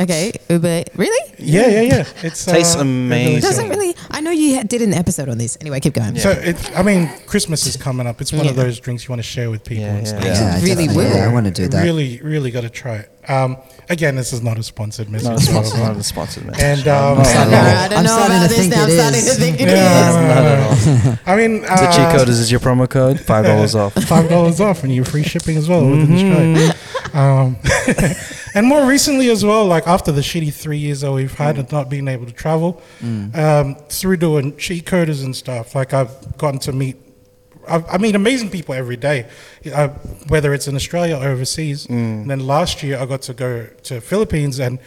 [SPEAKER 5] Okay, Uber. Really?
[SPEAKER 4] Yeah, yeah, yeah. It's
[SPEAKER 1] Tastes
[SPEAKER 4] uh, Uber
[SPEAKER 1] amazing.
[SPEAKER 4] Liqueur.
[SPEAKER 5] Doesn't really. I know you had- did an episode on this. Anyway, keep going.
[SPEAKER 4] So it, I mean, Christmas is coming up. It's one of
[SPEAKER 5] Yeah.
[SPEAKER 4] those drinks you want to share with people.
[SPEAKER 1] Yeah,
[SPEAKER 4] and stuff.
[SPEAKER 1] yeah.
[SPEAKER 2] Yeah, I
[SPEAKER 5] Really
[SPEAKER 2] definitely-
[SPEAKER 5] will.
[SPEAKER 2] Yeah, I want to do that.
[SPEAKER 4] Really, really got to try it. Um, again, this is not a sponsored message.
[SPEAKER 1] Not a sponsored,
[SPEAKER 4] however.
[SPEAKER 1] not a sponsored message.
[SPEAKER 4] And um,
[SPEAKER 5] No, I don't
[SPEAKER 2] Oh, I'm
[SPEAKER 5] know
[SPEAKER 2] starting
[SPEAKER 5] about
[SPEAKER 2] to
[SPEAKER 5] this
[SPEAKER 2] think
[SPEAKER 5] now. I'm
[SPEAKER 2] it
[SPEAKER 5] starting to
[SPEAKER 2] is.
[SPEAKER 5] think it
[SPEAKER 4] yeah,
[SPEAKER 5] is.
[SPEAKER 4] no, no, no. I mean,
[SPEAKER 1] The cheat
[SPEAKER 4] uh,
[SPEAKER 1] code is your promo code. Five dollars off.
[SPEAKER 4] five dollars off, and you free shipping as well within Australia. Um, and more recently as well, like after the shitty three years that we've had of not being able to travel, um, through doing cheat coders and stuff, like I've gotten to meet. I, I meet amazing people every day, uh, whether it's in Australia or overseas. And then last year, I got to go to Philippines and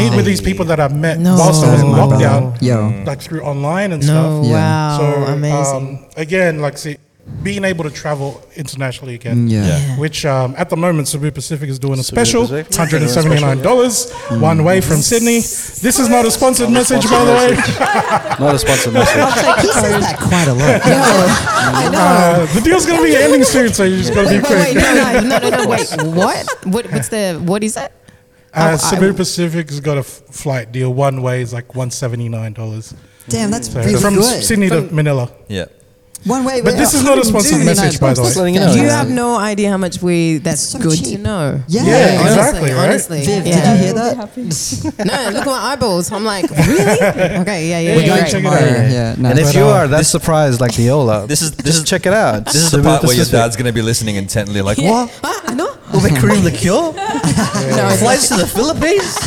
[SPEAKER 4] meet with these people that I met
[SPEAKER 5] No.
[SPEAKER 4] whilst I was in
[SPEAKER 5] No.
[SPEAKER 4] lockdown,
[SPEAKER 2] Yo.
[SPEAKER 4] like through online and
[SPEAKER 5] No,
[SPEAKER 4] stuff.
[SPEAKER 2] Yeah.
[SPEAKER 5] wow,
[SPEAKER 4] So
[SPEAKER 5] Oh, amazing.
[SPEAKER 4] Um, again, like see, being able to travel internationally again.
[SPEAKER 2] Yeah.
[SPEAKER 4] Which um, at the moment, Cebu Pacific is doing a
[SPEAKER 1] Cebu
[SPEAKER 4] special,
[SPEAKER 1] Pacific.
[SPEAKER 4] hundred and seventy nine dollars one way from
[SPEAKER 5] Mm.
[SPEAKER 4] Sydney. This is not a sponsored message, by the way.
[SPEAKER 1] Not a sponsored message.
[SPEAKER 2] He says that quite a lot. Yo.
[SPEAKER 4] Uh, the deal's gonna be ending soon, so you just gotta be
[SPEAKER 5] Wait, wait, wait,
[SPEAKER 4] quick.
[SPEAKER 5] no, no, no, no, no, wait. What? What? What's the? What is it?
[SPEAKER 4] Uh,
[SPEAKER 5] Oh, I-
[SPEAKER 4] Cebu Pacific's got a f- flight deal. One way is like one seventy nine dollars
[SPEAKER 2] Damn, that's
[SPEAKER 4] so
[SPEAKER 2] really
[SPEAKER 4] from
[SPEAKER 2] good.
[SPEAKER 4] Sydney to Manila.
[SPEAKER 3] Yeah.
[SPEAKER 2] One way,
[SPEAKER 4] But this is not a sponsored
[SPEAKER 2] $179
[SPEAKER 4] message, by the
[SPEAKER 2] bucks.
[SPEAKER 4] way. Just
[SPEAKER 1] letting you know.
[SPEAKER 5] you
[SPEAKER 1] yeah.
[SPEAKER 5] have no idea how much we. That's
[SPEAKER 2] so
[SPEAKER 5] good to
[SPEAKER 2] cheap.
[SPEAKER 5] know.
[SPEAKER 2] Yeah.
[SPEAKER 4] Yeah,
[SPEAKER 5] Honestly,
[SPEAKER 4] exactly, right?
[SPEAKER 5] Honestly,
[SPEAKER 2] Viv,
[SPEAKER 5] yeah.
[SPEAKER 2] did you hear that?
[SPEAKER 5] No, look at my eyeballs. I'm like, really? Okay, yeah, yeah,
[SPEAKER 4] We're
[SPEAKER 5] yeah.
[SPEAKER 4] going to-
[SPEAKER 5] right.
[SPEAKER 2] Yeah, yeah, no.
[SPEAKER 1] and if
[SPEAKER 4] But,
[SPEAKER 1] you
[SPEAKER 4] uh,
[SPEAKER 1] are that surprised like Viola,
[SPEAKER 3] This is this
[SPEAKER 1] just
[SPEAKER 3] is
[SPEAKER 1] check it out.
[SPEAKER 3] this is the
[SPEAKER 1] Cebu
[SPEAKER 3] part where your
[SPEAKER 1] Pacific.
[SPEAKER 3] dad's gonna be listening intently, like
[SPEAKER 5] Yeah.
[SPEAKER 3] what?
[SPEAKER 5] Ah, I know.
[SPEAKER 3] Ube Korean liqueur?
[SPEAKER 5] No, it's
[SPEAKER 3] Flights to the Philippines?
[SPEAKER 1] Eh,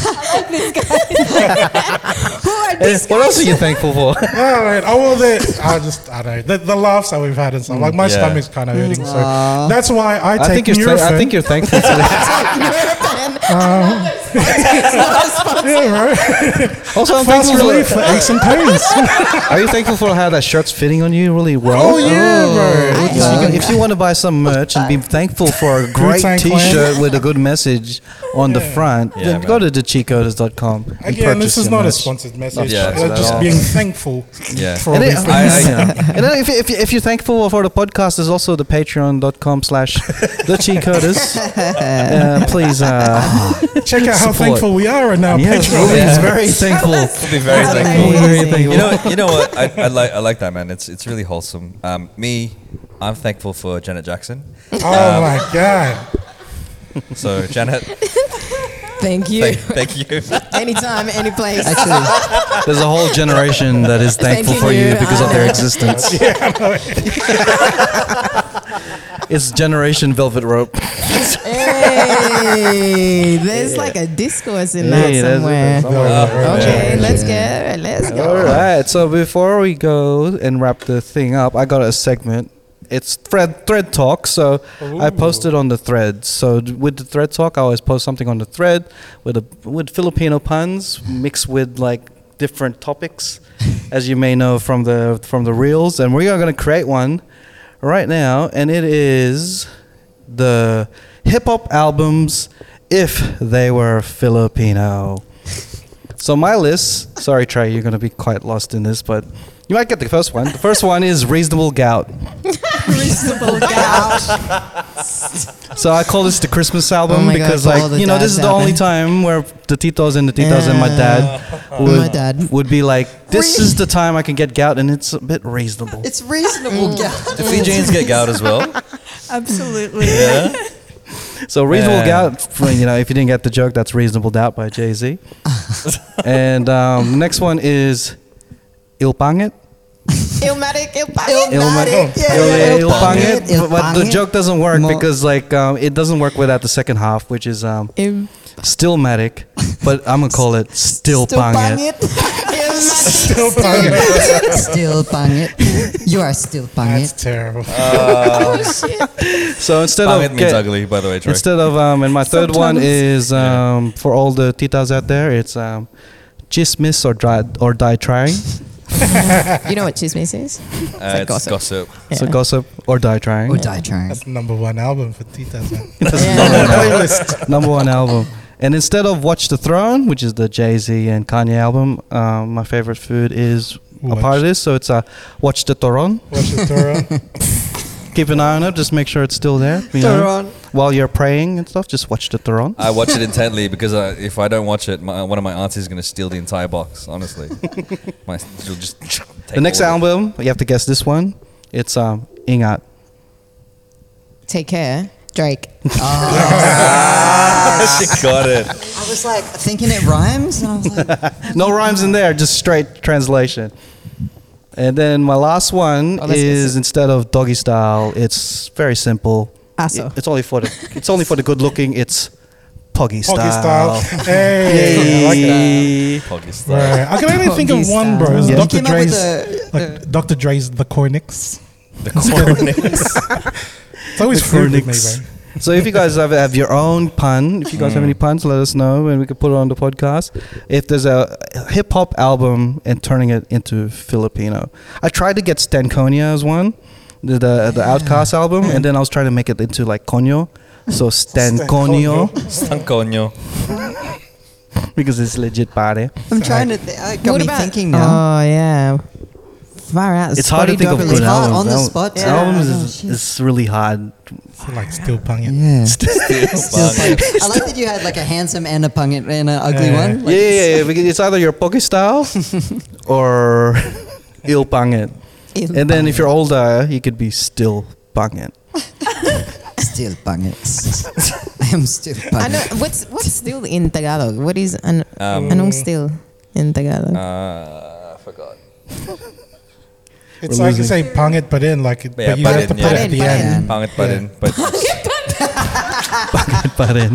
[SPEAKER 1] What else are you thankful for?
[SPEAKER 4] All right. Oh well, the, I just I don't know the, the laughs that we've had and stuff. Like my
[SPEAKER 3] Yeah.
[SPEAKER 4] stomach's kind of hurting, so
[SPEAKER 5] Mm.
[SPEAKER 4] that's why I take
[SPEAKER 1] I think you're thank- I
[SPEAKER 4] Nurofen.
[SPEAKER 1] think you're thankful for that.
[SPEAKER 4] yeah, right.
[SPEAKER 1] Also, I'm
[SPEAKER 4] Fast
[SPEAKER 1] thankful
[SPEAKER 4] relief
[SPEAKER 1] for
[SPEAKER 4] for aches and pains.
[SPEAKER 1] Are you thankful for how that shirt's fitting on you really well?
[SPEAKER 4] Oh, yeah, bro.
[SPEAKER 1] If you can- if you want to buy some merch and be thankful for a great
[SPEAKER 4] Wu-Tang Clan.
[SPEAKER 1] T-shirt with a good message on the front,
[SPEAKER 3] Yeah,
[SPEAKER 1] then
[SPEAKER 3] man.
[SPEAKER 1] go to thechicoders.com and
[SPEAKER 4] Again,
[SPEAKER 1] purchase
[SPEAKER 4] this is
[SPEAKER 1] your
[SPEAKER 4] not a
[SPEAKER 1] merch.
[SPEAKER 4] sponsored message.
[SPEAKER 3] Yeah,
[SPEAKER 4] We're
[SPEAKER 3] it's
[SPEAKER 4] just
[SPEAKER 3] not.
[SPEAKER 4] being thankful.
[SPEAKER 3] Yeah.
[SPEAKER 4] For
[SPEAKER 1] And,
[SPEAKER 4] all
[SPEAKER 1] it-
[SPEAKER 4] these
[SPEAKER 3] I-
[SPEAKER 4] things.
[SPEAKER 3] I-
[SPEAKER 1] and then if, if, if you're thankful for the podcast, there's also the patreon.com slash the cheat coders. Uh, please, uh,
[SPEAKER 4] Check out how
[SPEAKER 1] Support.
[SPEAKER 4] thankful we are right now.
[SPEAKER 1] yes,
[SPEAKER 4] Patreon.
[SPEAKER 1] Ruby is very thankful.
[SPEAKER 3] I'll be very
[SPEAKER 5] Amazing.
[SPEAKER 3] thankful.
[SPEAKER 1] Very thankful.
[SPEAKER 3] You know, you know what? I, I like I like that man. It's it's really wholesome. Um, me, I'm thankful for Janet Jackson.
[SPEAKER 4] Oh my god.
[SPEAKER 3] So Janet,
[SPEAKER 5] Thank you.
[SPEAKER 3] Thank, thank you.
[SPEAKER 5] Anytime, any place.
[SPEAKER 2] Actually,
[SPEAKER 1] There's a whole generation that is thankful
[SPEAKER 5] Thank
[SPEAKER 1] for you
[SPEAKER 5] you.
[SPEAKER 1] because of
[SPEAKER 5] I
[SPEAKER 1] their
[SPEAKER 5] know.
[SPEAKER 1] existence. it's Generation Velvet Rope.
[SPEAKER 5] Hey, there's like a discourse in
[SPEAKER 1] Hey,
[SPEAKER 5] that
[SPEAKER 1] there's-
[SPEAKER 5] somewhere.
[SPEAKER 1] somewhere.
[SPEAKER 5] okay, let's go. Let's go.
[SPEAKER 1] All right. So before we go and wrap the thing up, I got a segment. It's thread thread talk. So I posted on the thread. So d- with the thread talk, I always post something on the thread with a with Filipino puns mixed with like different topics, as you may know from the from the reels. And we are going to create one right now, and it is the hip hop albums if they were Filipino. So my list, sorry Trey, you're gonna be quite lost in this, but you might get the first one. The first one is reasonable gout.
[SPEAKER 5] Reasonable doubt.
[SPEAKER 1] So I call this the Christmas album
[SPEAKER 5] Oh my God,
[SPEAKER 1] because,
[SPEAKER 5] for all
[SPEAKER 1] like,
[SPEAKER 5] the
[SPEAKER 1] you know, this is
[SPEAKER 5] dads
[SPEAKER 1] the
[SPEAKER 5] out
[SPEAKER 1] only
[SPEAKER 5] there.
[SPEAKER 1] time where the titos and the titas and my dad would
[SPEAKER 5] My dad.
[SPEAKER 1] would be like, this is the time I can get gout, and it's a bit reasonable.
[SPEAKER 2] it's reasonable,
[SPEAKER 5] Mm.
[SPEAKER 2] guys.
[SPEAKER 3] Do Fijians get gout as well?
[SPEAKER 6] Absolutely.
[SPEAKER 1] So reasonable
[SPEAKER 3] Yeah.
[SPEAKER 1] doubt, f- you know, if you didn't get the joke, that's reasonable doubt by Jay Z. and um, next one is Il Pangit.
[SPEAKER 5] Illmatic, illmatic.
[SPEAKER 1] Illmatic.
[SPEAKER 2] Yeah,
[SPEAKER 1] Il-
[SPEAKER 2] yeah,
[SPEAKER 1] Il
[SPEAKER 2] Il Pangit.
[SPEAKER 1] Pangit.
[SPEAKER 2] Il
[SPEAKER 1] eh, But the
[SPEAKER 2] Pangit.
[SPEAKER 1] joke doesn't work
[SPEAKER 2] Mo-
[SPEAKER 1] because like um, it doesn't work without the second half, which is um,
[SPEAKER 5] Ill-
[SPEAKER 1] stillmatic. But I'm gonna call it still
[SPEAKER 2] Still bang
[SPEAKER 1] Pangit.
[SPEAKER 2] it.
[SPEAKER 5] illmatic.
[SPEAKER 4] Still bang it.
[SPEAKER 2] Still bang it. You are still bang
[SPEAKER 4] That's
[SPEAKER 2] it.
[SPEAKER 4] terrible.
[SPEAKER 1] So instead
[SPEAKER 3] Pangit
[SPEAKER 1] of
[SPEAKER 3] means
[SPEAKER 1] get-
[SPEAKER 3] ugly, by the way, Trey.
[SPEAKER 1] instead of um, and my third one is um, for all the titas out there, it's um, chismis or dry, or die trying.
[SPEAKER 5] You know what chismis is?
[SPEAKER 3] Uh,
[SPEAKER 5] like
[SPEAKER 3] it's
[SPEAKER 5] gossip.
[SPEAKER 3] gossip.
[SPEAKER 1] So
[SPEAKER 5] Yeah.
[SPEAKER 1] gossip or die trying.
[SPEAKER 2] Or die trying.
[SPEAKER 4] That's the number one album for Tita's. man.
[SPEAKER 1] number one album. And instead of Watch the Throne, which is the Jay Z and Kanye album, um, my favorite food is a part of this. So it's a Watch the Throne.
[SPEAKER 4] Watch the Torah.
[SPEAKER 1] Keep an eye on it. Just make sure it's still there. you know. While you're praying and stuff, just watch the Throne.
[SPEAKER 3] I watch it intently because I, if I don't watch it, my, one of my aunties is going to steal the entire box, honestly. my, she'll just take
[SPEAKER 1] the next
[SPEAKER 3] all of it.
[SPEAKER 1] album, you have to guess this one. It's um, Ingat.
[SPEAKER 5] Take care, Drake.
[SPEAKER 3] she got it.
[SPEAKER 2] I was like thinking it rhymes, and I was like,
[SPEAKER 1] No rhymes in there, just straight translation. And then my last one
[SPEAKER 5] Oh, let's guess
[SPEAKER 1] is instead of doggy style, it's very simple.
[SPEAKER 4] Ah,
[SPEAKER 5] Aso.
[SPEAKER 1] It- it's only for the it's only for the good looking. It's poggy style.
[SPEAKER 4] Pocky style. Hey, I like that.
[SPEAKER 3] Poggy style.
[SPEAKER 4] Right. I can only think of
[SPEAKER 5] Pocky
[SPEAKER 4] one,
[SPEAKER 5] style.
[SPEAKER 4] bro. It's
[SPEAKER 1] Yeah.
[SPEAKER 4] Dr.
[SPEAKER 2] came up with
[SPEAKER 4] Dre's.
[SPEAKER 2] the,
[SPEAKER 4] like Dr. Dre's The Cornix.
[SPEAKER 3] The corners.
[SPEAKER 4] It's always food with me, bro.
[SPEAKER 1] So if you guys have, have your own pun, if you guys have
[SPEAKER 2] Mm.
[SPEAKER 1] any puns, let us know and we can put it on the podcast. If there's a hip hop album and turning it into Filipino, I tried to get Stankonia as one, the the, the Outcast album, and then I was trying to make it into like Conyo, so Stankonio
[SPEAKER 3] Stanconio.
[SPEAKER 1] because it's legit party.
[SPEAKER 2] I'm trying to. Th- I Uh, got
[SPEAKER 5] What
[SPEAKER 2] me
[SPEAKER 5] about-
[SPEAKER 2] thinking now.
[SPEAKER 5] Oh yeah, far out.
[SPEAKER 1] It's hard to
[SPEAKER 5] Spotty
[SPEAKER 1] think of
[SPEAKER 5] Dog
[SPEAKER 1] good
[SPEAKER 2] It's
[SPEAKER 5] Lizard.
[SPEAKER 2] hard
[SPEAKER 1] albums.
[SPEAKER 2] on the
[SPEAKER 1] Al-
[SPEAKER 2] spot. Yeah.
[SPEAKER 1] Albums
[SPEAKER 2] Oh,
[SPEAKER 1] is,
[SPEAKER 2] shit.
[SPEAKER 1] is really hard.
[SPEAKER 4] It's like still banging.
[SPEAKER 2] Yeah.
[SPEAKER 3] Still banging.
[SPEAKER 2] I like that you had like a handsome and a pung and an ugly
[SPEAKER 4] Yeah.
[SPEAKER 2] one. Like,
[SPEAKER 1] yeah, yeah, yeah. because It's either your pocky style or il pangit.
[SPEAKER 5] Il
[SPEAKER 1] And then if you're older, you could be still pangit.
[SPEAKER 2] Still bang it. I am still bang
[SPEAKER 5] I know
[SPEAKER 2] it.
[SPEAKER 5] what's what's still in Tagalog. What is an
[SPEAKER 3] Um,
[SPEAKER 5] anong still in Tagalog?
[SPEAKER 3] Uh, I forgot.
[SPEAKER 4] It's like you say pang it but in, like,
[SPEAKER 3] Yeah,
[SPEAKER 4] but you
[SPEAKER 3] but
[SPEAKER 4] have
[SPEAKER 3] in,
[SPEAKER 4] to put
[SPEAKER 3] yeah.
[SPEAKER 4] it at the
[SPEAKER 5] But in,
[SPEAKER 4] end.
[SPEAKER 3] Pangit button. But
[SPEAKER 1] But then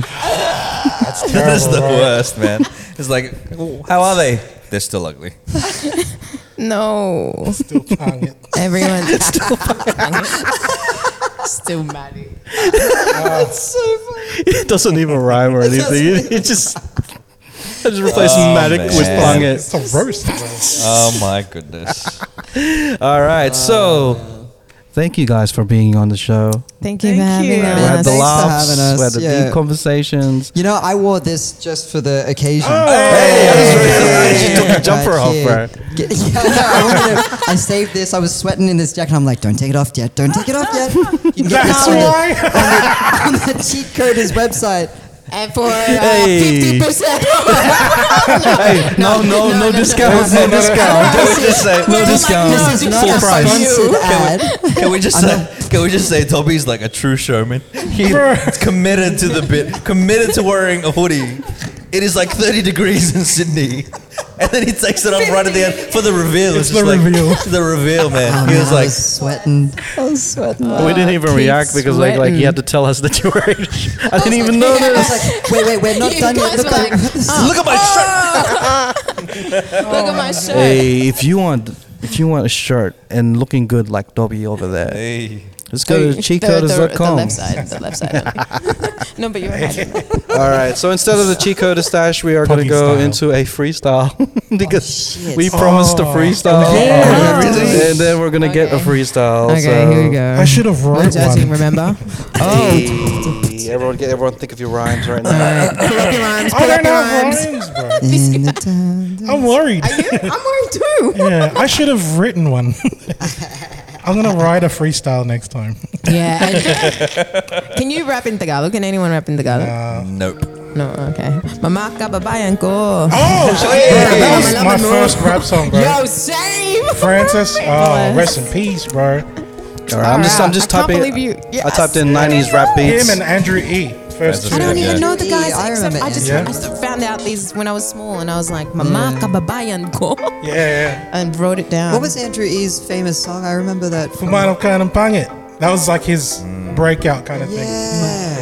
[SPEAKER 3] that's the worst, man. It's like, how are they? They're still ugly.
[SPEAKER 5] no,
[SPEAKER 4] Still pang it.
[SPEAKER 5] everyone still still mad.
[SPEAKER 1] it doesn't even rhyme or anything. It, it just I just replaced
[SPEAKER 3] Oh,
[SPEAKER 1] matic with
[SPEAKER 3] man.
[SPEAKER 1] pangit.
[SPEAKER 4] It's a roast, bro.
[SPEAKER 3] Oh my goodness.
[SPEAKER 1] All right, so Uh, thank you guys for being on the show.
[SPEAKER 5] Thank you for
[SPEAKER 6] Thank
[SPEAKER 5] having
[SPEAKER 6] you.
[SPEAKER 5] us.
[SPEAKER 1] We had the
[SPEAKER 2] thanks for
[SPEAKER 1] laughs,
[SPEAKER 2] having us,
[SPEAKER 1] we had the
[SPEAKER 2] yeah.
[SPEAKER 1] deep conversations.
[SPEAKER 2] You know, I wore this just for the occasion.
[SPEAKER 1] Oh, She took the jumper off, bro.
[SPEAKER 2] Get- yeah, I know, I, wanted to- I saved this. I was sweating in this jacket. I'm like, don't take it off yet. Don't take it off yet. You can get this
[SPEAKER 4] That's
[SPEAKER 2] on the,
[SPEAKER 4] why.
[SPEAKER 2] on the cheat coders website.
[SPEAKER 5] And for uh,
[SPEAKER 1] Hey.
[SPEAKER 5] 50%.
[SPEAKER 1] Hey, no, no, no, discount, no, discount. Just- just say no discount,
[SPEAKER 2] This is not
[SPEAKER 1] full
[SPEAKER 2] a
[SPEAKER 1] price.
[SPEAKER 2] sponsored ad.
[SPEAKER 3] Can we just say, can we just say Toby's like a true showman? He's committed to the bit, committed to wearing a hoodie It is like 30 degrees in Sydney. And then he takes it off right at the end for the reveal.
[SPEAKER 4] It's
[SPEAKER 3] just
[SPEAKER 4] the
[SPEAKER 3] like-
[SPEAKER 4] reveal.
[SPEAKER 3] The reveal, man.
[SPEAKER 2] Oh,
[SPEAKER 3] he
[SPEAKER 2] man,
[SPEAKER 3] was
[SPEAKER 2] I
[SPEAKER 3] like,
[SPEAKER 2] was sweating.
[SPEAKER 5] I was sweating.
[SPEAKER 1] we didn't even
[SPEAKER 5] Keith's
[SPEAKER 1] react because like like you had to
[SPEAKER 5] sweating.
[SPEAKER 1] tell us that you were. Asian. I didn't even know
[SPEAKER 2] I
[SPEAKER 1] this.
[SPEAKER 2] was like, wait, wait, we're not
[SPEAKER 5] You
[SPEAKER 2] done yet.
[SPEAKER 5] guys
[SPEAKER 2] Look
[SPEAKER 5] were
[SPEAKER 2] at
[SPEAKER 5] like,
[SPEAKER 3] look at my shirt.
[SPEAKER 5] Look at my shirt.
[SPEAKER 1] Hey, if you want, if you want a shirt and looking good like Dobby over
[SPEAKER 5] Oh.
[SPEAKER 1] there,
[SPEAKER 3] Hey.
[SPEAKER 1] let's go to
[SPEAKER 5] The- the, the,
[SPEAKER 1] cheatcoders.com.
[SPEAKER 5] left side. The left side. no, but you're right.
[SPEAKER 1] All right, so instead of the cheat code stash, we are going to
[SPEAKER 4] Puppy
[SPEAKER 1] go
[SPEAKER 4] style.
[SPEAKER 1] into a freestyle because
[SPEAKER 2] shit.
[SPEAKER 1] we promised a
[SPEAKER 4] Oh.
[SPEAKER 1] freestyle,
[SPEAKER 4] Yeah.
[SPEAKER 1] and then we're going to get a
[SPEAKER 5] Oh, Okay.
[SPEAKER 1] freestyle.
[SPEAKER 5] Okay,
[SPEAKER 1] so.
[SPEAKER 5] here we go. Oh.
[SPEAKER 4] I should have
[SPEAKER 5] One
[SPEAKER 4] wrote
[SPEAKER 5] dirty,
[SPEAKER 4] one.
[SPEAKER 5] remember?
[SPEAKER 1] Hey, everyone, get everyone think of your rhymes right now.
[SPEAKER 5] Pull up your arms.
[SPEAKER 4] I
[SPEAKER 5] Pull up
[SPEAKER 4] don't
[SPEAKER 5] your
[SPEAKER 4] have
[SPEAKER 5] arms.
[SPEAKER 4] rhymes, bro.
[SPEAKER 2] In
[SPEAKER 5] Mm.
[SPEAKER 2] the town.
[SPEAKER 4] I'm worried.
[SPEAKER 5] Are you? I'm wearing two.
[SPEAKER 4] Yeah, I should have written one. I'm gonna write a freestyle next time.
[SPEAKER 5] Yeah. and- can you rap in Tagalog? Can anyone rap in Tagalog?
[SPEAKER 3] Nope.
[SPEAKER 5] No, okay. Mama ka babayan ko.
[SPEAKER 4] Oh,
[SPEAKER 3] yeah.
[SPEAKER 4] that was my first rap song, bro.
[SPEAKER 5] Yo, same.
[SPEAKER 4] Francis, oh,
[SPEAKER 5] Bless.
[SPEAKER 4] rest in peace, bro.
[SPEAKER 1] All right, I'm just, I'm
[SPEAKER 5] Alright,
[SPEAKER 1] just
[SPEAKER 5] I can't
[SPEAKER 1] typing.
[SPEAKER 5] believe you-
[SPEAKER 1] I typed in
[SPEAKER 5] Yes.
[SPEAKER 1] 90s rap beats.
[SPEAKER 4] Him and Andrew E.
[SPEAKER 3] That's
[SPEAKER 4] First two.
[SPEAKER 5] I don't
[SPEAKER 3] Yeah.
[SPEAKER 5] even know the
[SPEAKER 2] Yeah,
[SPEAKER 5] guys.
[SPEAKER 2] I
[SPEAKER 5] except
[SPEAKER 2] remember
[SPEAKER 5] I just,
[SPEAKER 4] Yeah.
[SPEAKER 5] I just found out these when I was small, and I was like, "Mama ka babayan ko,"
[SPEAKER 4] Yeah, yeah.
[SPEAKER 5] and wrote it down.
[SPEAKER 2] What was Andrew E's famous song? I remember that.
[SPEAKER 4] For
[SPEAKER 2] From,
[SPEAKER 4] mine, I'm kind of bang it. That was like his
[SPEAKER 10] Mm.
[SPEAKER 4] breakout kind of thing.
[SPEAKER 2] yeah.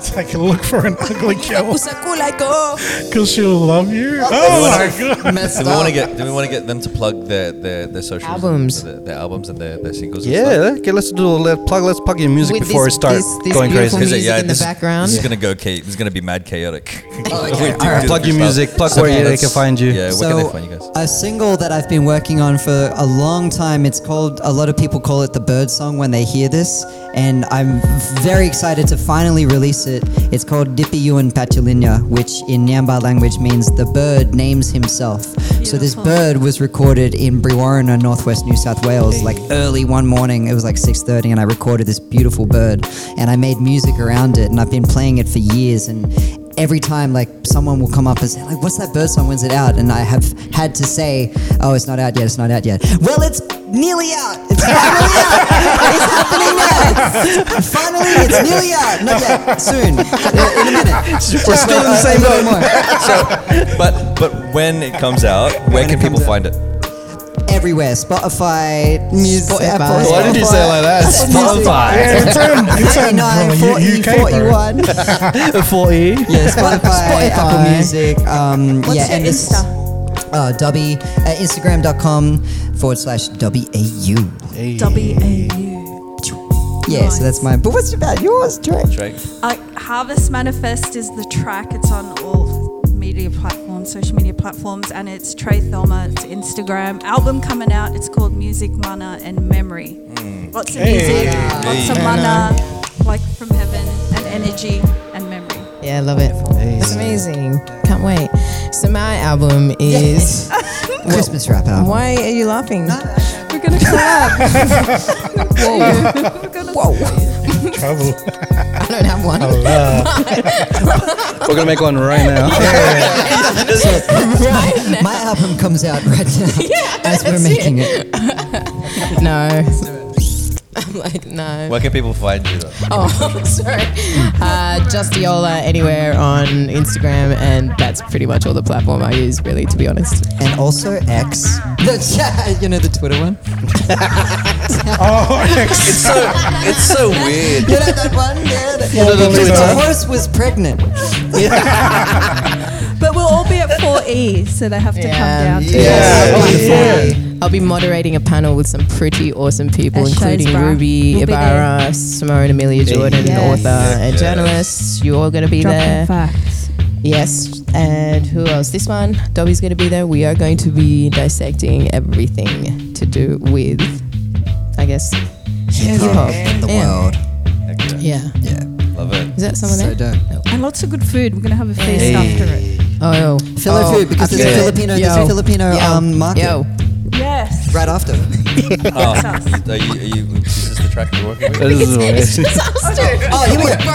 [SPEAKER 4] It's like look for an ugly girl
[SPEAKER 5] Sa kulay ko.
[SPEAKER 4] because she'll love you. Oh my god.
[SPEAKER 2] Messed
[SPEAKER 3] Do we want to
[SPEAKER 2] up.
[SPEAKER 3] get? Do we want to get them to plug their their, their socials, and
[SPEAKER 5] Albums.
[SPEAKER 3] their, their albums, and their, their singles? and stuff?
[SPEAKER 1] yeah, okay, let's do a let plug. Let's plug your music
[SPEAKER 5] With
[SPEAKER 1] before I
[SPEAKER 5] this-
[SPEAKER 1] start
[SPEAKER 5] this- this
[SPEAKER 1] going
[SPEAKER 5] beautiful
[SPEAKER 1] crazy.
[SPEAKER 5] music.
[SPEAKER 3] Is it-
[SPEAKER 5] in the background. Oh,
[SPEAKER 3] This is gonna go. Cha- this is gonna be mad chaotic. We do do
[SPEAKER 1] Plug
[SPEAKER 3] the
[SPEAKER 1] your
[SPEAKER 3] freestyle.
[SPEAKER 1] music. Plug
[SPEAKER 3] So
[SPEAKER 1] where
[SPEAKER 3] yeah,
[SPEAKER 1] they can
[SPEAKER 3] that's-
[SPEAKER 1] find you.
[SPEAKER 3] Yeah,
[SPEAKER 2] so,
[SPEAKER 3] where can they find you guys?
[SPEAKER 2] a single that I've been working on for a long time. It's called. A lot of people call it the bird song when they hear this, and I'm very excited to finally release it. It's called Dipiyuan Patulinya, which in Nyamba language means the bird names himself. So this
[SPEAKER 6] Beautiful.
[SPEAKER 2] bird was recorded in Brewarrina, northwest New South Wales, like early one morning. It was like 6:30, and I recorded this beautiful bird, and I made music around it, and I've been playing it for years, and every time like someone will come up and say like what's that bird song when's it out and i have had to say oh it's not out yet it's not out yet well it's nearly out it's finally out it's happening now finally it's nearly out not yet soon in a minute
[SPEAKER 1] We're still in the same boat.
[SPEAKER 3] so, but but when it comes out, where can people find it?
[SPEAKER 2] everywhere spotify music
[SPEAKER 5] Spotify.
[SPEAKER 2] Apple,
[SPEAKER 1] Why did you say it like that?
[SPEAKER 2] Music.
[SPEAKER 1] Spotify.
[SPEAKER 4] Yeah, it's him. It's him.
[SPEAKER 2] 89,
[SPEAKER 4] Bro,
[SPEAKER 2] 40,
[SPEAKER 4] you- UK, bro.
[SPEAKER 2] 41.
[SPEAKER 1] Before E.
[SPEAKER 2] Yeah, Spotify, Apple
[SPEAKER 5] Spotify.
[SPEAKER 2] Music. Um,
[SPEAKER 5] What's
[SPEAKER 2] yeah,
[SPEAKER 5] your
[SPEAKER 2] and it's-
[SPEAKER 5] Insta?
[SPEAKER 2] Uh, Dubby at Instagram.com forward slash W-A-U.
[SPEAKER 6] W A U.
[SPEAKER 2] Yeah, so that's mine. But what's about yours, Trey?
[SPEAKER 3] Drake.
[SPEAKER 6] Uh, Harvest Manifest is the track. It's on all media platforms, social media platforms, and it's Trey Thelma. It's Instagram. Album coming out. It's called Music Mana and Memory.
[SPEAKER 5] Mm.
[SPEAKER 6] Lots of music, lots of mana, like from heaven, and energy and memory.
[SPEAKER 5] Yeah, I love it. It's amazing. Can't wait. So my album is.
[SPEAKER 2] Christmas wrap album.
[SPEAKER 5] Why are you laughing?
[SPEAKER 6] We're gonna collab. We're gonna
[SPEAKER 4] Trouble.
[SPEAKER 5] I don't have one.
[SPEAKER 1] We're gonna make one right now.
[SPEAKER 5] right?
[SPEAKER 2] My album comes out right now
[SPEAKER 5] Yeah,
[SPEAKER 2] as we're
[SPEAKER 5] that's
[SPEAKER 2] making it.
[SPEAKER 5] No. I'm like, no.
[SPEAKER 3] Where can people find you? Though?
[SPEAKER 5] Oh, sorry. Uh, Justiola anywhere on Instagram, and that's pretty much all the platform I use, really, to be honest.
[SPEAKER 2] And also X. The, you know the Twitter one?
[SPEAKER 4] Oh,
[SPEAKER 3] It's so it's so weird.
[SPEAKER 2] You know that one? Yeah. that-
[SPEAKER 4] no, no,
[SPEAKER 2] the
[SPEAKER 4] no.
[SPEAKER 2] horse was pregnant.
[SPEAKER 6] But we'll all be at 4E, so they have to
[SPEAKER 5] Yeah.
[SPEAKER 6] come down to
[SPEAKER 5] I'll be moderating a panel with some pretty awesome people,
[SPEAKER 6] That shows,
[SPEAKER 5] including
[SPEAKER 6] bruh.
[SPEAKER 5] Ruby,
[SPEAKER 6] You'll be
[SPEAKER 5] Ibarra, Simone, Amelia Jordan,
[SPEAKER 6] Yes.
[SPEAKER 5] author and journalist. You're all going to be there.
[SPEAKER 6] facts.
[SPEAKER 5] Yes. And who else? This one, Dobby's going to be there. We are going to be dissecting everything to do with, I guess, hip hop.
[SPEAKER 2] In the
[SPEAKER 5] Yeah.
[SPEAKER 2] world.
[SPEAKER 3] Okay,
[SPEAKER 5] Yeah.
[SPEAKER 2] Yeah.
[SPEAKER 3] love it.
[SPEAKER 5] Is that someone
[SPEAKER 2] So
[SPEAKER 5] there?
[SPEAKER 2] don't.
[SPEAKER 6] And lots of good food. We're gonna have a feast
[SPEAKER 5] Hey.
[SPEAKER 6] after it.
[SPEAKER 5] Oh,
[SPEAKER 2] Philo
[SPEAKER 5] oh,
[SPEAKER 2] food, because there's a
[SPEAKER 5] okay.
[SPEAKER 2] Filipino, there's a
[SPEAKER 5] Yo.
[SPEAKER 2] Filipino
[SPEAKER 5] Yo.
[SPEAKER 2] um, market
[SPEAKER 5] Yo.
[SPEAKER 6] Yes.
[SPEAKER 2] right after.
[SPEAKER 3] Oh,
[SPEAKER 6] us.
[SPEAKER 3] are you, are you, is this the track you're working with?
[SPEAKER 1] This is amazing.
[SPEAKER 2] Oh, here we go.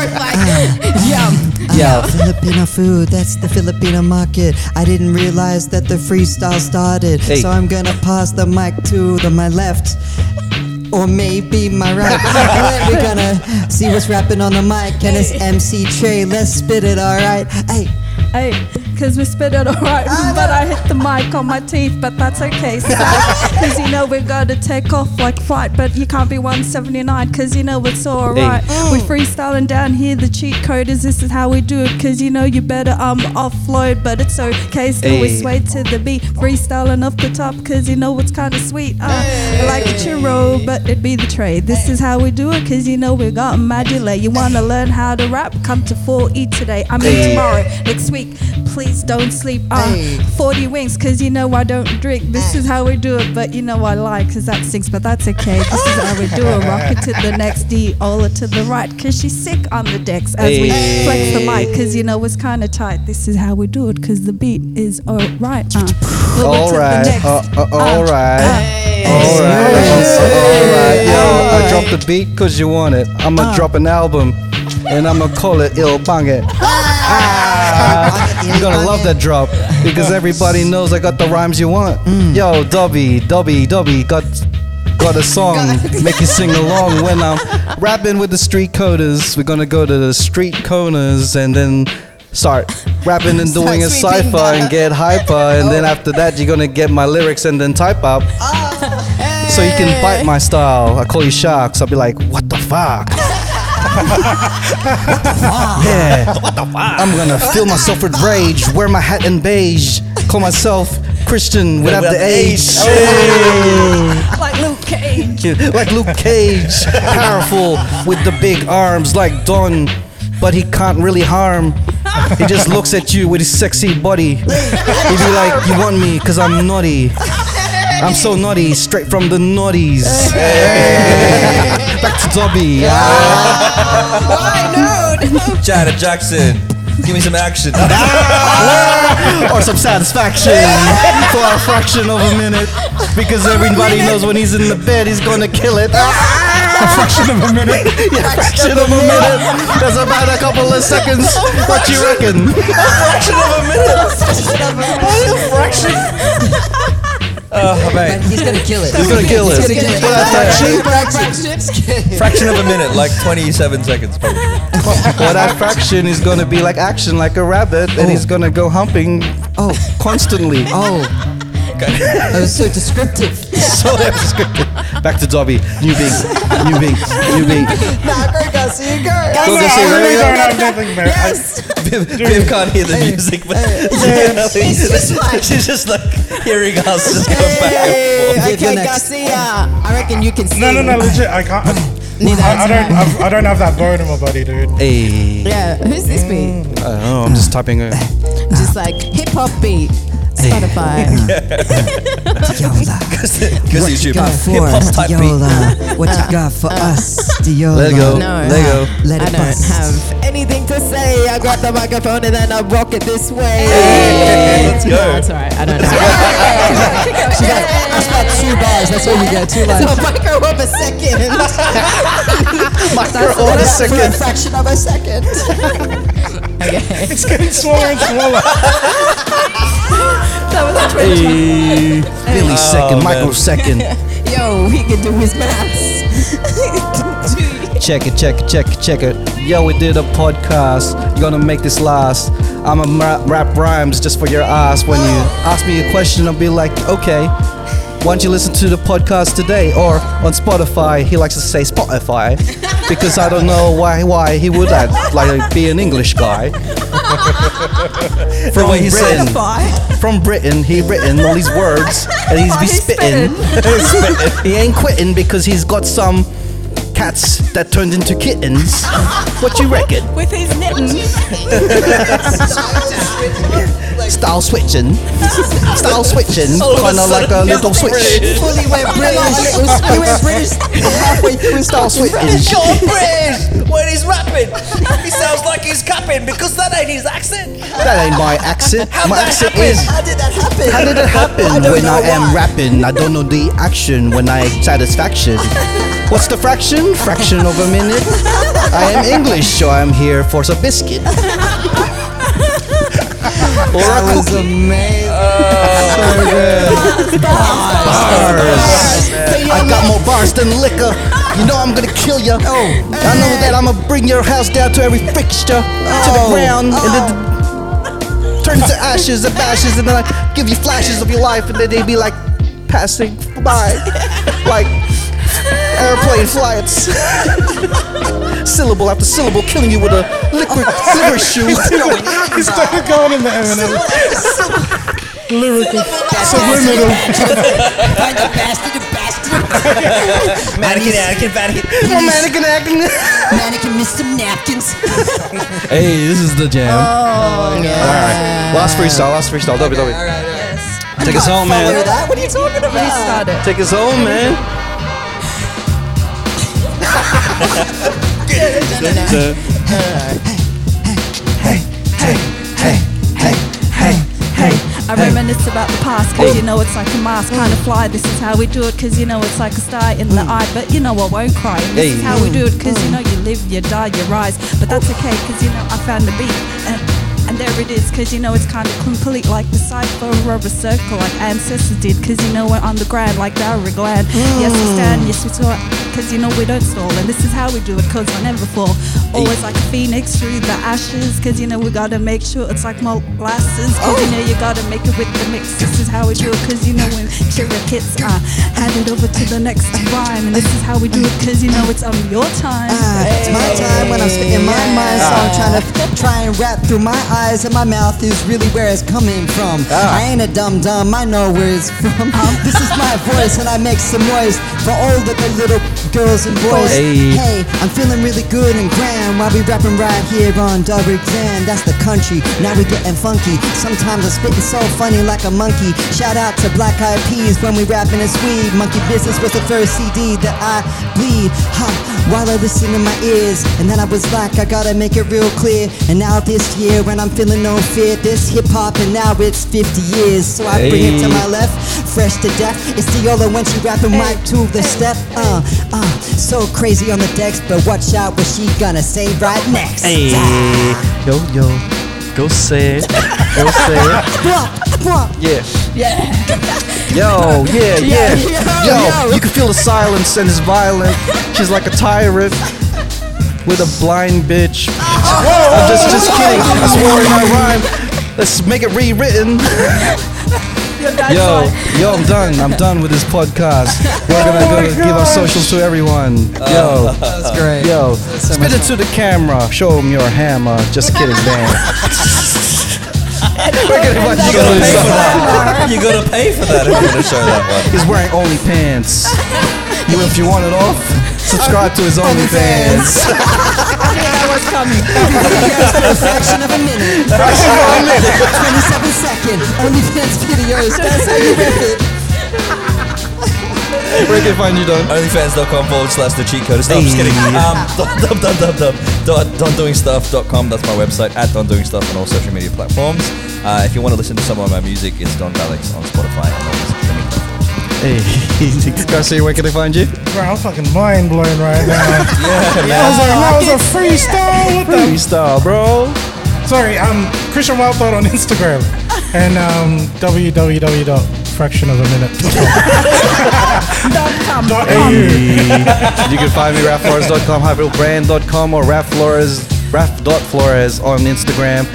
[SPEAKER 2] Ah. Yeah. Uh, Filipino food, that's the Filipino market. I didn't realize that the freestyle started.
[SPEAKER 1] Hey.
[SPEAKER 2] So I'm gonna pass the mic to the, my left. Or maybe my right. And then We're gonna see what's rapping on the mic. And it's MC Trey. Let's spit it, alright? Hey,
[SPEAKER 6] Hey. because we spit it all right, but I hit the mic on my teeth, but that's okay. Because you know we got to take off like flight, but you can't be 179 because you know it's all
[SPEAKER 1] Hey.
[SPEAKER 6] right. We're freestyling down here. The cheat code is this is how we do it because you know you better um offload, but it's okay. Still we
[SPEAKER 1] Hey.
[SPEAKER 6] sway to the beat, freestyling off the top because you know it's kind of sweet. Uh, Like a churro, but it be the trade. This is how we do it because you know we got modulate. You want to learn how to rap? Come to 4E today. I mean, tomorrow, next week. Please don't sleep. Uh, 40 wings because you know I don't drink. This is how we do it, but you know I lie because that stinks, but that's okay. This is how we do it. Rocket to the next D, Ola to the right because she's sick on the decks as we flex the mic because you know it's kind of tight. This is how we do it because the beat is all right. Uh,
[SPEAKER 1] All right. Uh, uh, all right. All right. All right. Yo, I dropped the beat because you want it. I'm going to drop an album and I'm going to call it Il Bang It. Ah, You're going to love that drop because everybody knows I got the rhymes you want. Yo, Dobby, Dobby, Dobby got. Got a song, make you sing along when I'm rapping with the street coders. We're gonna go to the street corners and then start rapping and doing a
[SPEAKER 11] Start sweeping Oh.
[SPEAKER 1] cipher and
[SPEAKER 11] the-
[SPEAKER 1] get hyper, and then after that you're gonna get my lyrics and then type up. So you can bite my style. I call you sharks. I'll be like, what the fuck? Yeah. What the fuck? I'm gonna fill myself with rage, wear my hat in beige, call myself Christian without the age.
[SPEAKER 6] like Luke Cage.
[SPEAKER 1] like Luke Cage, powerful with the big arms like Don, but he can't really harm. He just looks at you with his sexy body. He'd be like, You want me? Cause I'm naughty. I'm so naughty, straight from the naughties. Back to Dobby.
[SPEAKER 3] Janet Jackson, give me some action.
[SPEAKER 1] or some satisfaction for a fraction of a minute because everybody knows when he's in the bed he's gonna kill it. A fraction of a minute. Yeah, a fraction of a minute. That's about a couple of seconds. What you reckon? A fraction of a minute.
[SPEAKER 3] oh, mate.
[SPEAKER 2] He's gonna kill it.
[SPEAKER 1] He's gonna kill
[SPEAKER 2] He's
[SPEAKER 1] it.
[SPEAKER 2] gonna kill it.
[SPEAKER 1] What a fraction.
[SPEAKER 3] Fraction of a minute, like 27 seconds. Probably.
[SPEAKER 1] Well, that fraction is gonna be like action, like a rabbit, and he's gonna go humping oh constantly.
[SPEAKER 2] Oh,
[SPEAKER 3] Okay.
[SPEAKER 2] that was so descriptive.
[SPEAKER 1] So that was good. Back to Dobby. New big, new big, new big.
[SPEAKER 11] Nah, great guy, see you go.
[SPEAKER 1] Go go see
[SPEAKER 4] No,
[SPEAKER 1] Ray.
[SPEAKER 4] no, nothing, man. I-
[SPEAKER 3] Viv, Viv can't hear the music, but yeah, nothing. she's just like hearing us just go back and forth.
[SPEAKER 2] Hey,
[SPEAKER 5] Okay,
[SPEAKER 2] the next-
[SPEAKER 5] Garcia, I reckon you can see.
[SPEAKER 4] no, no, no, legit. I can't. I, I don't. I've, I don't have that bone in my body, dude.
[SPEAKER 1] Hey.
[SPEAKER 5] Yeah, who's this be?
[SPEAKER 1] Oh, I'm just typing it.
[SPEAKER 2] Mm.
[SPEAKER 5] Just like hip hop beat, Spotify.
[SPEAKER 2] Diola,
[SPEAKER 3] Because
[SPEAKER 2] what you
[SPEAKER 3] YouTube,
[SPEAKER 2] got
[SPEAKER 3] hip
[SPEAKER 2] for
[SPEAKER 3] hop
[SPEAKER 2] us,
[SPEAKER 3] type beat.
[SPEAKER 2] Diola? What you got for us, Diola?
[SPEAKER 1] Let it go.
[SPEAKER 5] No.
[SPEAKER 1] Let it go.
[SPEAKER 2] Let
[SPEAKER 5] I
[SPEAKER 2] it
[SPEAKER 5] don't
[SPEAKER 2] bust.
[SPEAKER 5] have anything to say. I grab the microphone and then I rock it this way.
[SPEAKER 3] let's
[SPEAKER 5] No,
[SPEAKER 3] go.
[SPEAKER 5] it's alright. I don't know.
[SPEAKER 2] She got, she got two bars. That's what you get. Two
[SPEAKER 5] It's
[SPEAKER 2] lines.
[SPEAKER 5] a micro of a second.
[SPEAKER 1] Hold a
[SPEAKER 2] For a
[SPEAKER 1] second.
[SPEAKER 2] fraction of a second.
[SPEAKER 4] It's getting smaller and smaller.
[SPEAKER 1] Hey. Millisecond,
[SPEAKER 3] Oh,
[SPEAKER 1] microsecond.
[SPEAKER 5] Yo, he can do his maths.
[SPEAKER 1] Check it, check it, check it, check it. Yo, we did a podcast. You're gonna make this last. I'm going to rap rhymes just for your ass. When you ask me a question, I'll be like, okay. Why don't you listen to the podcast today or on Spotify? He likes to say Spotify because I don't know why why he would act like be an English guy. From
[SPEAKER 3] way he said
[SPEAKER 1] Britain. from Britain. He written all these words and he's be
[SPEAKER 6] He's
[SPEAKER 1] spitting. he ain't quitting because he's got some cats that turned into kittens. What you reckon?
[SPEAKER 6] With his knitting.
[SPEAKER 1] Style switching, style switching, kind of like a little switch.
[SPEAKER 2] Fully went British. He went British halfway through his
[SPEAKER 1] Style switching.
[SPEAKER 11] John Bridge, when he's rapping, he sounds like he's capping because that ain't his accent.
[SPEAKER 1] That ain't my accent. my
[SPEAKER 11] that
[SPEAKER 1] accent
[SPEAKER 11] happen?
[SPEAKER 1] is.
[SPEAKER 11] How did that happen?
[SPEAKER 1] How did it happen
[SPEAKER 11] I don't
[SPEAKER 1] when
[SPEAKER 11] know
[SPEAKER 1] I am
[SPEAKER 11] why.
[SPEAKER 1] rapping? I don't know the action when I satisfaction. What's the fraction? Fraction of a minute. I am English, so I'm here for some biscuit. Or a
[SPEAKER 2] That was
[SPEAKER 1] cookie.
[SPEAKER 2] amazing.
[SPEAKER 1] Bars. I got more bars than liquor. You know I'm gonna kill ya. Oh, I know
[SPEAKER 11] Oh.
[SPEAKER 1] that I'ma bring your house down to every fixture, to the ground, and then
[SPEAKER 7] turn into ashes and bashes, and then I give you flashes of your life, and then they be like passing by, like airplane flights, syllable after syllable, killing you with a liquid licorice shoe.
[SPEAKER 4] He started going in the Eminem. Lyrical. Subliminal.
[SPEAKER 2] bastard, bastard.
[SPEAKER 10] Mannequin, mannequin, mannequin.
[SPEAKER 7] Come on, mannequin acting.
[SPEAKER 2] Mannequin missed some napkins.
[SPEAKER 1] Hey, this is the jam.
[SPEAKER 5] Oh, yeah.
[SPEAKER 7] Alright, last freestyle, last freestyle. W, W.
[SPEAKER 1] uh, Take us home,
[SPEAKER 2] Follow
[SPEAKER 1] man.
[SPEAKER 2] that? What are you talking about?
[SPEAKER 6] Start it.
[SPEAKER 1] Take us home, man.
[SPEAKER 6] I reminisce about the past because you know it's like a mask kind of fly. This is how we do it because you know it's like a star in the eye, but you know I won't cry. And this is how we do it because you know you live, you die, you rise, but that's okay because you know I found the beat. And, and there it is, cause you know it's kind of complete, like the cipher of a circle, like ancestors did, cause you know we're on the ground, like they were glad.
[SPEAKER 2] Mm.
[SPEAKER 6] Yes, we stand, yes, we talk, cause you know we don't stall, and this is how we do it, cause I never fall. Always like a phoenix through the ashes, cause you know we gotta make sure it's like malt glasses, cause
[SPEAKER 2] Oh.
[SPEAKER 6] you know you gotta make it with the mix. This is how we do it, cause you know when sugar hits, I hand it over to the next rhyme, and this is how we do it, cause you know it's on your time.
[SPEAKER 2] Ah, It's my time when I'm spitting my mind, so I'm trying to try and rap through my eyes, and my mouth is really where it's coming from. I ain't a dum dum, I know where it's from. This is my voice, and I make some noise for all of the little girls and boys. Hey, I'm feeling really good and grand while we rapping right here on Dogger Grand. That's the country, now we getting funky. Sometimes I'm spitting so funny like a monkey. Shout out to Black Eyed Peas when we rapping and sweet. Monkey Business was the first CD that I bleed. Huh, while I listen in my ears. And then I was like, I gotta make it real clear. And now this year, when I'm feeling no fear, this hip hop, and now it's 50 years. So I bring it to my left, fresh to death. It's Diola when she rapping right to the step. Uh, uh, so crazy on the decks, but watch out what she gonna say right next.
[SPEAKER 1] Hey, yo, yo, go say it. Go say it.
[SPEAKER 2] Blah, blah.
[SPEAKER 1] Yeah. Yeah. Yo, yeah, yeah.
[SPEAKER 7] Yo, you can feel the silence and it's violent. She's like a tyrant
[SPEAKER 1] With a blind bitch. I'm just, just kidding. I swore in my rhyme. Let's make it rewritten. Yo, yo, I'm done. I'm done with this podcast. We're gonna go give our socials to everyone. Yo,
[SPEAKER 2] Oh, That's great.
[SPEAKER 1] yo, spit it to the camera. Show them your hammer. Just kidding, man. We're gonna watch you
[SPEAKER 10] You gotta
[SPEAKER 1] lose
[SPEAKER 10] pay
[SPEAKER 1] some.
[SPEAKER 10] for that. You gotta pay for that if you're gonna show that
[SPEAKER 1] He's wearing only pants. You, if you want it off, subscribe to his OnlyFans.
[SPEAKER 2] fraction of a minute. 27 second. OnlyFans videos. That's how you rip it.
[SPEAKER 1] Where can I find you, Don?
[SPEAKER 10] one. Onlyfans.com forward slash the cheat code. No, I'm just kidding. Um, dot, dot, dot, dot, dot, dondoingstuff.com. That's my website at Don Doing Stuff on all social media platforms. Uh, if you want to listen to some of my music, it's Don Valix on Spotify and all those streaming platforms.
[SPEAKER 1] Hey, Garcia, where can I find you?
[SPEAKER 4] Bro, I'm fucking mind blown right now.
[SPEAKER 10] Yeah, man.
[SPEAKER 4] I was like, that was a freestyle. What the?
[SPEAKER 1] Freestyle, bro.
[SPEAKER 4] Sorry, I'm Christian Wild Thought on Instagram and um, www.fractionofaminute.com. Dot au.
[SPEAKER 1] You can find me rafflores.com, hyperbrand.com, or rafflores, raff.flores on Instagram.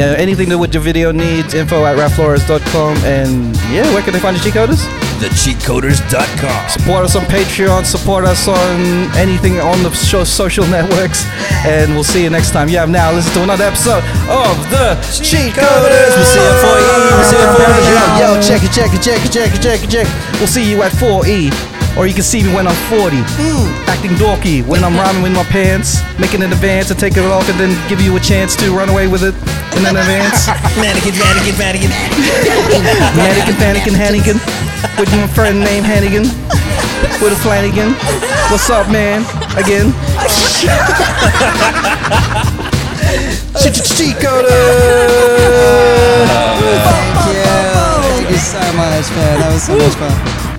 [SPEAKER 1] Uh, anything that with your video needs, info at rafflores.com. And yeah, where can they find you, G-Coders?
[SPEAKER 10] TheCheatCoders.com.
[SPEAKER 1] Support us on Patreon, support us on anything on the show, social networks, and we'll see you next time. Yeah, now listen to another episode of the Cheat Coders. We'll see you at 4E. We'll see you at 4E. Yo, yo, check it, check it, check it, check it, check it, check it. We'll see you at 4E. Or you can see me when I'm 40,
[SPEAKER 10] Hmm.
[SPEAKER 1] acting dorky when I'm rhyming with my pants, making an advance and taking it off and then give you a chance to run away with it in an advance.
[SPEAKER 10] Mannequin, mannequin, mannequin.
[SPEAKER 1] Hannigan, Pannigan, Hannigan. With my friend named Hannigan. With a Flanagan. What's up, man? Again.
[SPEAKER 2] Thank you. Thank you so much, man. That was so much fun.